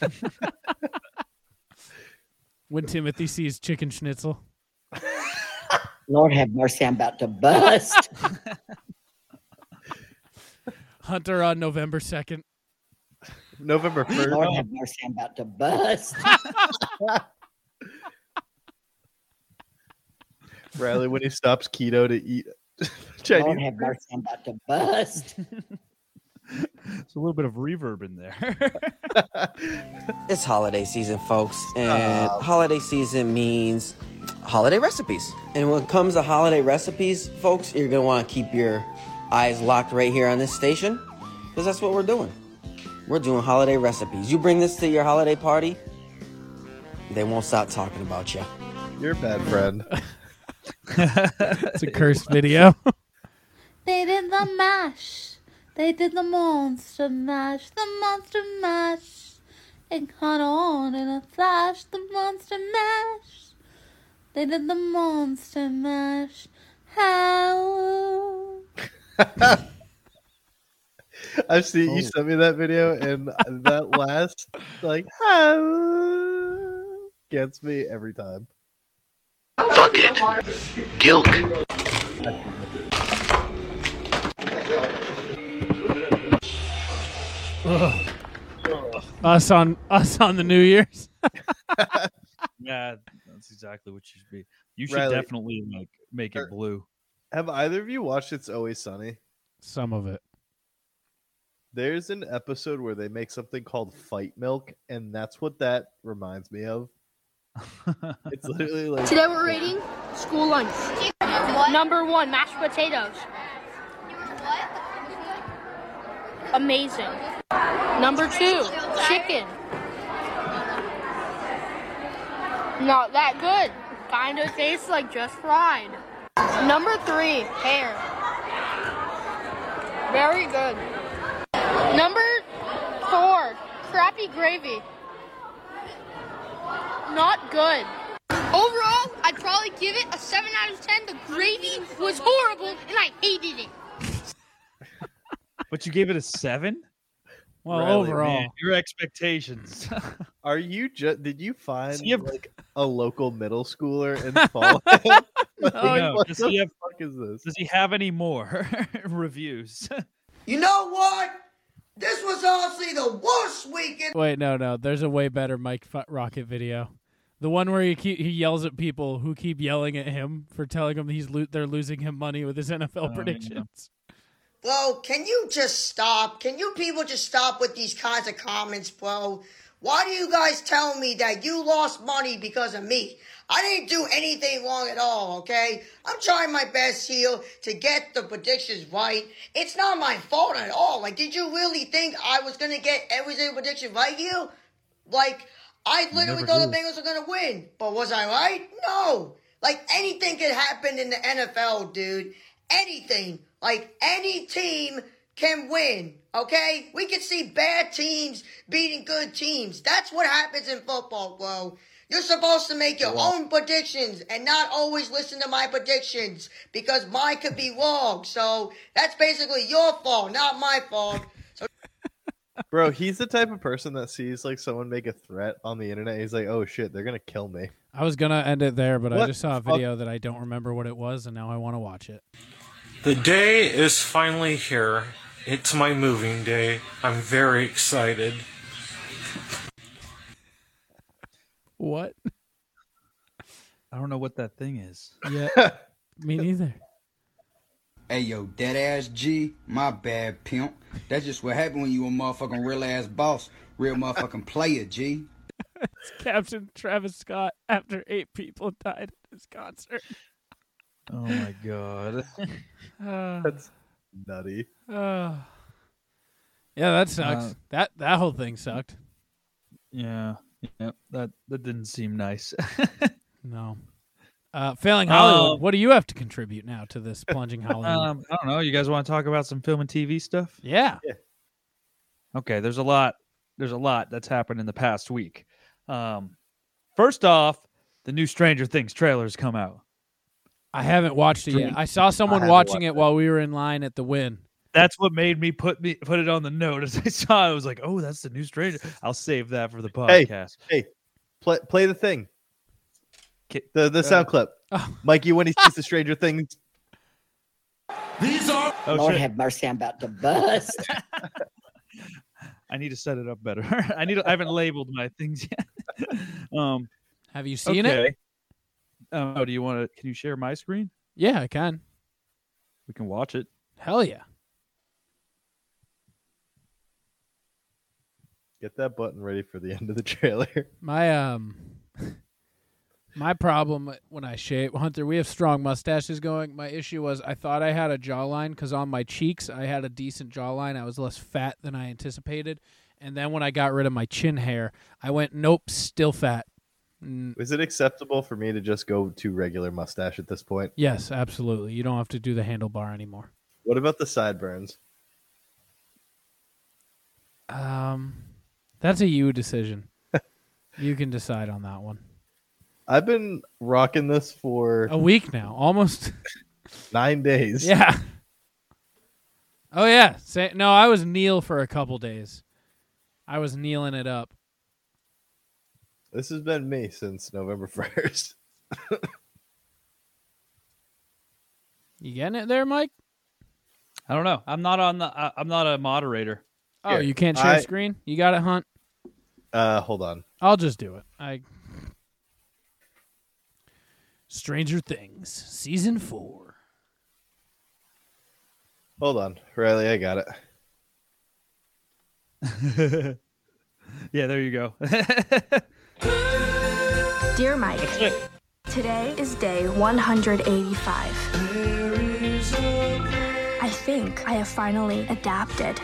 A: when Timothy sees chicken schnitzel.
E: Lord have mercy, I'm about to bust.
A: Hunter on November second.
B: November first.
E: Lord have mercy, I'm about to bust.
B: Riley when he stops keto to eat
E: Lord
B: Chinese.
E: have mercy, I'm about to bust.
F: There's a little bit of reverb in there.
K: It's holiday season, folks, and holiday season means holiday recipes. And when it comes to holiday recipes, folks, you're gonna want to keep your eyes locked right here on this station, because that's what we're doing. We're doing holiday recipes. You bring this to your holiday party, they won't stop talking about you.
B: You're a bad friend.
A: It's a cursed video.
L: They did the mash. They did the monster mash. The monster mash. It caught on in a flash. The monster mash. They did the monster mash. How?
B: I've seen
F: Oh.
B: you sent me that video, and that last like gets me every time.
M: Fuck it. Guilt.
A: us on us on the New Year's.
F: Yeah, that's exactly what you should be. You should
B: Riley.
F: definitely like make it blue.
B: Have either of you watched It's Always Sunny?
A: Some of it.
B: There's an episode where they make something called fight milk, and that's what that reminds me of. It's literally like
N: Today we're rating school lunch. Number one, mashed potatoes. Amazing. Number two, chicken. Not that good. Kinda tastes like just fried. Number three, hair. Very good. Number four, crappy gravy. Not good. Overall, I'd probably give it a 7 out of 10. The gravy was horrible and I hated it.
F: But you gave it a seven.
A: Well,
F: Riley,
A: overall.
F: man, your expectations.
B: Are you just? Did you find
F: See if-
B: like a local middle schooler in fall?
F: No,
B: what
F: Oh, does
B: the
F: he have-
B: fuck is this?
F: Does he have any more reviews?
M: You know what? This was honestly the worst weekend.
A: Wait, no, no. There's a way better Mike F- Rocket video. The one where he keep, he yells at people who keep yelling at him for telling him he's lo- they're losing him money with his NFL predictions.
M: Bro, can you just stop? Can you people just stop with these kinds of comments, bro? Why do you guys tell me that you lost money because of me? I didn't do anything wrong at all, okay? I'm trying my best here to get the predictions right. It's not my fault at all. Like, did you really think I was gonna get every single prediction right here? Like, I literally
O: never
M: thought the
O: do.
M: Bengals were gonna win, but was I right? No. Like anything can happen in the NFL, dude. Anything. Like any team can win. Okay? We can see bad teams beating good teams. That's what happens in football, bro. You're supposed to make your own predictions and not always listen to my predictions because mine could be wrong. So that's basically your fault, not my fault. So
B: Bro, he's the type of person that sees like someone make a threat on the internet. He's like, "Oh shit, they're gonna kill me."
A: I was gonna end it there, but I
B: What
A: just saw a
B: the fuck?
A: video that I don't remember what it was, and now I want to watch it.
P: The day is finally here. It's my moving day. I'm very excited.
A: What?
F: I don't know what that thing is.
A: Yeah. Me neither.
Q: Hey yo, dead ass G, my bad pimp. That's just what happened when you a motherfucking real ass boss, real motherfucking player, G.
A: It's Captain Travis Scott after eight people died at his concert.
F: Oh my god.
A: Uh,
B: That's nutty.
A: uh, yeah, that sucks.
F: Uh,
A: that that whole thing sucked.
F: Yeah. Yeah. That that didn't seem nice.
A: No. Uh, failing Hollywood. what do you have to contribute now to this plunging Hollywood?
F: Um, I don't know. You guys want to talk about some film and TV stuff?
A: Yeah.
F: Okay. There's a lot. There's a lot that's happened in the past week. Um, first off, the new Stranger Things trailers come out.
A: I haven't watched it yet. I saw someone
F: haven't
A: watching
F: watched
A: it while we were in line at the Win.
F: That's what made me put me put it on the note. As I saw, it, I was like, "Oh, that's the new Stranger." I'll save that for the
B: Hey,
F: podcast.
B: hey, play play the thing. The the
F: uh,
B: sound clip. Mikey when he sees the Stranger Things.
M: These are
F: Oh,
E: Lord
F: shit.
E: have mercy, I'm about to bust.
F: I need to set it up better. I need. To, I haven't labeled my things yet. um,
A: have you seen it?
F: Um, oh, do you want to? Can you share my screen?
A: Yeah, I can.
F: We can watch it.
A: Hell yeah.
B: Get that button ready for the end of the trailer.
A: My um my problem when I shave Hunter, we have strong mustaches going. My issue was I thought I had a jawline cuz on my cheeks I had a decent jawline. I was less fat than I anticipated. And then when I got rid of my chin hair, I went nope, still fat. Mm,
B: Is it acceptable for me to just go to regular mustache at this point?
A: yes, absolutely. You don't have to do the handlebar anymore.
B: What about the sideburns?
A: Um that's a you decision. you can decide on that one.
B: I've been rocking this for
A: A week now, almost.
B: nine days.
A: Oh. Yeah. Oh yeah. Say, no, I was kneel for a couple days. I was kneeling it up.
B: This has been me since November first.
A: You getting it there, Mike?
F: I don't know. I'm not on the. I, I'm not a moderator.
A: Oh, you can't share screen. You got it, Hunt.
B: Uh, hold on.
A: I'll just do it. I. Stranger Things season four.
B: Hold on, Riley. I got it.
F: yeah, there you go.
R: Dear Mike, today is day 185. I think I have finally adapted.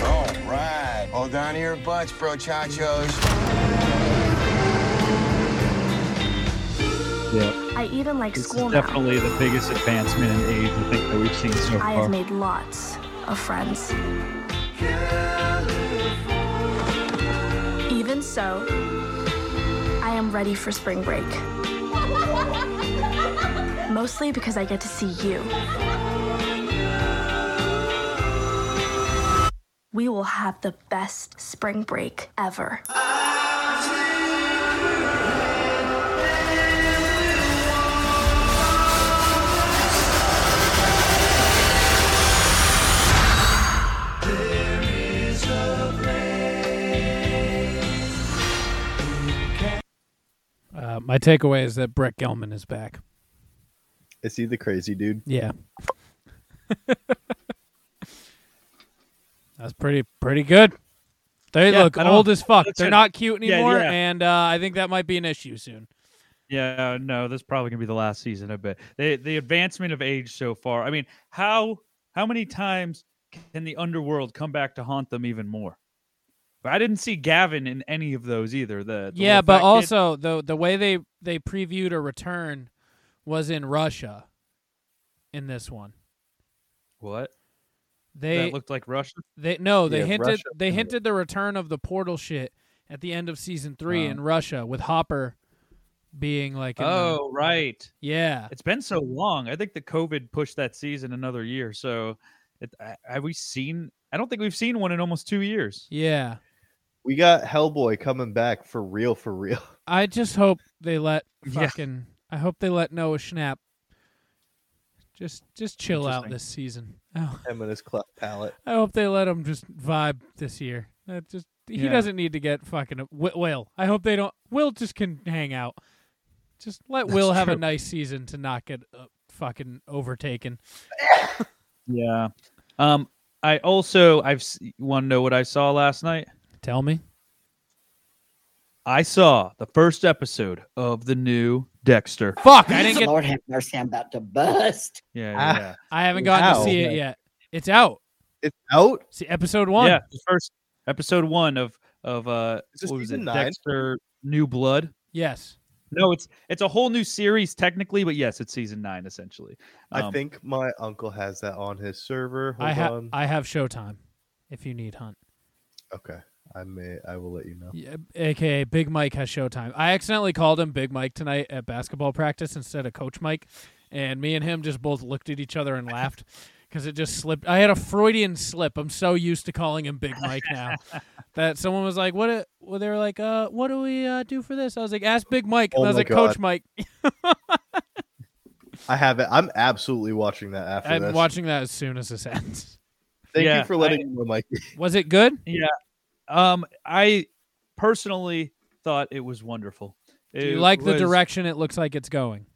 O: Hold on to your butts, bro chachos.
F: Yeah.
R: I even like
F: This
R: school
F: is
R: now.
F: definitely the biggest advancement in age I think that we've seen so
R: I have
F: far.
R: made lots of friends. Even so, I am ready for spring break. Mostly because I get to see you. We will have the best spring break ever.
A: Uh, my takeaway is that Brett Gelman is back.
B: Is he the crazy dude?
A: Yeah. That's pretty pretty good. They
F: Yeah,
A: look
F: I don't-
A: old as fuck.
F: that's
A: They're
F: good.
A: not cute
F: Yeah,
A: anymore,
F: yeah.
A: and uh, I think that might be an issue soon.
F: Yeah, no, this is probably gonna be the last season. I bet the the advancement of age so far. I mean, how how many times can the underworld come back to haunt them even more? But I didn't see Gavin in any of those either. The, the
A: yeah,
F: little fat
A: but
F: kid.
A: also the the way they they previewed a return was in Russia. In this one,
F: what
A: they
F: that looked like Russia.
A: They no, they
F: Yeah,
A: hinted
F: Russia.
A: they hinted the return of the portal shit at the end of season three
F: Oh.
A: in Russia with Hopper being like in the-
F: Oh, right.
A: Yeah.
F: It's been so long. I think the COVID pushed that season another year. So, it, I- have we seen? I don't think we've seen one in almost two years.
A: yeah.
B: We got Hellboy coming back for real, for real.
A: I just hope they let
F: Yeah.
A: fucking. I hope they let Noah Schnapp just just chill out
B: Interesting.
A: this season. Oh.
B: Him and his cleft palate.
A: I hope they let him just vibe this year. That just he
F: Yeah.
A: doesn't need to get fucking Wi- Will. I hope they don't. Will just can hang out. Just let
F: That's
A: Will have a
F: true.
A: nice season to not get uh, fucking overtaken.
F: Yeah. Um. I also I've want to know what I saw last night.
A: Tell me.
F: I saw the first episode of the new Dexter.
A: Fuck! I didn't get.
E: Lord have mercy, I'm about to bust.
F: Yeah, Oh, yeah.
A: I haven't gotten
F: Wow.
A: to see it yet. It's out.
B: Ah, It's out.
A: See episode one.
F: Yeah, the first episode one of of uh what was it?
A: season nine?
F: Dexter New Blood.
A: Yes.
F: No, it's it's a whole new series technically, but yes, it's season nine essentially.
B: I
F: Um,
B: think my uncle has that on his server. Hold
A: I have
B: on.
A: I have Showtime. If you need Hunt,
B: okay. I may. I will let you know.
A: Yeah, aka Big Mike has Showtime. I accidentally called him Big Mike tonight at basketball practice instead of Coach Mike, and me and him just both looked at each other and laughed because it just slipped. I had a Freudian slip. I'm so used to calling him Big Mike now that someone was like, "What?" a- Well, they were like, "Uh, what do we uh, do for this?" I was like, "Ask Big Mike." And
B: Oh
A: I was
B: my
A: like, "Coach
B: God.
A: Mike."
B: I have it. I'm absolutely watching that after
A: I'm
B: this.
A: watching that as soon as this ends.
B: Thank
F: Yeah,
B: you for letting me know, Mikey.
A: Was it good?
F: Yeah. Um, I personally thought it was wonderful.
A: Do you
F: It
A: like the
F: was-
A: direction it looks like it's going?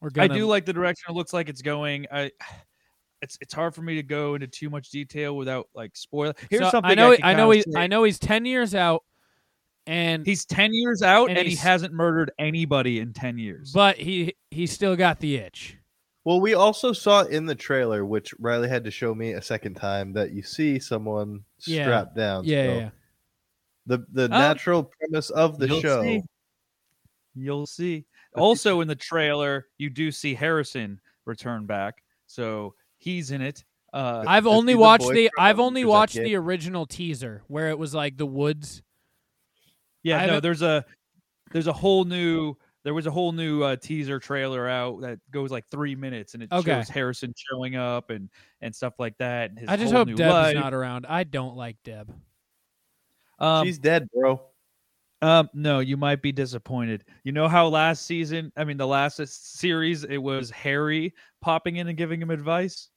A: We're
F: I
A: gonna-
F: do like the direction it looks like it's going. I it's it's hard for me to go into too much detail without like spoil. Here's
A: So,
F: something
A: I know.
F: can
A: I, know.
F: kinda
A: He,
F: say.
A: I know he's ten years out, and
F: he's ten years out and, he
A: he's-
F: hasn't murdered anybody in 10 years
A: but he he still got the itch.
B: Well, we also saw in the trailer, which Riley had to show me a second time, that you see someone
A: Yeah.
B: strapped down.
A: Yeah,
B: so
A: yeah, yeah.
B: The the
F: Oh.
B: natural premise of the
F: You'll
B: show.
F: see. you'll see also in the trailer you do see harrison return back so he's in it uh
A: I've
F: does
A: only
F: he
A: watched
F: voice
A: the.
F: from
A: I've
F: the
A: only
F: Avengers
A: watched
F: that
A: the
F: kid?
A: original teaser where it was like the woods. I
F: yeah no
A: haven't-
F: there's a there's a whole new there was a whole new uh, teaser trailer out that goes like three minutes and it
A: Okay.
F: shows harrison showing up and and stuff like that and his
A: I just
F: whole
A: hope
F: new
A: Deb's
F: life.
A: not around. I don't like Deb.
F: um,
B: She's dead, bro.
F: Um, no, you might be disappointed. You know how last season, I mean, the last s- series, it was Harry popping in and giving him advice.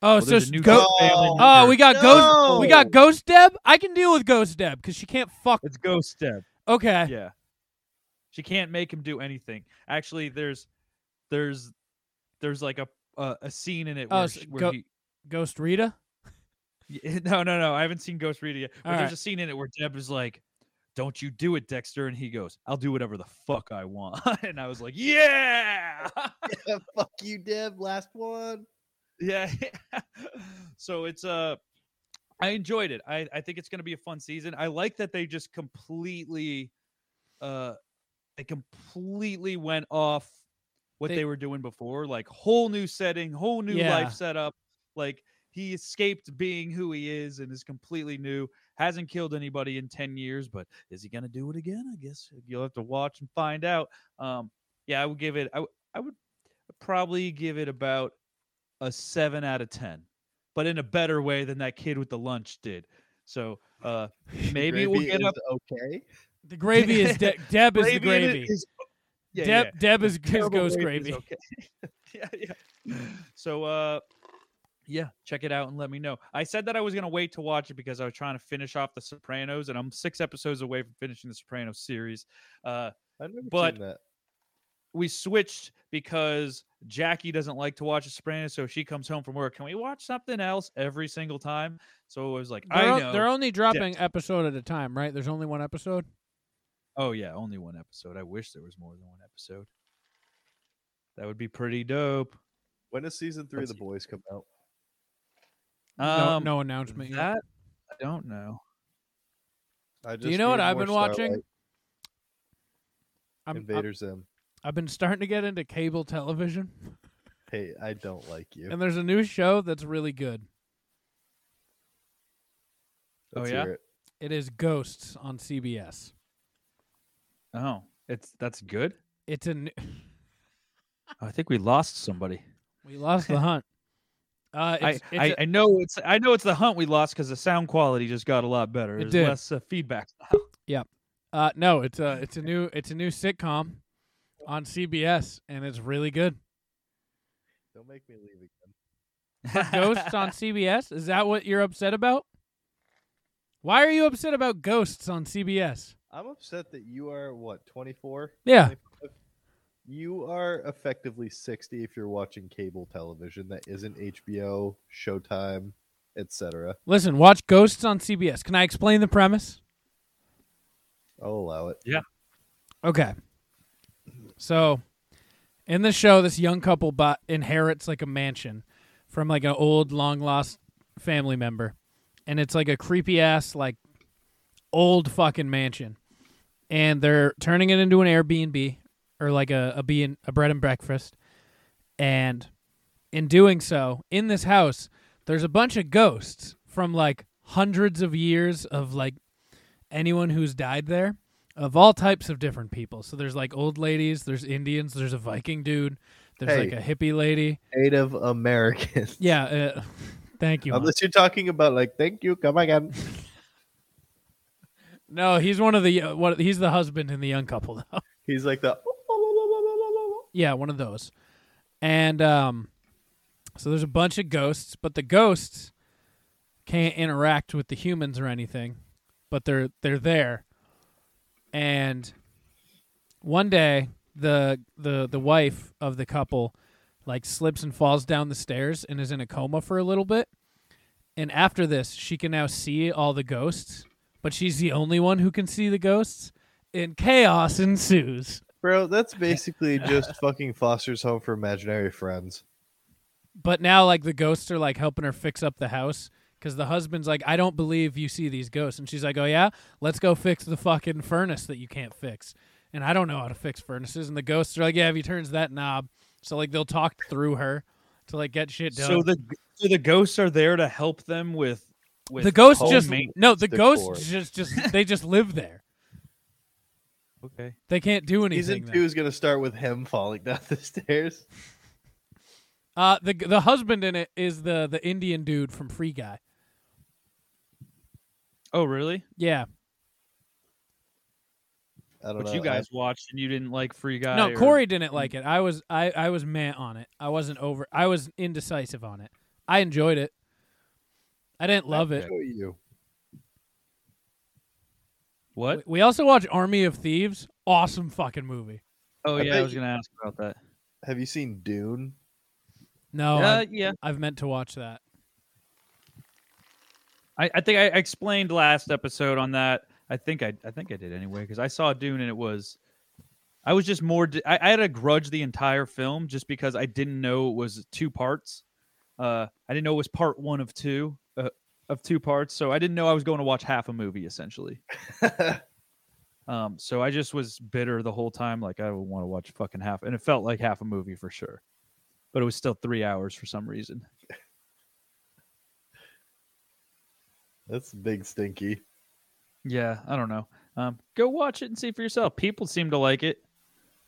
A: Oh,
F: Well,
A: so
F: there's
A: s-
F: a new
A: go-
F: family
A: oh,
F: member.
A: we got ghost. We got ghost Deb. I can deal with ghost Deb because she can't fuck.
F: It's ghost Deb.
A: Okay.
F: Yeah, she can't make him do anything. Actually, there's, there's, there's like a a, a scene in it where,
A: Oh,
F: sh-
A: so
F: where
A: go-
F: he.
A: Ghost Rita.
F: Yeah, No, no, no. I haven't seen Ghost Rita yet. But
A: All
F: there's
A: right.
F: a scene in it where Deb is like, "Don't you do it, Dexter?" And he goes, "I'll do whatever the fuck I want." and I was like, "Yeah."
B: fuck you, Deb. Last one.
F: Yeah. so it's uh I enjoyed it. I, I think it's going to be a fun season. I like that they just completely, uh, they completely went off what they,
A: They-
F: were doing before, like whole new setting, whole new
A: Yeah.
F: life setup. Like he escaped being who he is and is completely new. Hasn't killed anybody in ten years, but is he going to do it again? I guess you'll have to watch and find out. Um, yeah, I would give it. I w- I would probably give it about a seven out of ten, but in a better way than that kid with the lunch did. So uh, maybe we'll
A: Gravy
F: get
A: is
F: up.
B: Okay.
A: The gravy is De- Deb is the
F: Gravy
A: gravy. Deb Deb is, is
F: Terrible
A: ghost
F: gravy
A: gravy.
F: is okay. yeah, yeah. So uh, yeah, check it out and let me know. I said that I was gonna wait to watch it because I was trying to finish off The Sopranos, and I'm six episodes away from finishing The Sopranos series. Uh,
B: I've never
F: but
B: seen that.
F: we switched because Jackie doesn't like to watch The Sopranos, so she comes home from work. Can we watch something else every single time? So it was like,
A: They're,
F: I
A: o-
F: know
A: they're only dropping
F: Dexter.
A: episode at a time, right? There's only one episode.
F: Oh yeah, only one episode. I wish there was more than one episode. That would be pretty dope.
B: When does season three of The Boys come out?
A: No- no announcement yet.
F: Um, That I don't know.
B: I
A: Do you know what
B: need
A: I've
B: more
A: been watching?
B: Starlight.
A: I'm- I'm-
B: Invader Zim.
A: I've been starting to get into cable television,
B: Hey, I don't like you.
A: and there's a new show that's really good.
F: Oh, yeah?
B: hear it.
A: It is Ghosts on CBS.
F: Oh, it's that's good.
A: It's a new,
F: I think we lost somebody.
A: we lost the hunt. Uh,
F: I
A: it's,
F: I,
A: it's a-
F: I know it's I know it's the hunt we lost because the sound quality just got a lot better.
A: It
F: There's
A: did.
F: less uh, feedback.
A: Yeah. Uh, no, it's a it's a new it's a new sitcom on CBS, and it's really good.
B: Don't make me leave again.
A: But ghosts on CBS is that what you're upset about? Why are you upset about ghosts on CBS?
B: I'm upset that you are what 24.
A: Yeah.
B: 25? You are effectively 60 if you're watching cable television that isn't HBO, Showtime, etc.
A: Listen, watch Ghosts on CBS. Can I explain the premise?
B: I'll allow it.
F: Yeah.
A: Okay. So, in the show, this young couple bu inherits like a mansion from like an old, long lost family member, and it's like a creepy ass, like old fucking mansion, and they're turning it into an Airbnb or like a a, be- a bread and breakfast, and in doing so, in this house, there's a bunch of ghosts from like hundreds of years of like anyone who's died there of all types of different people. So there's like old ladies, there's Indians, there's a Viking dude, there's like
B: Hey.
A: a hippie lady.
B: Native Americans.
A: Yeah, uh, thank you. Mom.
B: Unless you're talking about like, thank you, come again.
A: No, he's one of the uh, what he's the husband in the young couple though.
B: He's like the
A: Yeah, one of those. And um so there's a bunch of ghosts, but the ghosts can't interact with the humans or anything, but they're they're there. And one day the the the wife of the couple like slips and falls down the stairs and is in a coma for a little bit. And after this, she can now see all the ghosts, but she's the only one who can see the ghosts, and chaos ensues.
B: bro. That's basically just fucking Foster's Home for Imaginary Friends.
A: But now, like the ghosts are like helping her fix up the house because the husband's like, "I don't believe you see these ghosts," and she's like, "Oh yeah, let's go fix the fucking furnace that you can't fix." And I don't know how to fix furnaces, and the ghosts are like, "Yeah, if he turns that knob," so like they'll talk through her to like get shit done.
F: so the so the ghosts are there to help them with with
A: the ghosts
F: home
A: just
F: maintenance
A: no, the
F: decor.
A: ghosts just just they just live there.
F: Okay.
A: They can't do anything.
B: Season
A: then.
B: two is gonna start with him falling down the stairs.
A: Uh, the the husband in it is the the Indian dude from Free Guy.
F: Oh really?
A: Yeah,
B: I don't
F: But
B: know.
F: you
B: I-
F: guys watched and you didn't like Free Guy.
A: no,
F: or-
A: Corey
F: Mm.
A: didn't like it. I was I I was meh on it. I wasn't over. I was indecisive on it. I enjoyed it. I didn't love it.
B: Show you.
F: What?
A: We, we also watched Army of Thieves. Awesome fucking movie.
F: Oh
B: I
F: yeah, I
B: think-
F: was gonna ask about that.
B: Have you seen Dune?
A: No,
F: Uh,
A: I've-
F: yeah.
A: I've meant to watch that.
F: I, I think I explained last episode on that. I think I I think I did anyway because I saw Dune and it was I was just more di- I, I had a grudge the entire film just because I didn't know it was two parts. Uh, I didn't know it was part one of two uh, of two parts, so I didn't know I was going to watch half a movie essentially. um, so I just was bitter the whole time, like I want to watch fucking half, and it felt like half a movie for sure, but it was still three hours for some reason.
C: That's big stinky.
F: Yeah, I don't know. Um, go watch it and see for yourself. People seem to like it.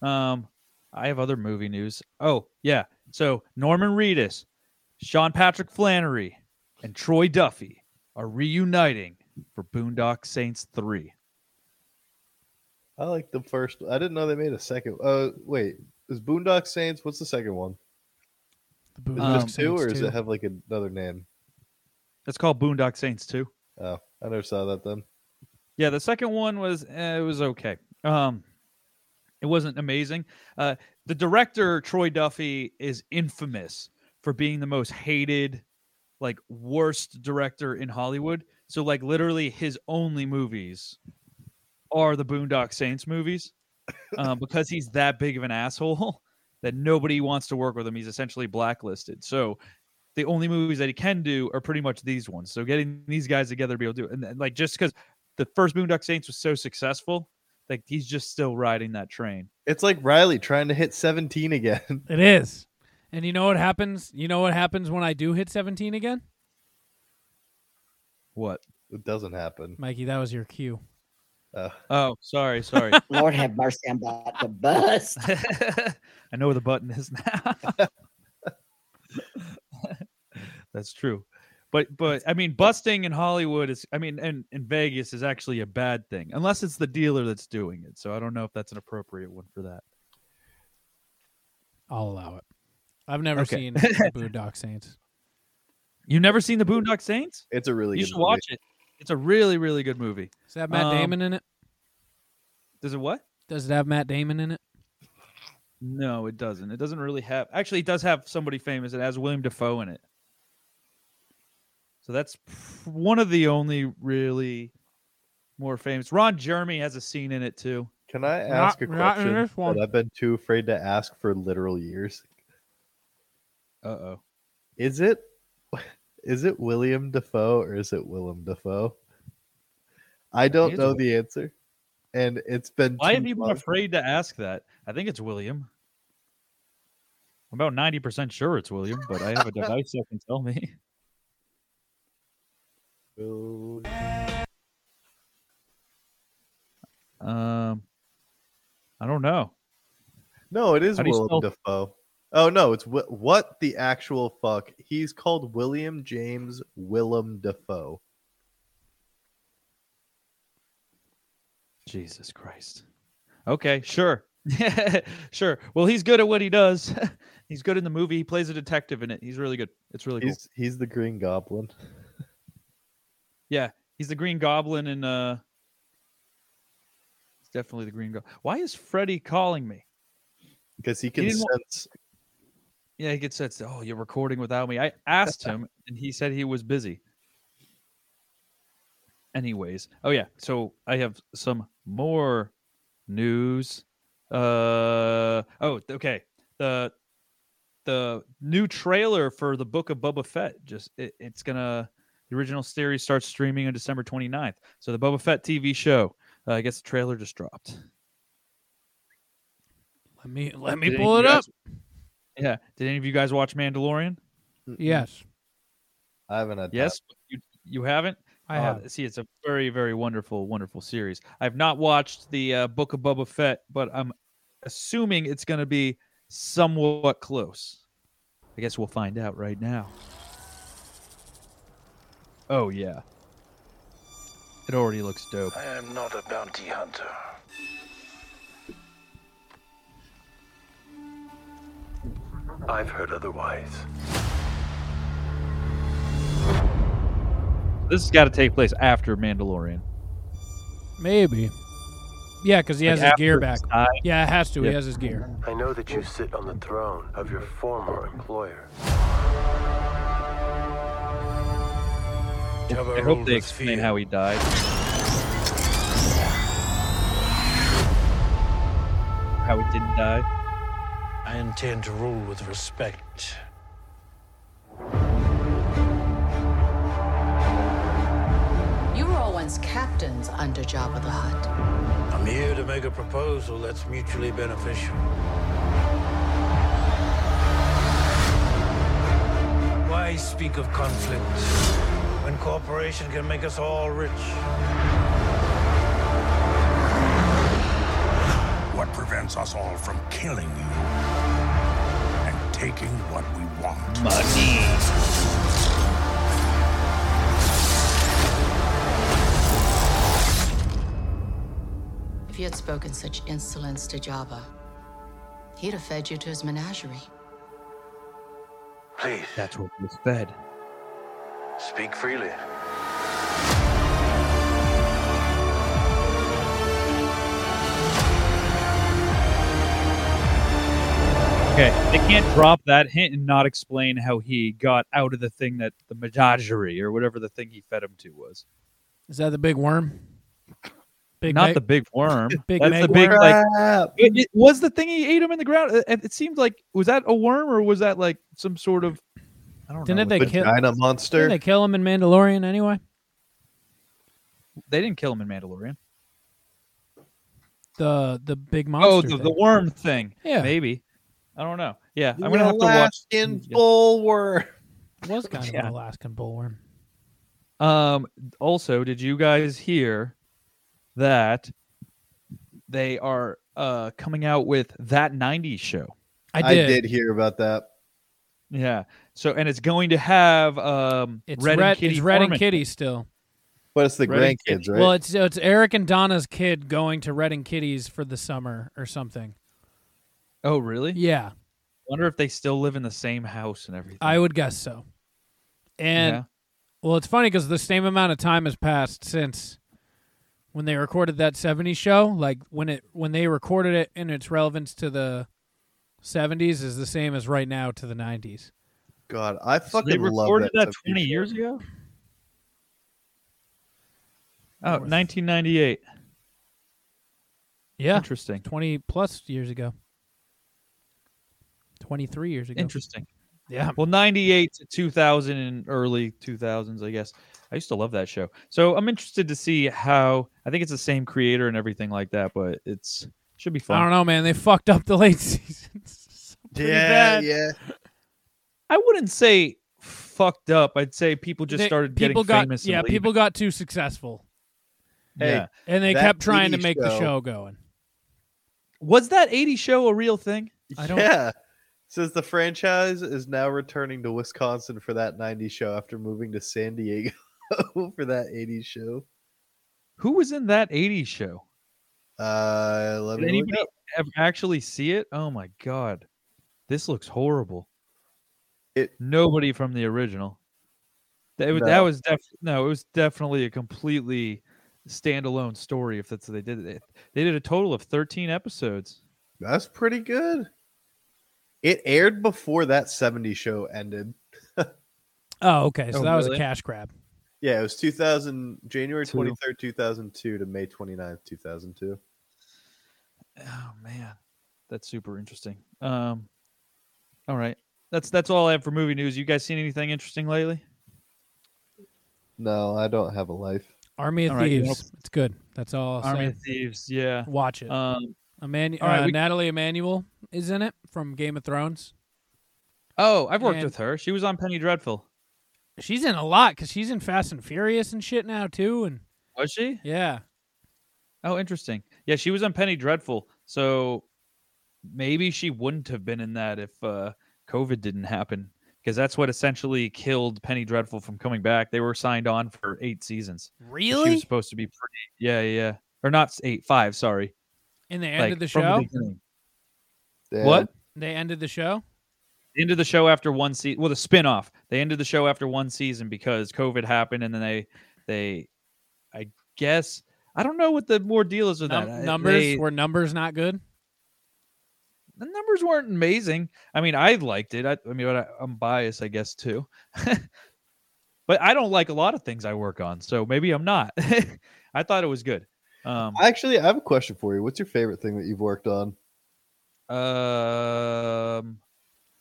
F: Um, I have other movie news. Oh yeah, so Norman Reedus, Sean Patrick Flannery, and Troy Duffy are reuniting for Boondock Saints three.
C: I like the first. I didn't know they made a second. Uh, wait, is Boondock Saints? What's the second one?
A: The
C: Is it
F: Boondock
C: just two,
F: Saints
C: or does
F: two.
C: it have like another name?
F: It's called Boondock Saints two.
C: Oh, I never saw that then.
F: Yeah, the second one was eh, it was okay. Um, it wasn't amazing. Uh, the director Troy Duffy is infamous for being the most hated, like worst director in Hollywood. So like literally his only movies are the Boondock Saints movies um, because he's that big of an asshole that nobody wants to work with him. He's essentially blacklisted. So the only movies that he can do are pretty much these ones. So getting these guys together to be able to do it, and then, like just because the first Boondock Saints was so successful, like he's just still riding that train.
C: It's like Riley trying to hit seventeen again.
A: It is. And you know what happens? You know what happens when I do hit 17 again?
F: What?
C: It doesn't happen.
A: Mikey, that was your cue.
F: Oh, sorry, sorry.
A: Lord have
S: mercy, I'm about to bust.
F: I know where the button is now. That's true. But but I mean busting in Hollywood is I mean and in Vegas is actually a bad thing unless it's the dealer that's doing it. So I don't know if that's an appropriate one for that.
A: I'll allow it. I've never
F: Okay.
A: seen the Boondock Saints.
F: You've never seen the Boondock Saints?
C: It's a really
F: you
C: good
F: should
C: movie.
F: watch it. It's a really really good movie.
A: Is that Matt
F: Um,
A: Damon in it?
F: Does it what?
A: Does it have Matt Damon in it?
F: No, it doesn't. It doesn't really have. Actually, it does have somebody famous. It has William Defoe in it. So that's p- one of the only really more famous. Ron Jeremy has a scene in it too.
C: Can I ask a question that I've been too afraid to ask for literal years.
F: Uh oh.
C: Is it is it William Defoe or is it Willem Defoe? I don't
F: it's
C: know
F: Will-
C: the answer, and it's been.
F: Why
C: too
F: have you been
C: long.
F: afraid to ask that? I think it's William. I'm about ninety percent sure it's William, but I have a device that can tell me. Um, I don't know.
C: No, it is
F: How do you
C: Willem
F: spell-
C: Dafoe. Oh no, it's Wi- what the actual fuck? He's called William James Willem Dafoe.
F: Jesus Christ. Okay, sure. sure. Well, he's good at what he does. he's good in the movie. He plays a detective in it. He's really good. It's really
C: He's
F: cool.
C: he's the Green Goblin.
F: Yeah, he's the Green Goblin and uh He's definitely the Green Goblin. Why is Freddy calling me?
C: Because he can
F: didn't wa-
C: sense.
F: Yeah, he gets said, "Oh, you're recording without me." I asked him and he said he was busy. Anyways, oh yeah, so I have some more news. Uh oh, okay. The the new trailer for the book of Boba Fett just it, it's gonna the original series starts streaming on December 29th. So the Boba Fett TV show, uh, I guess the trailer just dropped.
A: Let me let me
F: Did
A: pull it
F: any of you
A: up.
F: guys- yeah. Did any of you guys watch Mandalorian?
A: Yes.
C: I haven't had.
F: Yes, you, you haven't.
A: I
F: Uh,
A: have.
F: See, it's a very, very wonderful, wonderful series. I've not watched the uh, Book of Boba Fett, but I'm assuming it's going to be somewhat close. I guess we'll find out right now. Oh yeah, it already looks dope.
T: I am not a bounty hunter. I've heard otherwise.
F: This has got to take place after Mandalorian.
A: Maybe. Yeah, because he
F: Like
A: has his gear
F: after
A: back.
F: his eye?
A: Yeah, it has to.
F: Yeah.
A: He has his gear.
T: I know that you sit on the throne of your former employer.
F: I hope they explain how he died. How he didn't die.
T: I intend to rule with respect.
U: once captains under Jabba the Hutt.
T: I'm here to make a proposal that's mutually beneficial. Why speak of conflict when cooperation can make us all rich?
V: What prevents us all from killing you and taking what we want?
U: If you had spoken such insolence to Jabba, he'd have fed you to his menagerie.
T: Please.
F: That's what was fed.
T: Speak freely.
F: Okay, they can't drop that hint and not explain how he got out of the thing that the menagerie or whatever the thing he fed him to was.
A: Is that the big worm? Big
F: not
A: Meg-
F: the big worm.
A: Big
F: That's
A: Meg
F: the big
A: worm.
F: like. It, it was the thing he ate him in the ground. It, it seemed like was that a worm or was that like some sort of? I don't
A: Didn't
F: know.
A: they kill Didn't they kill him in Mandalorian anyway?
F: They didn't kill him in Mandalorian.
A: The the big
F: Oh,
A: monster.
F: the, the
A: thing.
F: worm thing.
A: Yeah.
F: maybe. I don't know. Yeah,
A: The
F: I'm gonna have to watch.
A: Alaskan
B: bulwark.
A: It was kind of
F: Yeah.
A: an Alaskan bullworm.
F: Um. Also, did you guys hear that they are uh coming out with that '90s show?
B: I did. hear about that.
F: Yeah. So, and it's going to have um.
A: It's
F: Red,
A: Red,
F: and Kitty.
A: it's Red and
F: Foreman.
A: Kitty still.
B: But it's the
F: Red
B: grandkids,
F: and Kitty.
B: right?
A: Well, it's it's Eric and Donna's kid going to Red and Kitty's for the summer or something.
F: Oh, really?
A: Yeah.
F: Wonder if they still live in the same house and everything.
A: I would guess so. And
F: Yeah.
A: well, it's funny because the same amount of time has passed since when they recorded that '70s show. Like when it when they recorded it and its relevance to the '70s is the same as right now to the '90s.
B: God, I
A: So
B: fucking
A: they
B: love
A: recorded
B: that.
A: that
B: stuff.
F: 20 years ago? Oh, 1998.
A: Yeah,
F: Interesting.
A: Twenty plus years ago. Twenty three years ago.
F: Interesting.
A: Yeah.
F: Well, 98 to 2000 and early 2000s, I guess. I used to love that show. So I'm interested to see how I think it's the same creator and everything like that, but it's should be fun.
A: I don't know, man. They fucked up the late seasons.
F: Pretty bad. I wouldn't say fucked up. I'd say people just
A: They-
F: started
A: people
F: getting
A: got,
F: famous. and
A: Yeah,
F: leaving.
A: people got too successful.
F: Hey, Yeah.
A: and they
F: that
A: kept trying to
F: 80s
A: make the
F: show-
A: show going.
F: Was that 80 show a real thing?
A: I don't-
B: Yeah. Says the franchise is now returning to Wisconsin for that 90s show after moving to San Diego for that 80s show.
F: Who was in that 80s show?
B: Uh, let
F: Did
B: me look
F: anybody ever actually see it? Oh my god, this looks horrible.
B: It
F: nobody from the original. That, was-
B: No.
F: that was def- no, it was definitely a completely standalone story. If that's what they did, they, they did a total of thirteen episodes.
B: That's pretty good. It aired before that 70s show ended.
A: Oh, okay. So
F: Oh,
A: that was
F: really?
A: a cash grab.
B: Yeah, it was 2000 January
A: Two.
B: 23rd, 2002 to May 29th, 2002.
F: Oh man, that's super interesting. Um, all right, that's that's all I have for movie news. You guys seen anything interesting lately?
B: No, I don't have a life.
A: Army of
F: All right, you
A: Thieves.
F: wanna-
A: It's good. That's all. I'll
F: Army
A: say.
F: of Thieves, Oh, yeah.
A: Watch it.
F: Um,
A: Emmanuel,
F: all right,
A: uh,
F: we-
A: Natalie Emanuel is in it from Game of Thrones.
F: Oh, I've worked
A: And-
F: with her. She was on Penny Dreadful.
A: She's in a lot because she's in Fast and Furious and shit now too. And
F: Was she?
A: yeah,
F: Oh, interesting. Yeah, she was on Penny Dreadful, so maybe she wouldn't have been in that if uh, COVID didn't happen, because that's what essentially killed Penny Dreadful from coming back. They were signed on for eight seasons. She
A: Really?
F: was supposed to be pretty. Yeah, yeah, yeah. or not s- eight, five. Sorry.
A: and they
F: Like,
A: ended the
F: from
A: show.
F: beginning. What?
A: They ended the show.
F: They ended the show after one season. Well, the spinoff. They ended the show after one season because COVID happened, and then they they, I guess. I don't know what the more deal is with
A: Num-
F: that. I-
A: numbers
F: they-
A: were numbers not good.
F: the numbers weren't amazing. I mean, I liked it. I, I mean, but I, I'm biased, I guess, too. but I don't like a lot of things I work on, so maybe I'm not. I thought it was good. Um,
B: Actually, I have a question for you. What's your favorite thing that you've worked on?
F: um,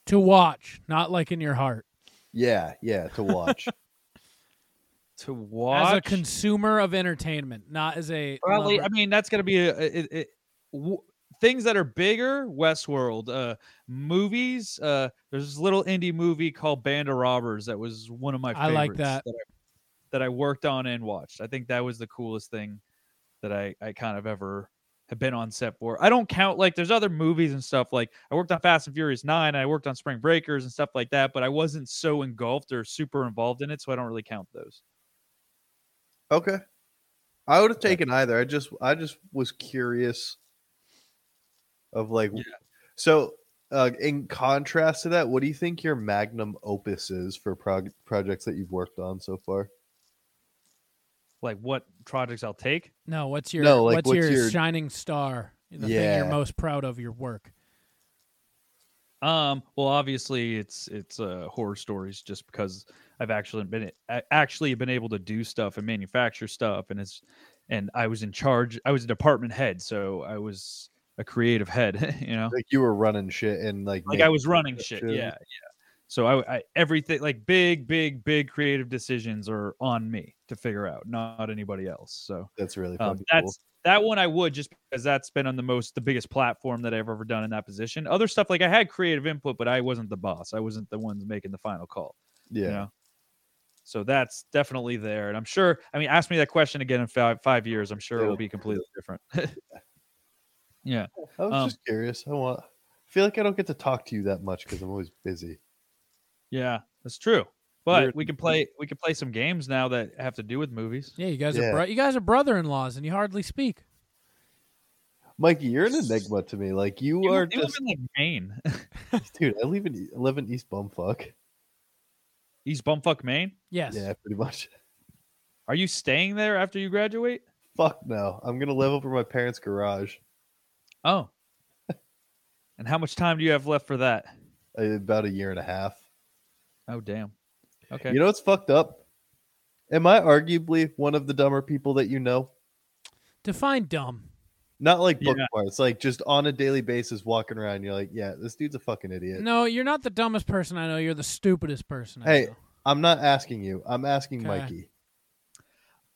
A: To watch, not like in your heart.
B: Yeah, yeah, to watch.
F: to watch.
A: as a consumer of entertainment, not as a
F: Probably,
A: lover.
F: I mean, that's going to be a, a- it, it, w- things that are bigger. Westworld, uh, movies. Uh, there's this little indie movie called Band of Robbers that was one of my
A: I
F: favorites
A: like that.
F: That, I, that I worked on and watched. I think that was the coolest thing that I I kind of ever have been on set for. I don't count like there's other movies and stuff like I worked on Fast and Furious 9, and I worked on Spring Breakers and stuff like that, but I wasn't so engulfed or super involved in it, so I don't really count those.
C: Okay. I would have taken either. I just I just was curious of like so uh, in contrast to that, what do you think your magnum opus is for prog- projects that you've worked on so far?
F: Like what projects I'll take?
A: No, what's your
C: No, like,
A: what's,
C: what's
A: your,
C: your-
A: shining star? The thing
F: Yeah.
A: you're most proud of your work.
F: Um, well, obviously it's it's uh, horror stories just because I've actually been I actually been able to do stuff and manufacture stuff, and it's and I was in charge. I was a department head, so I was a creative head. you know,
C: Like you were running shit and like
F: like I
C: making
F: was running shit. Yeah, yeah. So I, I everything like big, big, big creative decisions are on me to figure out, not anybody else. So
C: that's really
F: um,
C: fucking cool.
F: that's that one I would just because that's been on the most the biggest platform that I've ever done in that position. Other stuff like I had creative input, but I wasn't the boss. I wasn't the ones making the final call.
C: Yeah.
F: So that's definitely there, and I'm sure. I mean, ask me that question again in five five years. I'm sure it'll be completely different. yeah.
C: I was
F: Um,
C: just curious. I want I feel like I don't get to talk to you that much because I'm always busy.
F: Yeah, that's true. But
C: We're-
F: we can play we can play some games now that have to do with movies.
A: Yeah, you guys
C: Yeah.
A: are bro- you guys are brother-in-laws, and you hardly speak.
C: Mikey, you're an enigma to me. Like you,
F: You-
C: are
F: you live
C: just
F: in like Maine,
C: dude. I live in E, I live in East Bumfuck.
F: East Bumfuck, Maine.
A: Yes.
C: Yeah, pretty much.
F: Are you staying there after you graduate?
C: Fuck no. I'm gonna live over my parents' garage.
F: Oh. and how much time do you have left for that?
C: uh, About a year and a half.
F: Oh damn. Okay.
C: You know what's fucked up? Am I arguably one of the dumber people that you know?
A: Define dumb.
C: Not like book
A: Yeah.
C: smarts, like just on a daily basis walking around. You're like, yeah, this dude's a fucking idiot.
A: No, you're not the dumbest person I know. You're the stupidest person. I
C: Hey, I'm not asking you. I'm asking
A: Okay.
C: Mikey.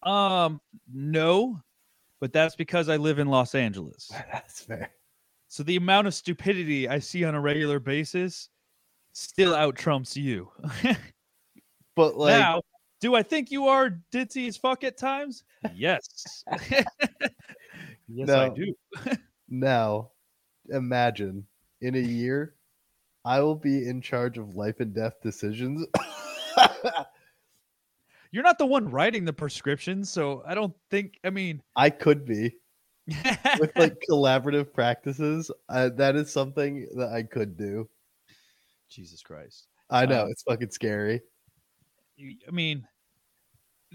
F: Um, no, but that's because I live in Los Angeles.
C: that's fair.
F: So the amount of stupidity I see on a regular basis still out trumps you.
C: but like-
F: now, do I think you are ditzy as fuck at times? Yes. yes, I
C: No.
F: do.
C: Now, imagine in a year, I will be in charge of life and death decisions.
F: You're not the one writing the prescriptions, so I don't think. I mean,
C: I could be with like collaborative practices. Uh, that is something that I could do.
F: Jesus Christ.
C: I know
F: Um,
C: it's fucking scary.
F: y- I mean,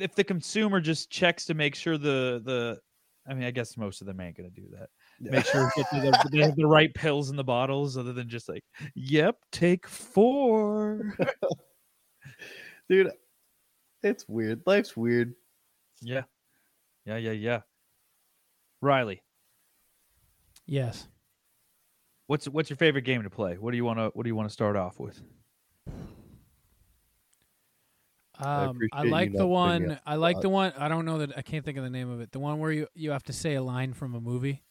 F: if the consumer just checks to make sure the the, I mean, I guess most of them ain't gonna do that. Make sure that they have- they have the right pills in the bottles, other than just like, yep, take four.
C: Dude, it's weird. Life's weird.
F: yeah, yeah, yeah, yeah. Riley,
A: Yes.
F: what's what's your favorite game to play? What do you want to What do you want to start off with?
C: I
A: Um, I,
C: appreciate you
A: like
C: not
A: the
C: bringing
A: one.
C: up
A: I like
C: plot.
A: the one. I don't know that I can't think of the name of it. The one where you you have to say a line from a movie.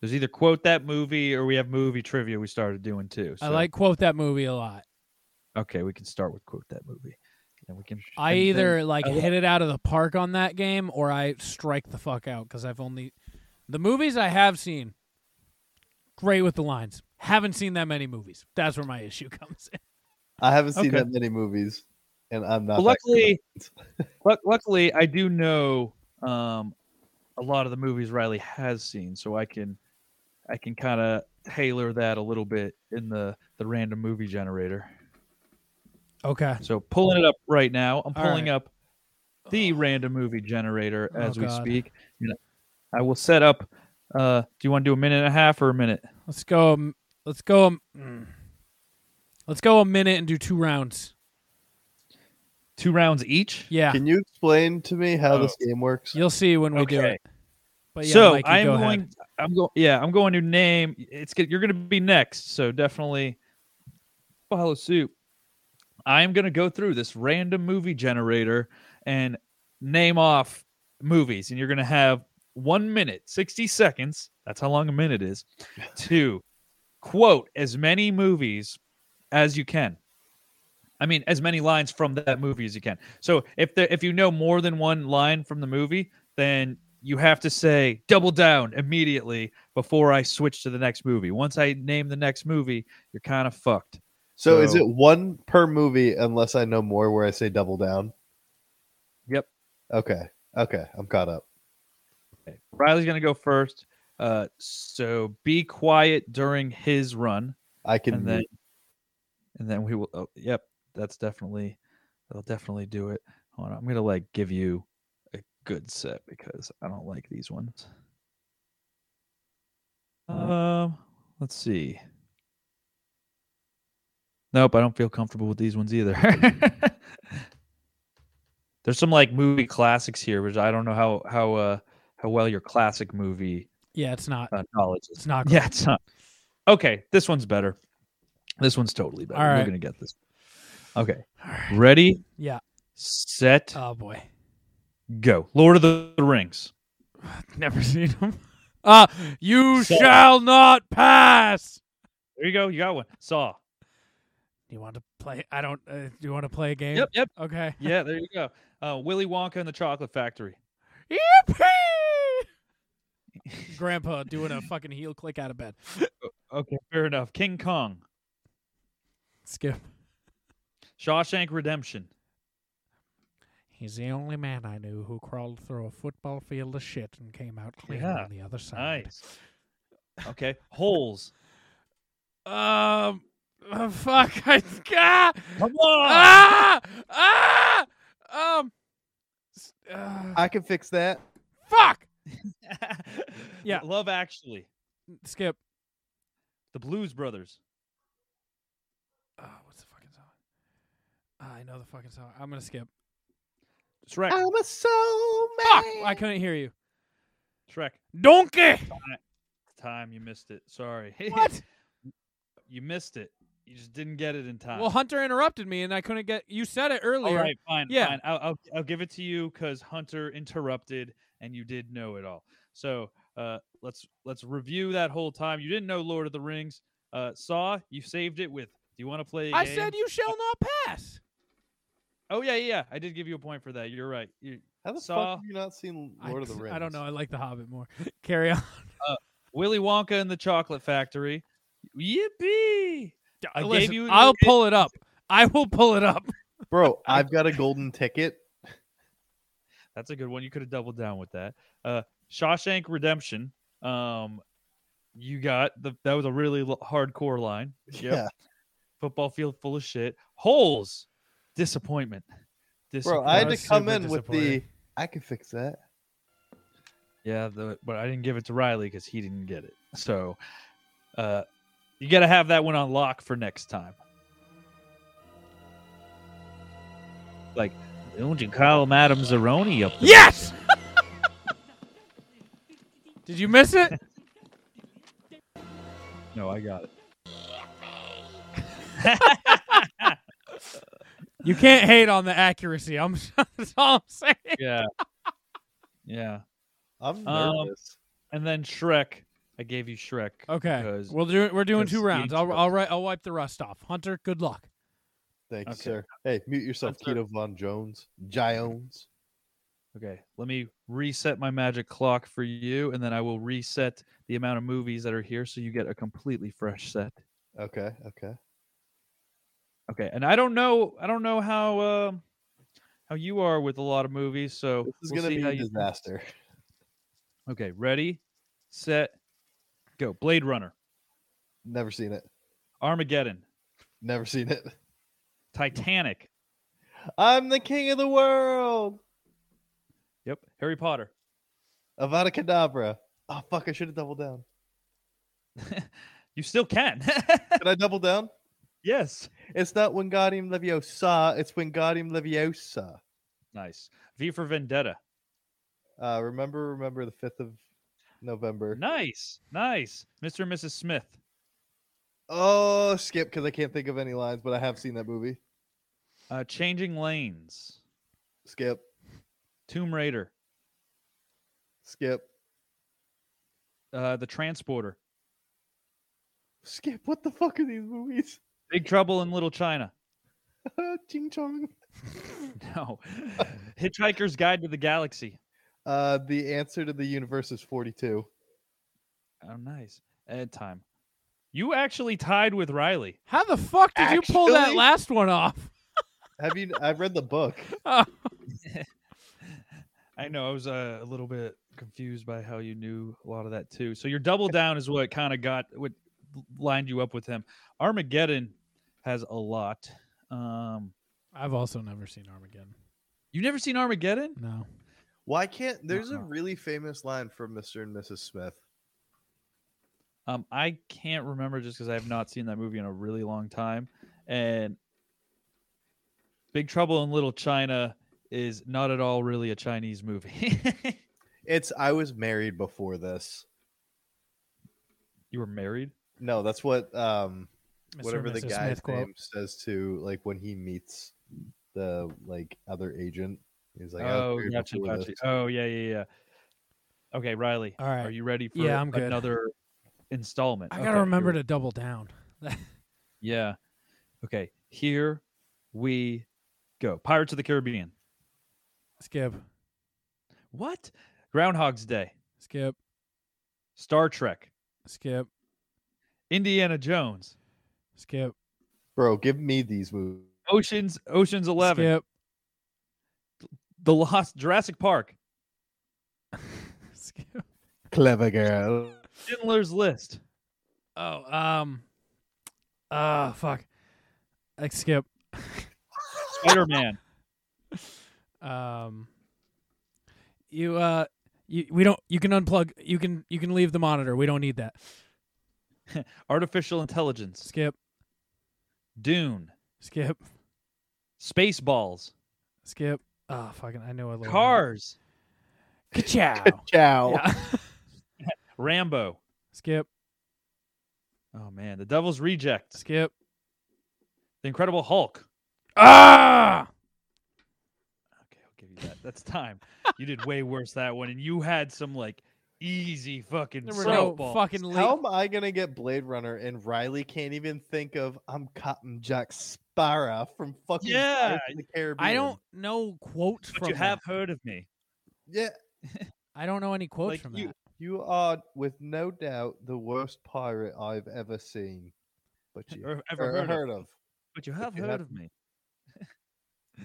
F: There's either quote that movie or we have movie trivia we started doing too.
A: I
F: so-
A: like quote that movie a lot.
F: Okay, we can start with quote that movie, and we can.
A: I
F: and then-
A: either like
F: I-
A: hit it out of the park on that game or I strike the fuck out because I've only the movies I have seen. Great with the lines. Haven't seen that many movies. That's where my issue comes in.
C: I haven't seen
F: Okay.
C: that many movies, and I'm not.
F: Well,
C: that good.
F: luckily, luck- luckily, I do know um, a lot of the movies Riley has seen, so I can, I can kind of tailor that a little bit in the the random movie generator.
A: Okay.
F: So pulling it up right now, I'm
A: All
F: pulling
A: right.
F: up the random movie generator
A: Oh,
F: as we
A: God.
F: speak. And I will set up. Uh, do you want to do a minute and a half or a minute?
A: Let's go. um, Let's go. um, mm. Let's go a minute and do two rounds.
F: Two rounds each.
A: Yeah.
C: Can you explain to me how this
F: Oh.
C: game works?
A: You'll see when we do
F: Okay.
A: it. But yeah,
F: so
A: Mikey,
F: I'm
A: go
F: going.
A: ahead.
F: I'm going. Yeah, I'm going to name. It's good. You're going to be next, so definitely follow suit. I'm going to go through this random movie generator, and name off movies, and you're going to have one minute, 60 seconds. That's how long a minute is to quote as many movies as you can. I mean, as many lines from that movie as you can. So if the, if you know more than one line from the movie, then you have to say double down immediately before I switch to the next movie. Once I name the next movie, you're kind of fucked.
B: So, is it one per movie unless I know more where I say double down?
F: Yep.
B: Okay. Okay. I'm caught up.
F: Okay. Riley's gonna go first. Uh, so be quiet during his run.
B: I can
F: and then, and then we will. Oh, yep, that's definitely that'll definitely do it. Hold on, I'm gonna like give you a good set because I don't like these ones. Um, let's see. Nope, I don't feel comfortable with these ones either. There's some like movie classics here, which I don't know how how uh how well your classic movie
A: Yeah, it's not.
F: uh, knowledge is.
A: It's not
F: Yeah,
A: great.
F: it's not. Okay, this one's better. This one's totally better.
A: All right.
F: You're gonna get this. Okay, ready?
A: Yeah.
F: Set.
A: Oh boy,
F: go. Lord of the Rings.
A: Never seen them. Uh, you
F: So-
A: shall not pass.
F: There you go. You got one. Saw.
A: Do you want to play? I don't. Uh, do you want to play a game?
F: Yep, yep.
A: Okay.
F: Yeah, there you go. Uh, Willy Wonka and the Chocolate Factory.
A: Yippee! Grandpa doing a fucking heel click out of bed.
F: Okay, fair enough. King Kong.
A: Skip.
F: Shawshank Redemption.
A: He's the only man I knew who crawled through a football field of shit and came out clean
F: Yeah,
A: on the other side.
F: Nice. Okay, Holes.
A: Um, oh, fuck! I ah,
F: Come on!
A: Ah, ah, um, s- uh,
B: I can fix that.
A: fuck! yeah,
F: Love Actually.
A: skip.
F: The Blues Brothers.
A: Oh, what's the fucking song? Ah, I know the fucking song. I'm gonna skip.
F: Shrek.
A: I'm a soul Fuck! I couldn't hear you.
F: Shrek.
A: Donkey.
F: Time you missed it. Sorry.
A: What?
F: you missed it. You just didn't get it in time.
A: Well, Hunter interrupted me, and I couldn't get. You said it earlier.
F: All right, fine.
A: Yeah.
F: fine. I'll, I'll I'll give it to you because Hunter interrupted and you did know it all. So uh, let's let's review that whole time. You didn't know Lord of the Rings. Uh, Saw. You saved it with. Do you want to play? a
A: I
F: game?
A: said you shall not pass.
F: Oh yeah, yeah, yeah. I did give you a point for that. You're right. You,
B: How the
F: Saw,
B: fuck have you not seen Lord of the Rings?
A: I don't know. I like The Hobbit more. Carry on.
F: uh, Willy Wonka and the Chocolate Factory. Yippee! I
A: Listen,
F: gave you. the
A: I'll
F: hint.
A: pull it up. I will pull it up.
B: Bro, I've got a golden ticket.
F: That's a good one. You could have doubled down with that. Uh, Shawshank Redemption. Um, you got the that was a really l- hardcore line. Yep.
B: Yeah.
F: Football field full of shit. Holes. Disappointment.
B: Bro,
F: Disappointment. Oh,
B: I had to come in with the I can fix that.
F: yeah, the, but I didn't give it to Riley because he didn't get it. So, uh, you got to have that one on lock for next time. Like, don't you call him Adam Zeroni up? there?
A: Yes. Did you miss it?
F: No, I got it.
A: You can't hate on the accuracy. I'm. That's all I'm saying.
F: Yeah. Yeah.
B: I'm
F: Um,
B: nervous.
F: And then Shrek. I gave you Shrek.
A: Okay.
F: because-
A: We'll do. We're doing
F: because
A: two
F: you
A: rounds. I'll.
F: interrupted.
A: I'll, ri- I'll wipe the rust off. Hunter, good luck.
B: Thank you,
F: Okay.
B: sir. Hey, mute yourself, Keto Von Jones. Jones.
F: Okay. Let me reset my magic clock for you, and then I will reset the amount of movies that are here so you get a completely fresh set.
B: Okay, okay.
F: Okay. And I don't know I don't know how um how you are with a lot of movies, so
B: This is
F: we'll
B: gonna
F: see
B: be
F: how
B: a
F: you do.
B: disaster.
F: Okay, ready, set, go. Blade Runner,
B: Never seen it.
F: Armageddon,
B: Never seen it.
F: Titanic,
B: I'm the king of the world.
F: yep, Harry Potter,
B: Avada Kedavra. Oh fuck! I should have doubled down.
F: You still can.
B: Can I double down?
F: yes.
B: It's not Wingardium Leviosa. It's Wingardium Leviosa.
F: Nice. V for Vendetta.
B: Uh, remember, remember the fifth of November.
F: Nice. Nice. Mr. and Mrs. Smith.
B: Oh, skip because I can't think of any lines, but I have seen that movie.
F: Uh, changing lanes.
B: Skip.
F: Tomb Raider.
C: Skip.
F: Uh, the Transporter.
C: Skip. What the fuck are these movies?
F: Big Trouble in Little China.
C: Ching Chong.
F: No. Hitchhiker's Guide to the Galaxy.
C: Uh, the answer to the universe is 42.
F: Oh, nice. Ed time. You actually tied with Riley.
A: How the fuck did you pull that
F: Actually?
A: last one off?
C: Have you? I've read the book.
F: I know. I was uh, a little bit confused by how you knew a lot of that too. So your double down is what kind of got what lined you up with him. Armageddon has a lot. Um,
A: I've also never seen Armageddon.
F: You've never seen Armageddon?
A: No.
C: Why can't? There's a really famous line from Mr. and Mrs. Smith.
F: Um, I can't remember just because I have not seen that movie in a really long time. And Big Trouble in Little China is not at all really a Chinese movie.
C: It's I was married before this.
F: You were married?
C: No, that's what um
F: Mr.
C: whatever
F: and
C: the
F: Mrs.
C: guy's
F: Smith quote.
C: name says to like when he meets the like other agent. He's like, I was
F: oh,
C: married
F: gotcha,
C: before
F: gotcha.
C: this.
F: Oh, yeah, yeah, yeah. Okay, Riley.
A: All right.
F: Are you ready for
A: Yeah, I'm good.
F: another installment?
A: I
F: Okay,
A: gotta
F: here
A: remember
F: we-
A: to double down.
F: Yeah. Okay. Here we go. Pirates of the Caribbean.
A: Skip.
F: What? Groundhog's Day.
A: Skip.
F: Star Trek.
A: Skip.
F: Indiana Jones.
A: Skip.
C: Bro, give me these movies.
F: Oceans. Oceans Eleven.
A: Skip.
F: The Lost Jurassic Park.
C: Clever girl.
F: Schindler's List.
A: Oh, um, uh, fuck. I skip.
F: Spider Man.
A: Um, you, uh, you, we don't. You can unplug. You can. You can leave the monitor. We don't need that.
F: Artificial Intelligence.
A: Skip.
F: Dune.
A: Skip.
F: Spaceballs.
A: Skip. Oh, fucking. I know. I love
F: Cars.
A: Ciao.
C: Ciao.
F: Rambo.
A: Skip.
F: Oh man, The Devil's Reject.
A: Skip.
F: The Incredible Hulk.
A: Ah.
F: Give you that. That's time. you did way worse that one, and you had some like easy fucking softballs.
C: How am I gonna get Blade Runner and Riley can't even think of I'm Cotton Jack Sparrow from fucking
F: Yeah,
C: Pirates of the Caribbean.
A: I don't know quotes
F: But
A: from.
F: you have
A: that.
F: heard of me.
C: Yeah.
A: I don't know any quotes from
C: you,
A: that.
C: You are, with no doubt, the worst pirate I've ever seen, but you
F: Or ever
C: or
F: heard of.
C: of.
F: But you have
C: you
F: heard
C: have-
F: of me. S-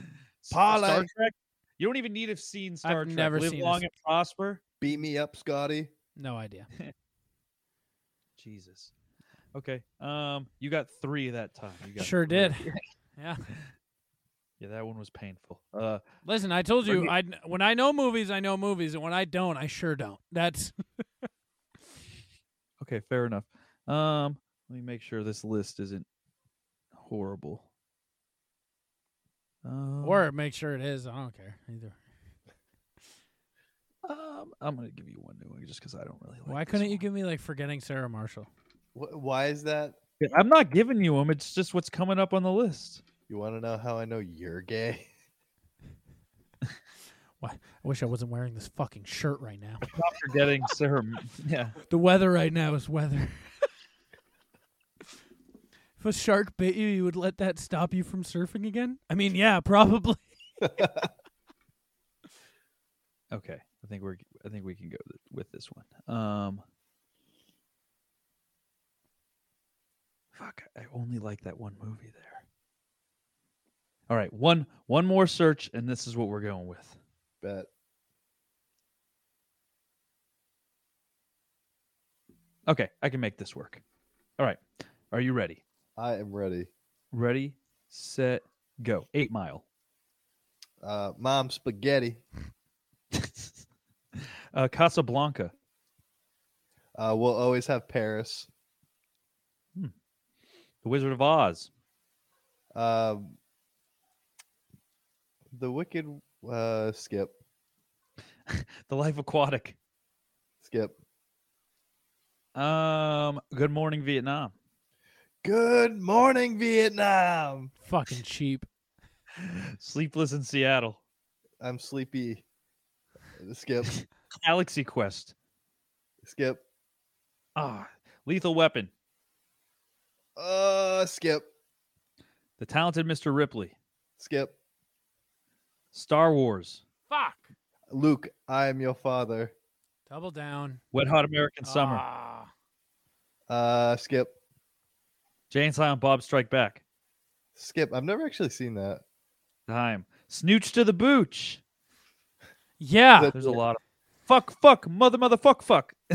C: Parlay.
F: Star Trek. You don't even need to have seen Star Trek.
A: never
F: Live
A: seen a
F: long
A: s-
F: and prosper.
C: Beat me up, Scotty.
A: No idea.
F: Jesus. Okay. Um, you got three that time. You got
A: Sure
F: three.
A: did. yeah.
F: Yeah, that one was painful. Uh,
A: Listen, I told you,
F: Okay.
A: I when I know movies, I know movies, and when I don't, I sure don't. That's
F: Okay, fair enough. Um, let me make sure this list isn't horrible. Um,
A: or make sure it is. I don't care either.
F: um, I'm gonna give you one new one just because I don't really like.
A: Why couldn't you give me like forgetting Sarah Marshall?
C: Wh- Why is that?
F: it. I'm not giving you them. It's just what's coming up on the list.
C: You want to know how I know you're gay?
A: Why? I wish I wasn't wearing this fucking shirt right now.
F: Not forgetting Sarah. Yeah.
A: the weather right now is weather. if a shark bit you, you would let that stop you from surfing again? I mean, yeah, probably.
F: Okay, I think we're. I think we can go th- with this one. Um. Fuck! I only like that one movie there. All right, one one more search, and this is what we're going with.
C: Bet.
F: Okay, I can make this work. All right, are you ready?
C: I am ready.
F: Ready, set, go. Eight Mile.
C: Uh, Mom, spaghetti.
F: Uh, Casablanca.
C: Uh, we'll always have Paris.
F: The Wizard of Oz.
C: Um, the Wicked. Uh, skip.
F: The Life Aquatic.
C: Skip.
F: Um. Good Morning Vietnam.
C: Good morning, Vietnam.
A: Fucking cheap.
F: Sleepless in Seattle.
C: I'm sleepy Skip.
F: Galaxy Quest.
C: Skip.
F: Ah, Lethal Weapon.
C: Uh, skip.
F: The Talented Mr. Ripley.
C: Skip.
F: Star Wars.
A: Fuck.
C: Luke, I am your father.
A: Double down.
F: Wet Hot American Summer.
A: Ah.
C: Uh, skip.
F: Jane Silent Bob Strike Back.
C: Skip. I've never actually seen that.
F: Time. Snooch to the Booch.
A: Yeah.
C: That-
F: There's a lot of fuck, fuck, mother, mother, fuck, fuck.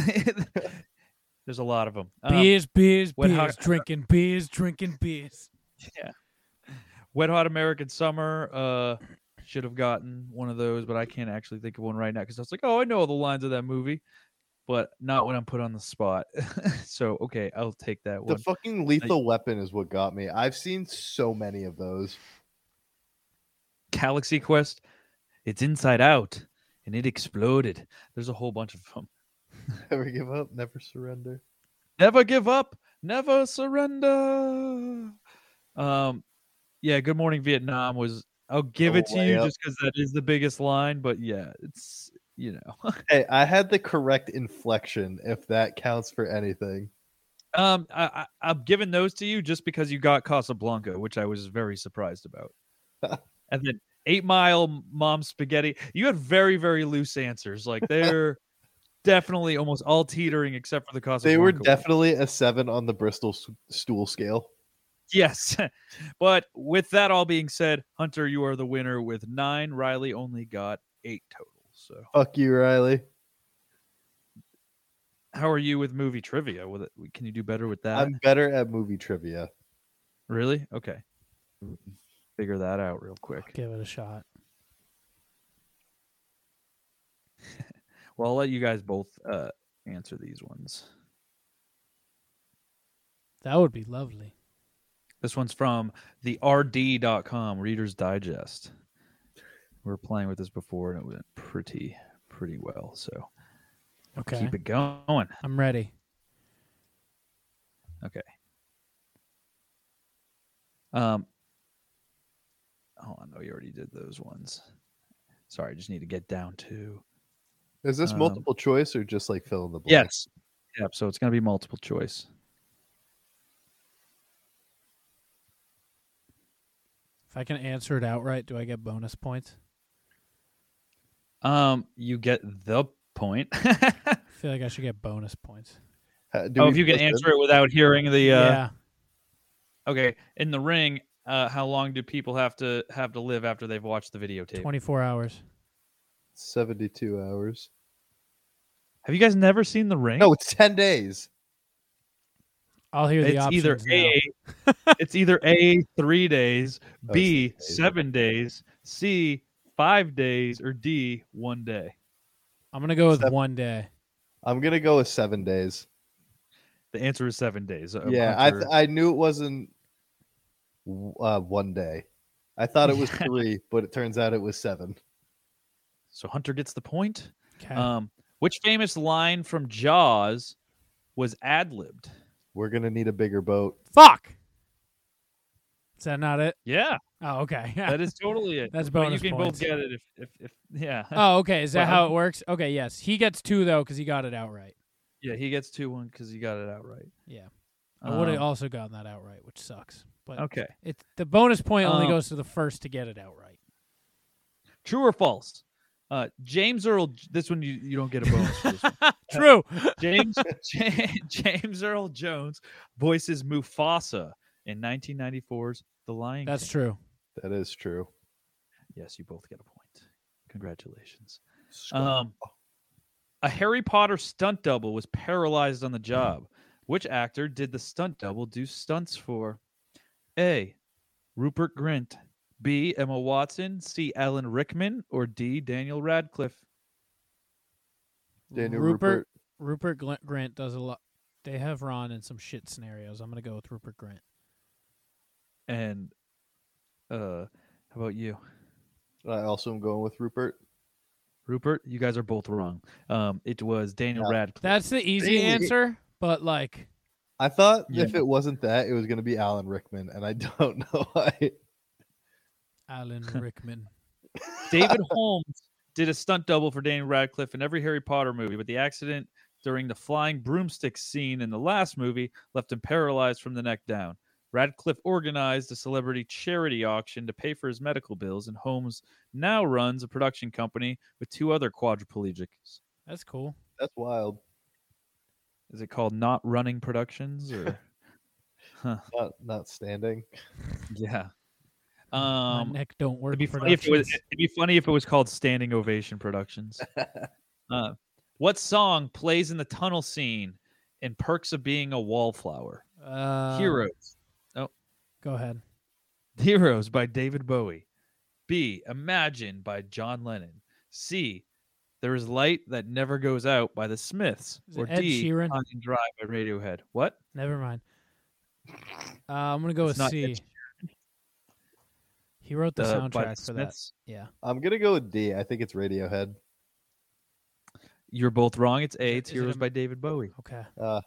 F: There's a lot of Um, them.
A: Beers, beers,
F: Wet
A: beers,
F: Hot-
A: drinking beers, drinking beers.
F: Yeah. Wet Hot American Summer. Uh, should have gotten one of those, but I can't actually think of one right now because I was like, oh, I know all the lines of that movie, but not when I'm put on the spot. so okay, I'll take that
C: The
F: one.
C: fucking lethal weapon is what got me. I've seen so many of those.
F: Galaxy Quest. It's Inside Out, and it exploded. There's a whole bunch of them.
C: Never give up, never surrender.
F: Never give up. Never surrender. Um, yeah. Good morning, Vietnam. Was I'll give it
C: Oh,
F: to you
C: layup.
F: just because that is the biggest line. But yeah, it's you know.
C: Hey, I had the correct inflection if that counts for anything.
F: um, I, I I'm giving those to you just because you got Casablanca, which I was very surprised about. and then Eight Mile, Mom Spaghetti. You had very very loose answers. Like they're definitely almost all teetering except for the Casablanca.
C: They were
F: one.
C: definitely a seven on the Bristol s- stool scale.
F: Yes. but with that all being said, Hunter, you are the winner with nine. Riley only got eight total. So
C: Fuck you, Riley.
F: how are you with movie trivia? With it, can you do better with that?
C: I'm better at movie trivia.
F: Really? Okay. Figure that out real quick.
A: Give it a shot.
F: Well, I'll let you guys both uh, answer these ones.
A: That would be lovely.
F: This one's from the rd.com Reader's Digest. We were playing with this before and it went pretty, pretty well. So
A: Okay.
F: keep it going.
A: I'm ready.
F: Okay. Um. Oh no, you already did those ones. Sorry, I just need to get down to.
C: Is this
F: Um,
C: multiple choice or just like fill in the blank?
F: Yes. Yep. So it's going to be multiple choice.
A: If I can answer it outright, do I get bonus points?
F: Um, you get the point.
A: I feel like I should get bonus points.
C: Uh,
F: oh, if you can answer it without hearing the. Uh,
A: Yeah.
F: Okay, in the ring, uh, how long do people have to have to live after they've watched the videotape?
A: 24 hours.
C: 72 hours.
F: Have you guys never seen the ring?
C: No, it's 10 days.
A: I'll hear the
F: it's
A: options
F: either
A: now.
F: a it's either a three days
C: Oh,
F: b seven days c five days or d one day
A: I'm gonna go with one day.
C: I'm gonna go with seven days.
F: the answer is seven days Uh,
C: yeah, I th-
F: Hunter-
C: I knew it wasn't w- uh, one day. I thought it was three, but it turns out it was seven.
F: so hunter gets the point
A: 'Kay.
F: um which famous line from jaws was ad-libbed
C: We're gonna need a bigger boat.
A: Fuck. Is that not it?
F: yeah
A: Oh, okay.
F: that is totally it
A: That's
F: But
A: bonus
F: you can
A: points.
F: both get it if, if, if yeah
A: Oh, okay. Is that
F: Well,
A: how it works? Okay, yes. He gets two though because he got it outright.
F: yeah he gets two one because he got it outright
A: Yeah. I would have
F: Um,
A: also gotten that outright, which sucks. But
F: Okay.
A: it's the bonus point only
F: Um,
A: goes to the first to get it outright.
F: True or false? Uh, James Earl. This one you, you don't get a bonus. For this one. Uh,
A: True.
F: James Ja- James Earl Jones voices Mufasa in 1994's The Lion.
A: That's
F: King.
A: true.
C: That is true.
F: Yes, you both get a point. Congratulations. Um, a Harry Potter stunt double was paralyzed on the job. Which actor did the stunt double do stunts for? A. Rupert Grint. B. Emma Watson. C. Alan Rickman. Or D. Daniel Radcliffe.
C: Daniel
A: Rupert
C: Rupert.
A: Rupert Gl- Grant does a lot. They have Ron in some shit scenarios. I'm gonna go with Rupert Grant.
F: And uh, how about you,
C: I also am going with Rupert.
F: Rupert? You guys are both wrong. Um, it was Daniel Radcliffe.
A: That's the easy
C: Dang it.
A: answer, but like
C: I thought
F: Yeah.
C: if it wasn't that, it was gonna be Alan Rickman, and I don't know why.
A: Alan Rickman.
F: David Holmes did a stunt double for Daniel Radcliffe in every Harry Potter movie, but the accident during the flying broomstick scene in the last movie left him paralyzed from the neck down. Radcliffe organized a celebrity charity auction to pay for his medical bills, and Holmes now runs a production company with two other quadriplegics.
A: That's cool.
C: That's wild.
F: Is it called Not Running Productions or huh.
C: Not not standing.
F: Yeah. Um,
A: neck don't work
F: It'd be, funny if it was, it'd be funny if it was called Standing Ovation Productions. uh, what song plays in the tunnel scene in Perks of Being a Wallflower?
A: Uh,
F: Heroes. Oh,
A: Go ahead.
F: Heroes by David Bowie. B. Imagine by John Lennon. C. There is light that never goes out by the Smiths.
A: Is it
F: Or
A: Ed
F: D.
A: Sheeran?
F: High and Dry by Radiohead. What?
A: Never mind. Uh, I'm gonna go
F: It's
A: with
F: not
A: C.
F: Ed
A: He wrote the,
C: Uh, by
A: soundtrack
C: the
A: for that.
C: Smiths?
A: Yeah.
C: I'm gonna go with D. I think it's Radiohead.
F: You're both wrong. It's A. It's
A: is it
F: Heroes
A: a-
F: by David Bowie.
A: Okay.
C: Uh,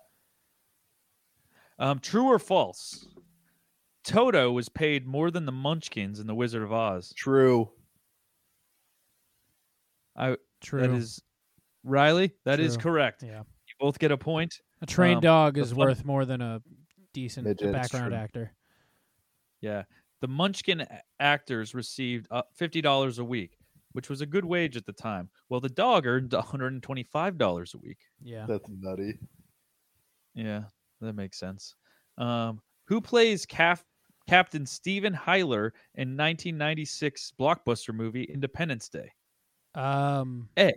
F: Um, true or false? Toto was paid more than the Munchkins in The Wizard of Oz.
C: True.
F: I That
A: True.
F: is Riley. That is
A: True.
F: correct.
A: Yeah.
F: You both get a point.
A: A trained
F: Um,
A: dog
F: the
A: is
F: fun-
A: worth more than a decent
F: Midget. It's
A: background
F: true.
A: actor.
F: Yeah. The Munchkin a- actors received uh, $50 a week, which was a good wage at the time. Well, the dog earned $125 a week.
A: Yeah.
C: That's nutty.
F: Yeah, that makes sense. Um, who plays Cap- Captain Steven Hyler in 1996 blockbuster movie Independence Day?
A: Um.
F: A.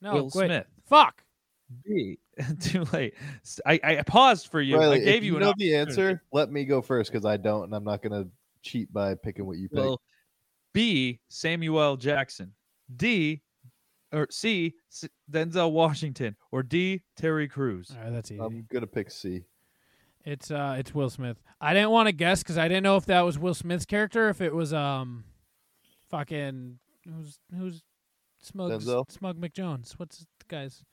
A: No.
F: Will
A: wait.
F: Smith.
A: Fuck.
F: B. Too late. S- I, I paused for you.
C: Riley,
F: I
C: if
F: gave you, an
C: know the
F: opportunity.
C: answer. Let me go first because I don't, and I'm not gonna cheat by picking what you pick.
F: Well, B. Samuel Jackson. D. Or C. S- Denzel Washington. Or D. Terry Crews.
A: All right, that's
B: Um,
A: easy.
C: I'm gonna pick C.
A: It's uh, it's Will Smith. I didn't want to guess because I didn't know if that was Will Smith's character, if it was um, fucking who's who's smug
C: Denzel?
A: smug McJones. What's the guy's?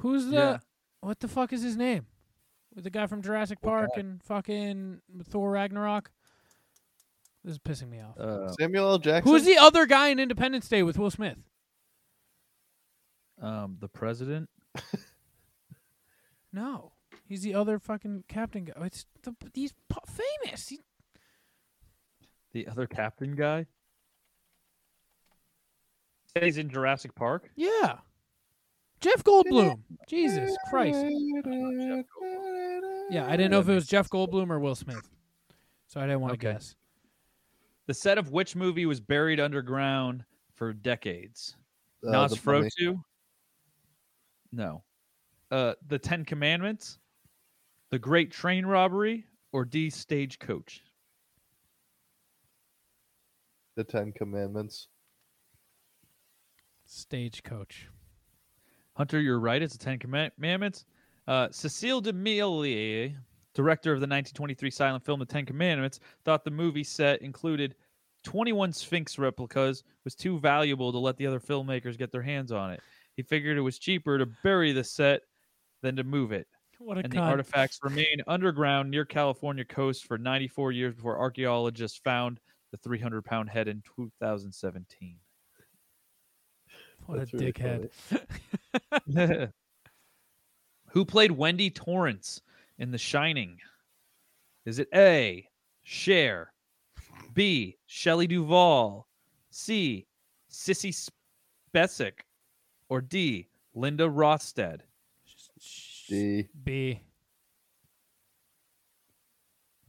A: Who's the
F: Yeah.
A: what the fuck is his name? The guy from Jurassic Park and fucking Thor Ragnarok. This is pissing me off.
F: Uh,
C: Samuel L. Jackson.
A: Who's the other guy in Independence Day with Will Smith?
F: Um, the president.
A: No, he's the other fucking captain guy. It's the he's pu- famous. He,
F: The other captain guy. Said He's in Jurassic Park.
A: yeah, Jeff Goldblum. Jesus Christ. Yeah, I didn't know if it was Jeff Goldblum or Will Smith, so I didn't want to guess.
F: The set of which movie was buried underground for decades?
A: Uh, The Mummy.
F: Nosferatu. No. Uh, the Ten Commandments, the Great Train Robbery, or D. Stagecoach.
C: The Ten Commandments.
A: Stagecoach.
F: Hunter, you're right. It's the Ten Command- Commandments. Uh, Cecile DeMille, director of the 1923 silent film The Ten Commandments, thought the movie set included 21 Sphinx replicas was too valuable to let the other filmmakers get their hands on it. He figured it was cheaper to bury the set than to move it.
A: What a
F: and the
A: cunt.
F: artifacts remain underground near California coast for 94 years before archaeologists found the 300 pound head in 2017.
A: What
F: That's
A: a
F: really
A: dickhead.
F: Who played Wendy Torrance in The Shining? Is it A. Cher, B. Shelley Duvall, C. Sissy Spacek, or D. Linda Rothstead?
C: D.
A: B.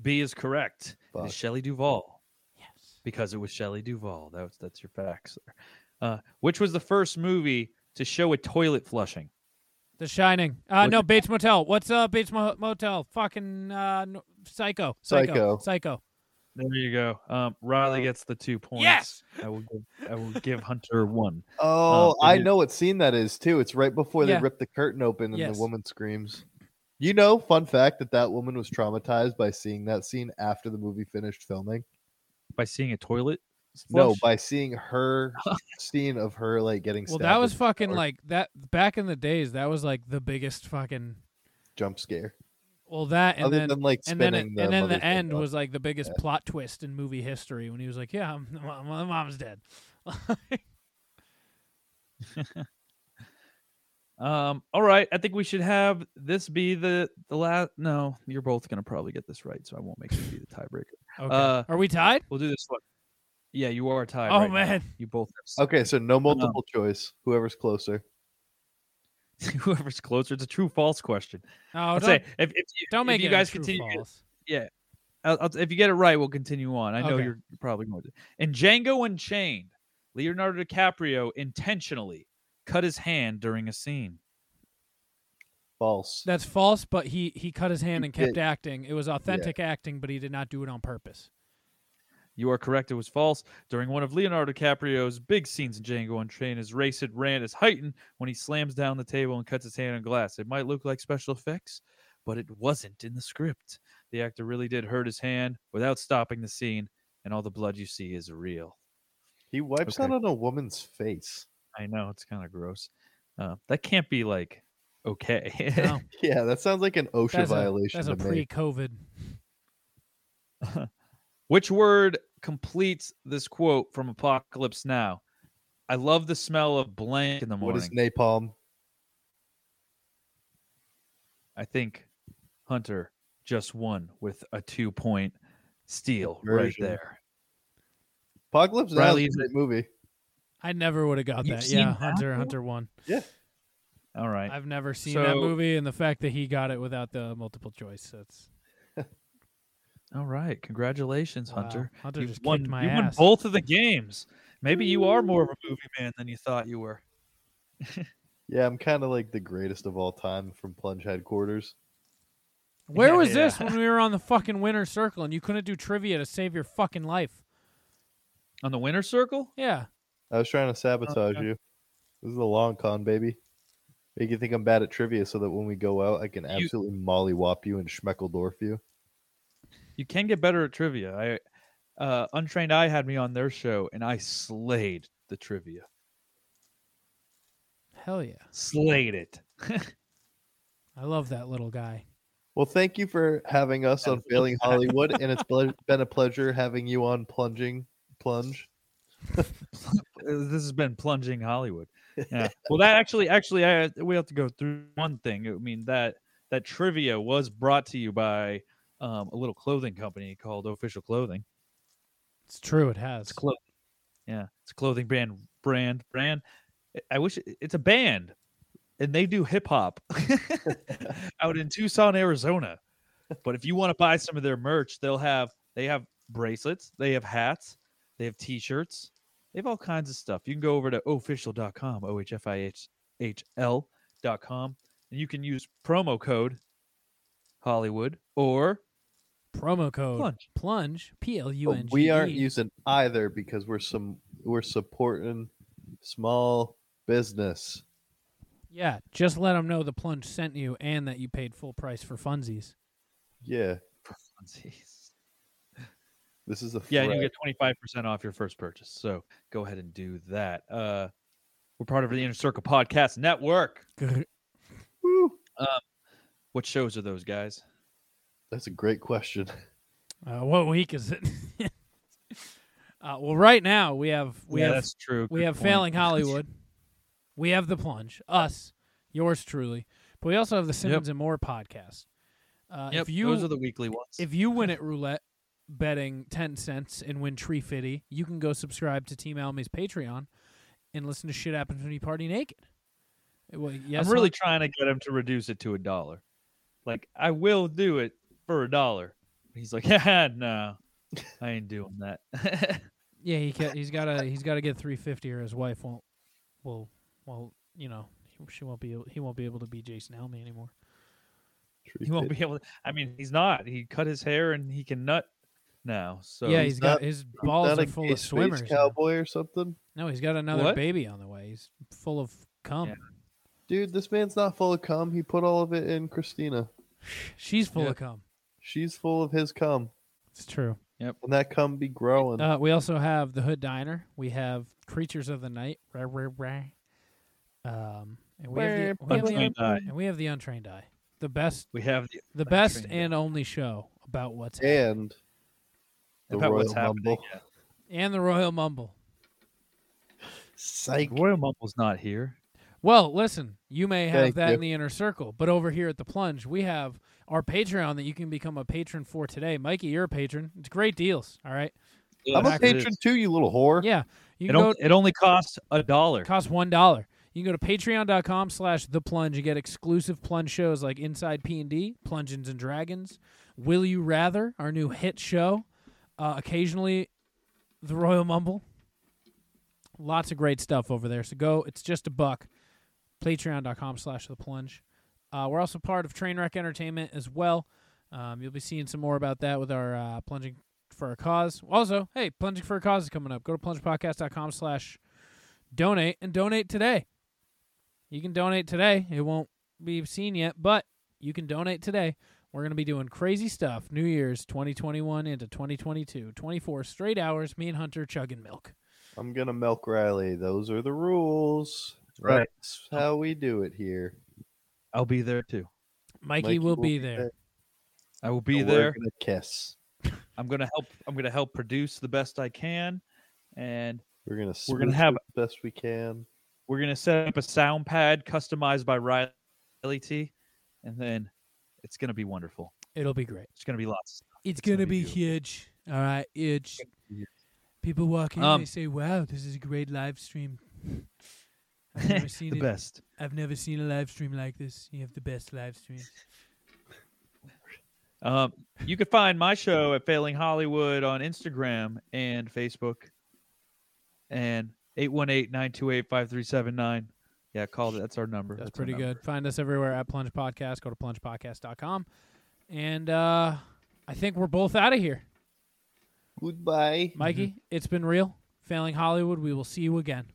F: B is correct. It is Shelley Duvall. Yes. Because it was Shelley Duvall. That's that's your facts there. Uh, which was the first movie to show a toilet flushing?
A: The Shining. Uh,
F: What-
A: no, Bates Motel. What's up, Bates Mo- Motel? Fucking uh, no, psycho. Psycho.
F: Psycho.
A: Psycho.
F: There you go. Um, Riley gets the two points.
A: Yes!
F: I will give, I will give Hunter one.
C: Oh,
F: Um, it
C: I
F: is-
C: know what scene that is too. It's right before they
F: Yeah.
C: rip the curtain open and
F: Yes.
C: the woman screams. You know, fun fact that that woman was traumatized by seeing that scene after the movie finished filming.
F: By seeing a toilet?
C: No,
F: flush?
C: by seeing her scene of her like getting.
A: Well,
C: stabbed
A: that was
C: in the
A: fucking
C: throat.
A: like that back in the days. That was like the biggest fucking.
C: jump scare.
A: Well, that and
C: Other
A: then
C: than, like,
A: and then it-
C: spinning the
A: and then the
C: mother's head
A: end
C: off.
A: was like the biggest
C: Yeah.
A: plot twist in movie history when he was like, "Yeah, I'm, my, my mom's dead."
F: Um, all right, I think we should have this be the the last. No, you're both gonna probably get this right, so I won't make it be the tiebreaker.
A: Okay. Are we tied?
F: We'll do this one. Yeah, you are Uh, tied.
A: Oh,
F: right now.
A: man.
F: you both. Have
C: Okay, so no multiple choice. Whoever's closer.
F: whoever's closer. It's a true false question.
A: Oh,
F: I'd
A: don't-
F: say if, if you,
A: don't
F: if
A: make
F: you
A: it a
F: guys
A: true
F: continue.
A: false.
F: Yeah, I'll, I'll- if you get it right, we'll continue on. I know
A: Okay.
F: you're probably going to. In Django Unchained, Leonardo DiCaprio intentionally cut his hand during a scene.
C: False.
A: That's false, but he he cut his hand and kept
F: did.
A: acting. It was authentic acting, but he did not do it on purpose.
F: You are correct. It was false. During one of Leonardo DiCaprio's big scenes in Django Unchained, his racid rant is heightened when he slams down the table and cuts his hand on glass. It might look like special effects, but it wasn't in the script. The actor really did hurt his hand without stopping the scene, and all the blood you see is real.
C: He wipes
F: Okay.
C: out on a woman's face.
F: I know it's kind of gross. Uh, that can't be like okay.
C: Yeah, that sounds like an OSHA
F: That's a-
C: violation.
A: That's a
C: to me.
A: pre-COVID.
F: Which word completes this quote from Apocalypse Now? I love the smell of blank in the
C: What
F: morning.
C: is napalm?
F: I think Hunter just won with a two point steal right
C: Version.
F: there.
C: Apocalypse Now
F: Riley,
C: is a great
F: is
C: movie.
A: I never would have got
F: You've
A: that.
F: seen
A: Yeah,
F: that
A: Hunter
F: one?
A: Hunter won.
C: Yeah.
F: All right.
A: I've never seen that
F: So-
A: movie, and the fact that he got it without the multiple choice. That's
F: All right. Congratulations,
A: Wow.
F: Hunter.
A: uh, Hunter
F: you
A: just kicked
F: won,
A: my
F: you won
A: ass.
F: both of the games. Maybe you are more of a movie man than you thought you were.
C: Yeah, I'm kind of like the greatest of all time from Plunge headquarters.
A: where was
C: Yeah.
A: this when we were on the fucking winner's circle and you couldn't do trivia to save your fucking life?
F: On the winner's circle?
A: Yeah.
C: I was trying to sabotage
A: Okay.
C: you. This is a long con, baby. Make you think I'm bad at trivia so that when we go out, I can absolutely mollywop you and schmeckledorf you.
F: You can get better at trivia. I uh, Untrained Eye had me on their show and I slayed the trivia.
A: Hell yeah.
F: Slayed it.
A: I love that little guy.
C: Well, thank you for having us on Failing Hollywood, and it's ple- been a pleasure having you on Plunging Plunge.
F: Uh, this has been plunging Hollywood. Yeah. well, that actually, actually, I, uh, we have to go through one thing. I mean that that trivia was brought to you by um, a little clothing company called Official Clothing.
A: It's true. It has.
F: clo- Yeah, it's a clothing brand, brand, brand. I- I wish it's a band, and they do hip hop out in Tucson, Arizona. But if you want to buy some of their merch, they'll have they have bracelets, they have hats, they have T-shirts, they have all kinds of stuff. You can go over to official.com, o h f i h h l dot com, and you can use promo code Hollywood or
A: promo code
F: Plunge.
A: Plunge. P L U
C: But
A: N G. E
C: we
F: E.
C: aren't using either because we're some we're supporting small business.
A: Yeah, just let them know the plunge sent you and that you paid full price for funsies.
C: Yeah, this is a
F: Yeah, and you
C: threat.
F: get twenty five percent off your first purchase. So go ahead and do that. Uh, we're part of the Inner Circle Podcast Network.
A: Woo.
F: Um, what shows are those guys?
C: That's a great question.
A: Uh, what week is it? uh, well, right now we have we
F: Yeah,
A: have
F: that's true.
A: We
F: Good
A: have
F: point.
A: failing Hollywood. we have the plunge. Us, yours truly, but we also have the Simmons and More podcast. Uh,
F: Yep,
A: if you,
F: those are the weekly ones.
A: If you win at roulette betting ten cents and win Tree Fitty, you can go subscribe to Team Almy's Patreon and listen to shit happens when you party naked. Well, yes,
F: I'm really
A: Hunter?
F: trying to get him to reduce it to a dollar. Like I will do it for a dollar. He's like, yeah, no, I ain't doing that.
A: Yeah, he ca he's got to he's got to get 350 or his wife won't will well, you know, he- she won't be able- he won't be able to be Jason Elmy anymore.
F: he won't be able. To, I mean, he's not. He cut his hair and he can nut now. So
A: yeah, he's got his balls
C: not
A: are
C: a
A: full
C: gay
A: of
C: space
A: swimmers. now.
C: cowboy or something.
A: No, he's got another
C: What?
A: baby on the way. He's full of cum.
C: Dude, this man's not full of cum. He put all of it in Christina.
A: She's full of cum.
C: She's full of his cum.
A: It's true.
F: Yep.
C: And that cum be growing.
A: Uh, we also have the Hood Diner. We have Creatures of the Night. Rah, rah, rah. Um, and we have, the, we, have
F: Untrained
A: the,
F: Eye.
A: and we have the Untrained Eye, the best.
F: We have the
A: the best
F: Untrained
A: and only show about what's
C: and
A: the
F: about what's
A: Royal
F: happening.
A: and the Royal Mumble.
C: Psych.
F: Royal Mumble's not here.
A: Well, listen, you may have
F: Thank
A: that
F: you.
A: in the inner circle, but over here at the plunge, we have our Patreon that you can become a patron for today. Mikey, you're a patron. It's great deals. All right.
C: I'm a patron too, you little whore.
A: Yeah. You
F: It,
A: can
F: on-
A: go
F: it only costs a dollar.
A: Costs one dollar. You can go to patreon.com slash the plunge and get exclusive plunge shows like Inside P and D, Plungeons and Dragons, Will You Rather, our new hit show, uh, occasionally the Royal Mumble. Lots of great stuff over there. So go, it's just a buck. Patreon.com slash the plunge. Uh, we're also part of Trainwreck Entertainment as well. Um, you'll be seeing some more about that with our uh, plunging for a cause. Also, hey, plunging for a cause is coming up. Go to plungepodcast.com slash donate and donate today. You can donate today. It won't be seen yet, but you can donate today. We're going to be doing crazy stuff New Year's 2021 into 2022. 24 straight hours, me and Hunter chugging milk.
C: I'm gonna milk Riley. Those are the rules.
A: Right.
C: That's how we do it here.
F: I'll be there too.
A: Mikey, will, be there.
F: I will be
C: And
F: there.
C: We're gonna kiss.
F: I'm gonna help. I'm gonna help produce the best I can, and
C: We're gonna
F: we're gonna
C: smooch
F: have
C: it the best we can.
F: We're gonna set up a sound pad customized by Riley T, and then it's gonna be wonderful.
A: It'll be great.
F: It's gonna be lots.
A: It's, going to be huge. All right, huge. People walk in
F: Um,
A: they say, wow, this is a great live stream. I've never seen
F: The
A: it.
F: best.
A: I've never seen a live stream like this. You have the best live streams.
F: Um, you can find my show at Failing Hollywood on Instagram and Facebook, and 818-928-5379. Yeah, call it. That's our number. That's, our
A: pretty
F: number.
A: good. Find us everywhere at Plunge Podcast. Go to plungepodcast.com. And uh, I think we're both out of here.
C: Goodbye.
F: Mm-hmm.
A: Mikey, it's been real. Failing Hollywood, we will see you again.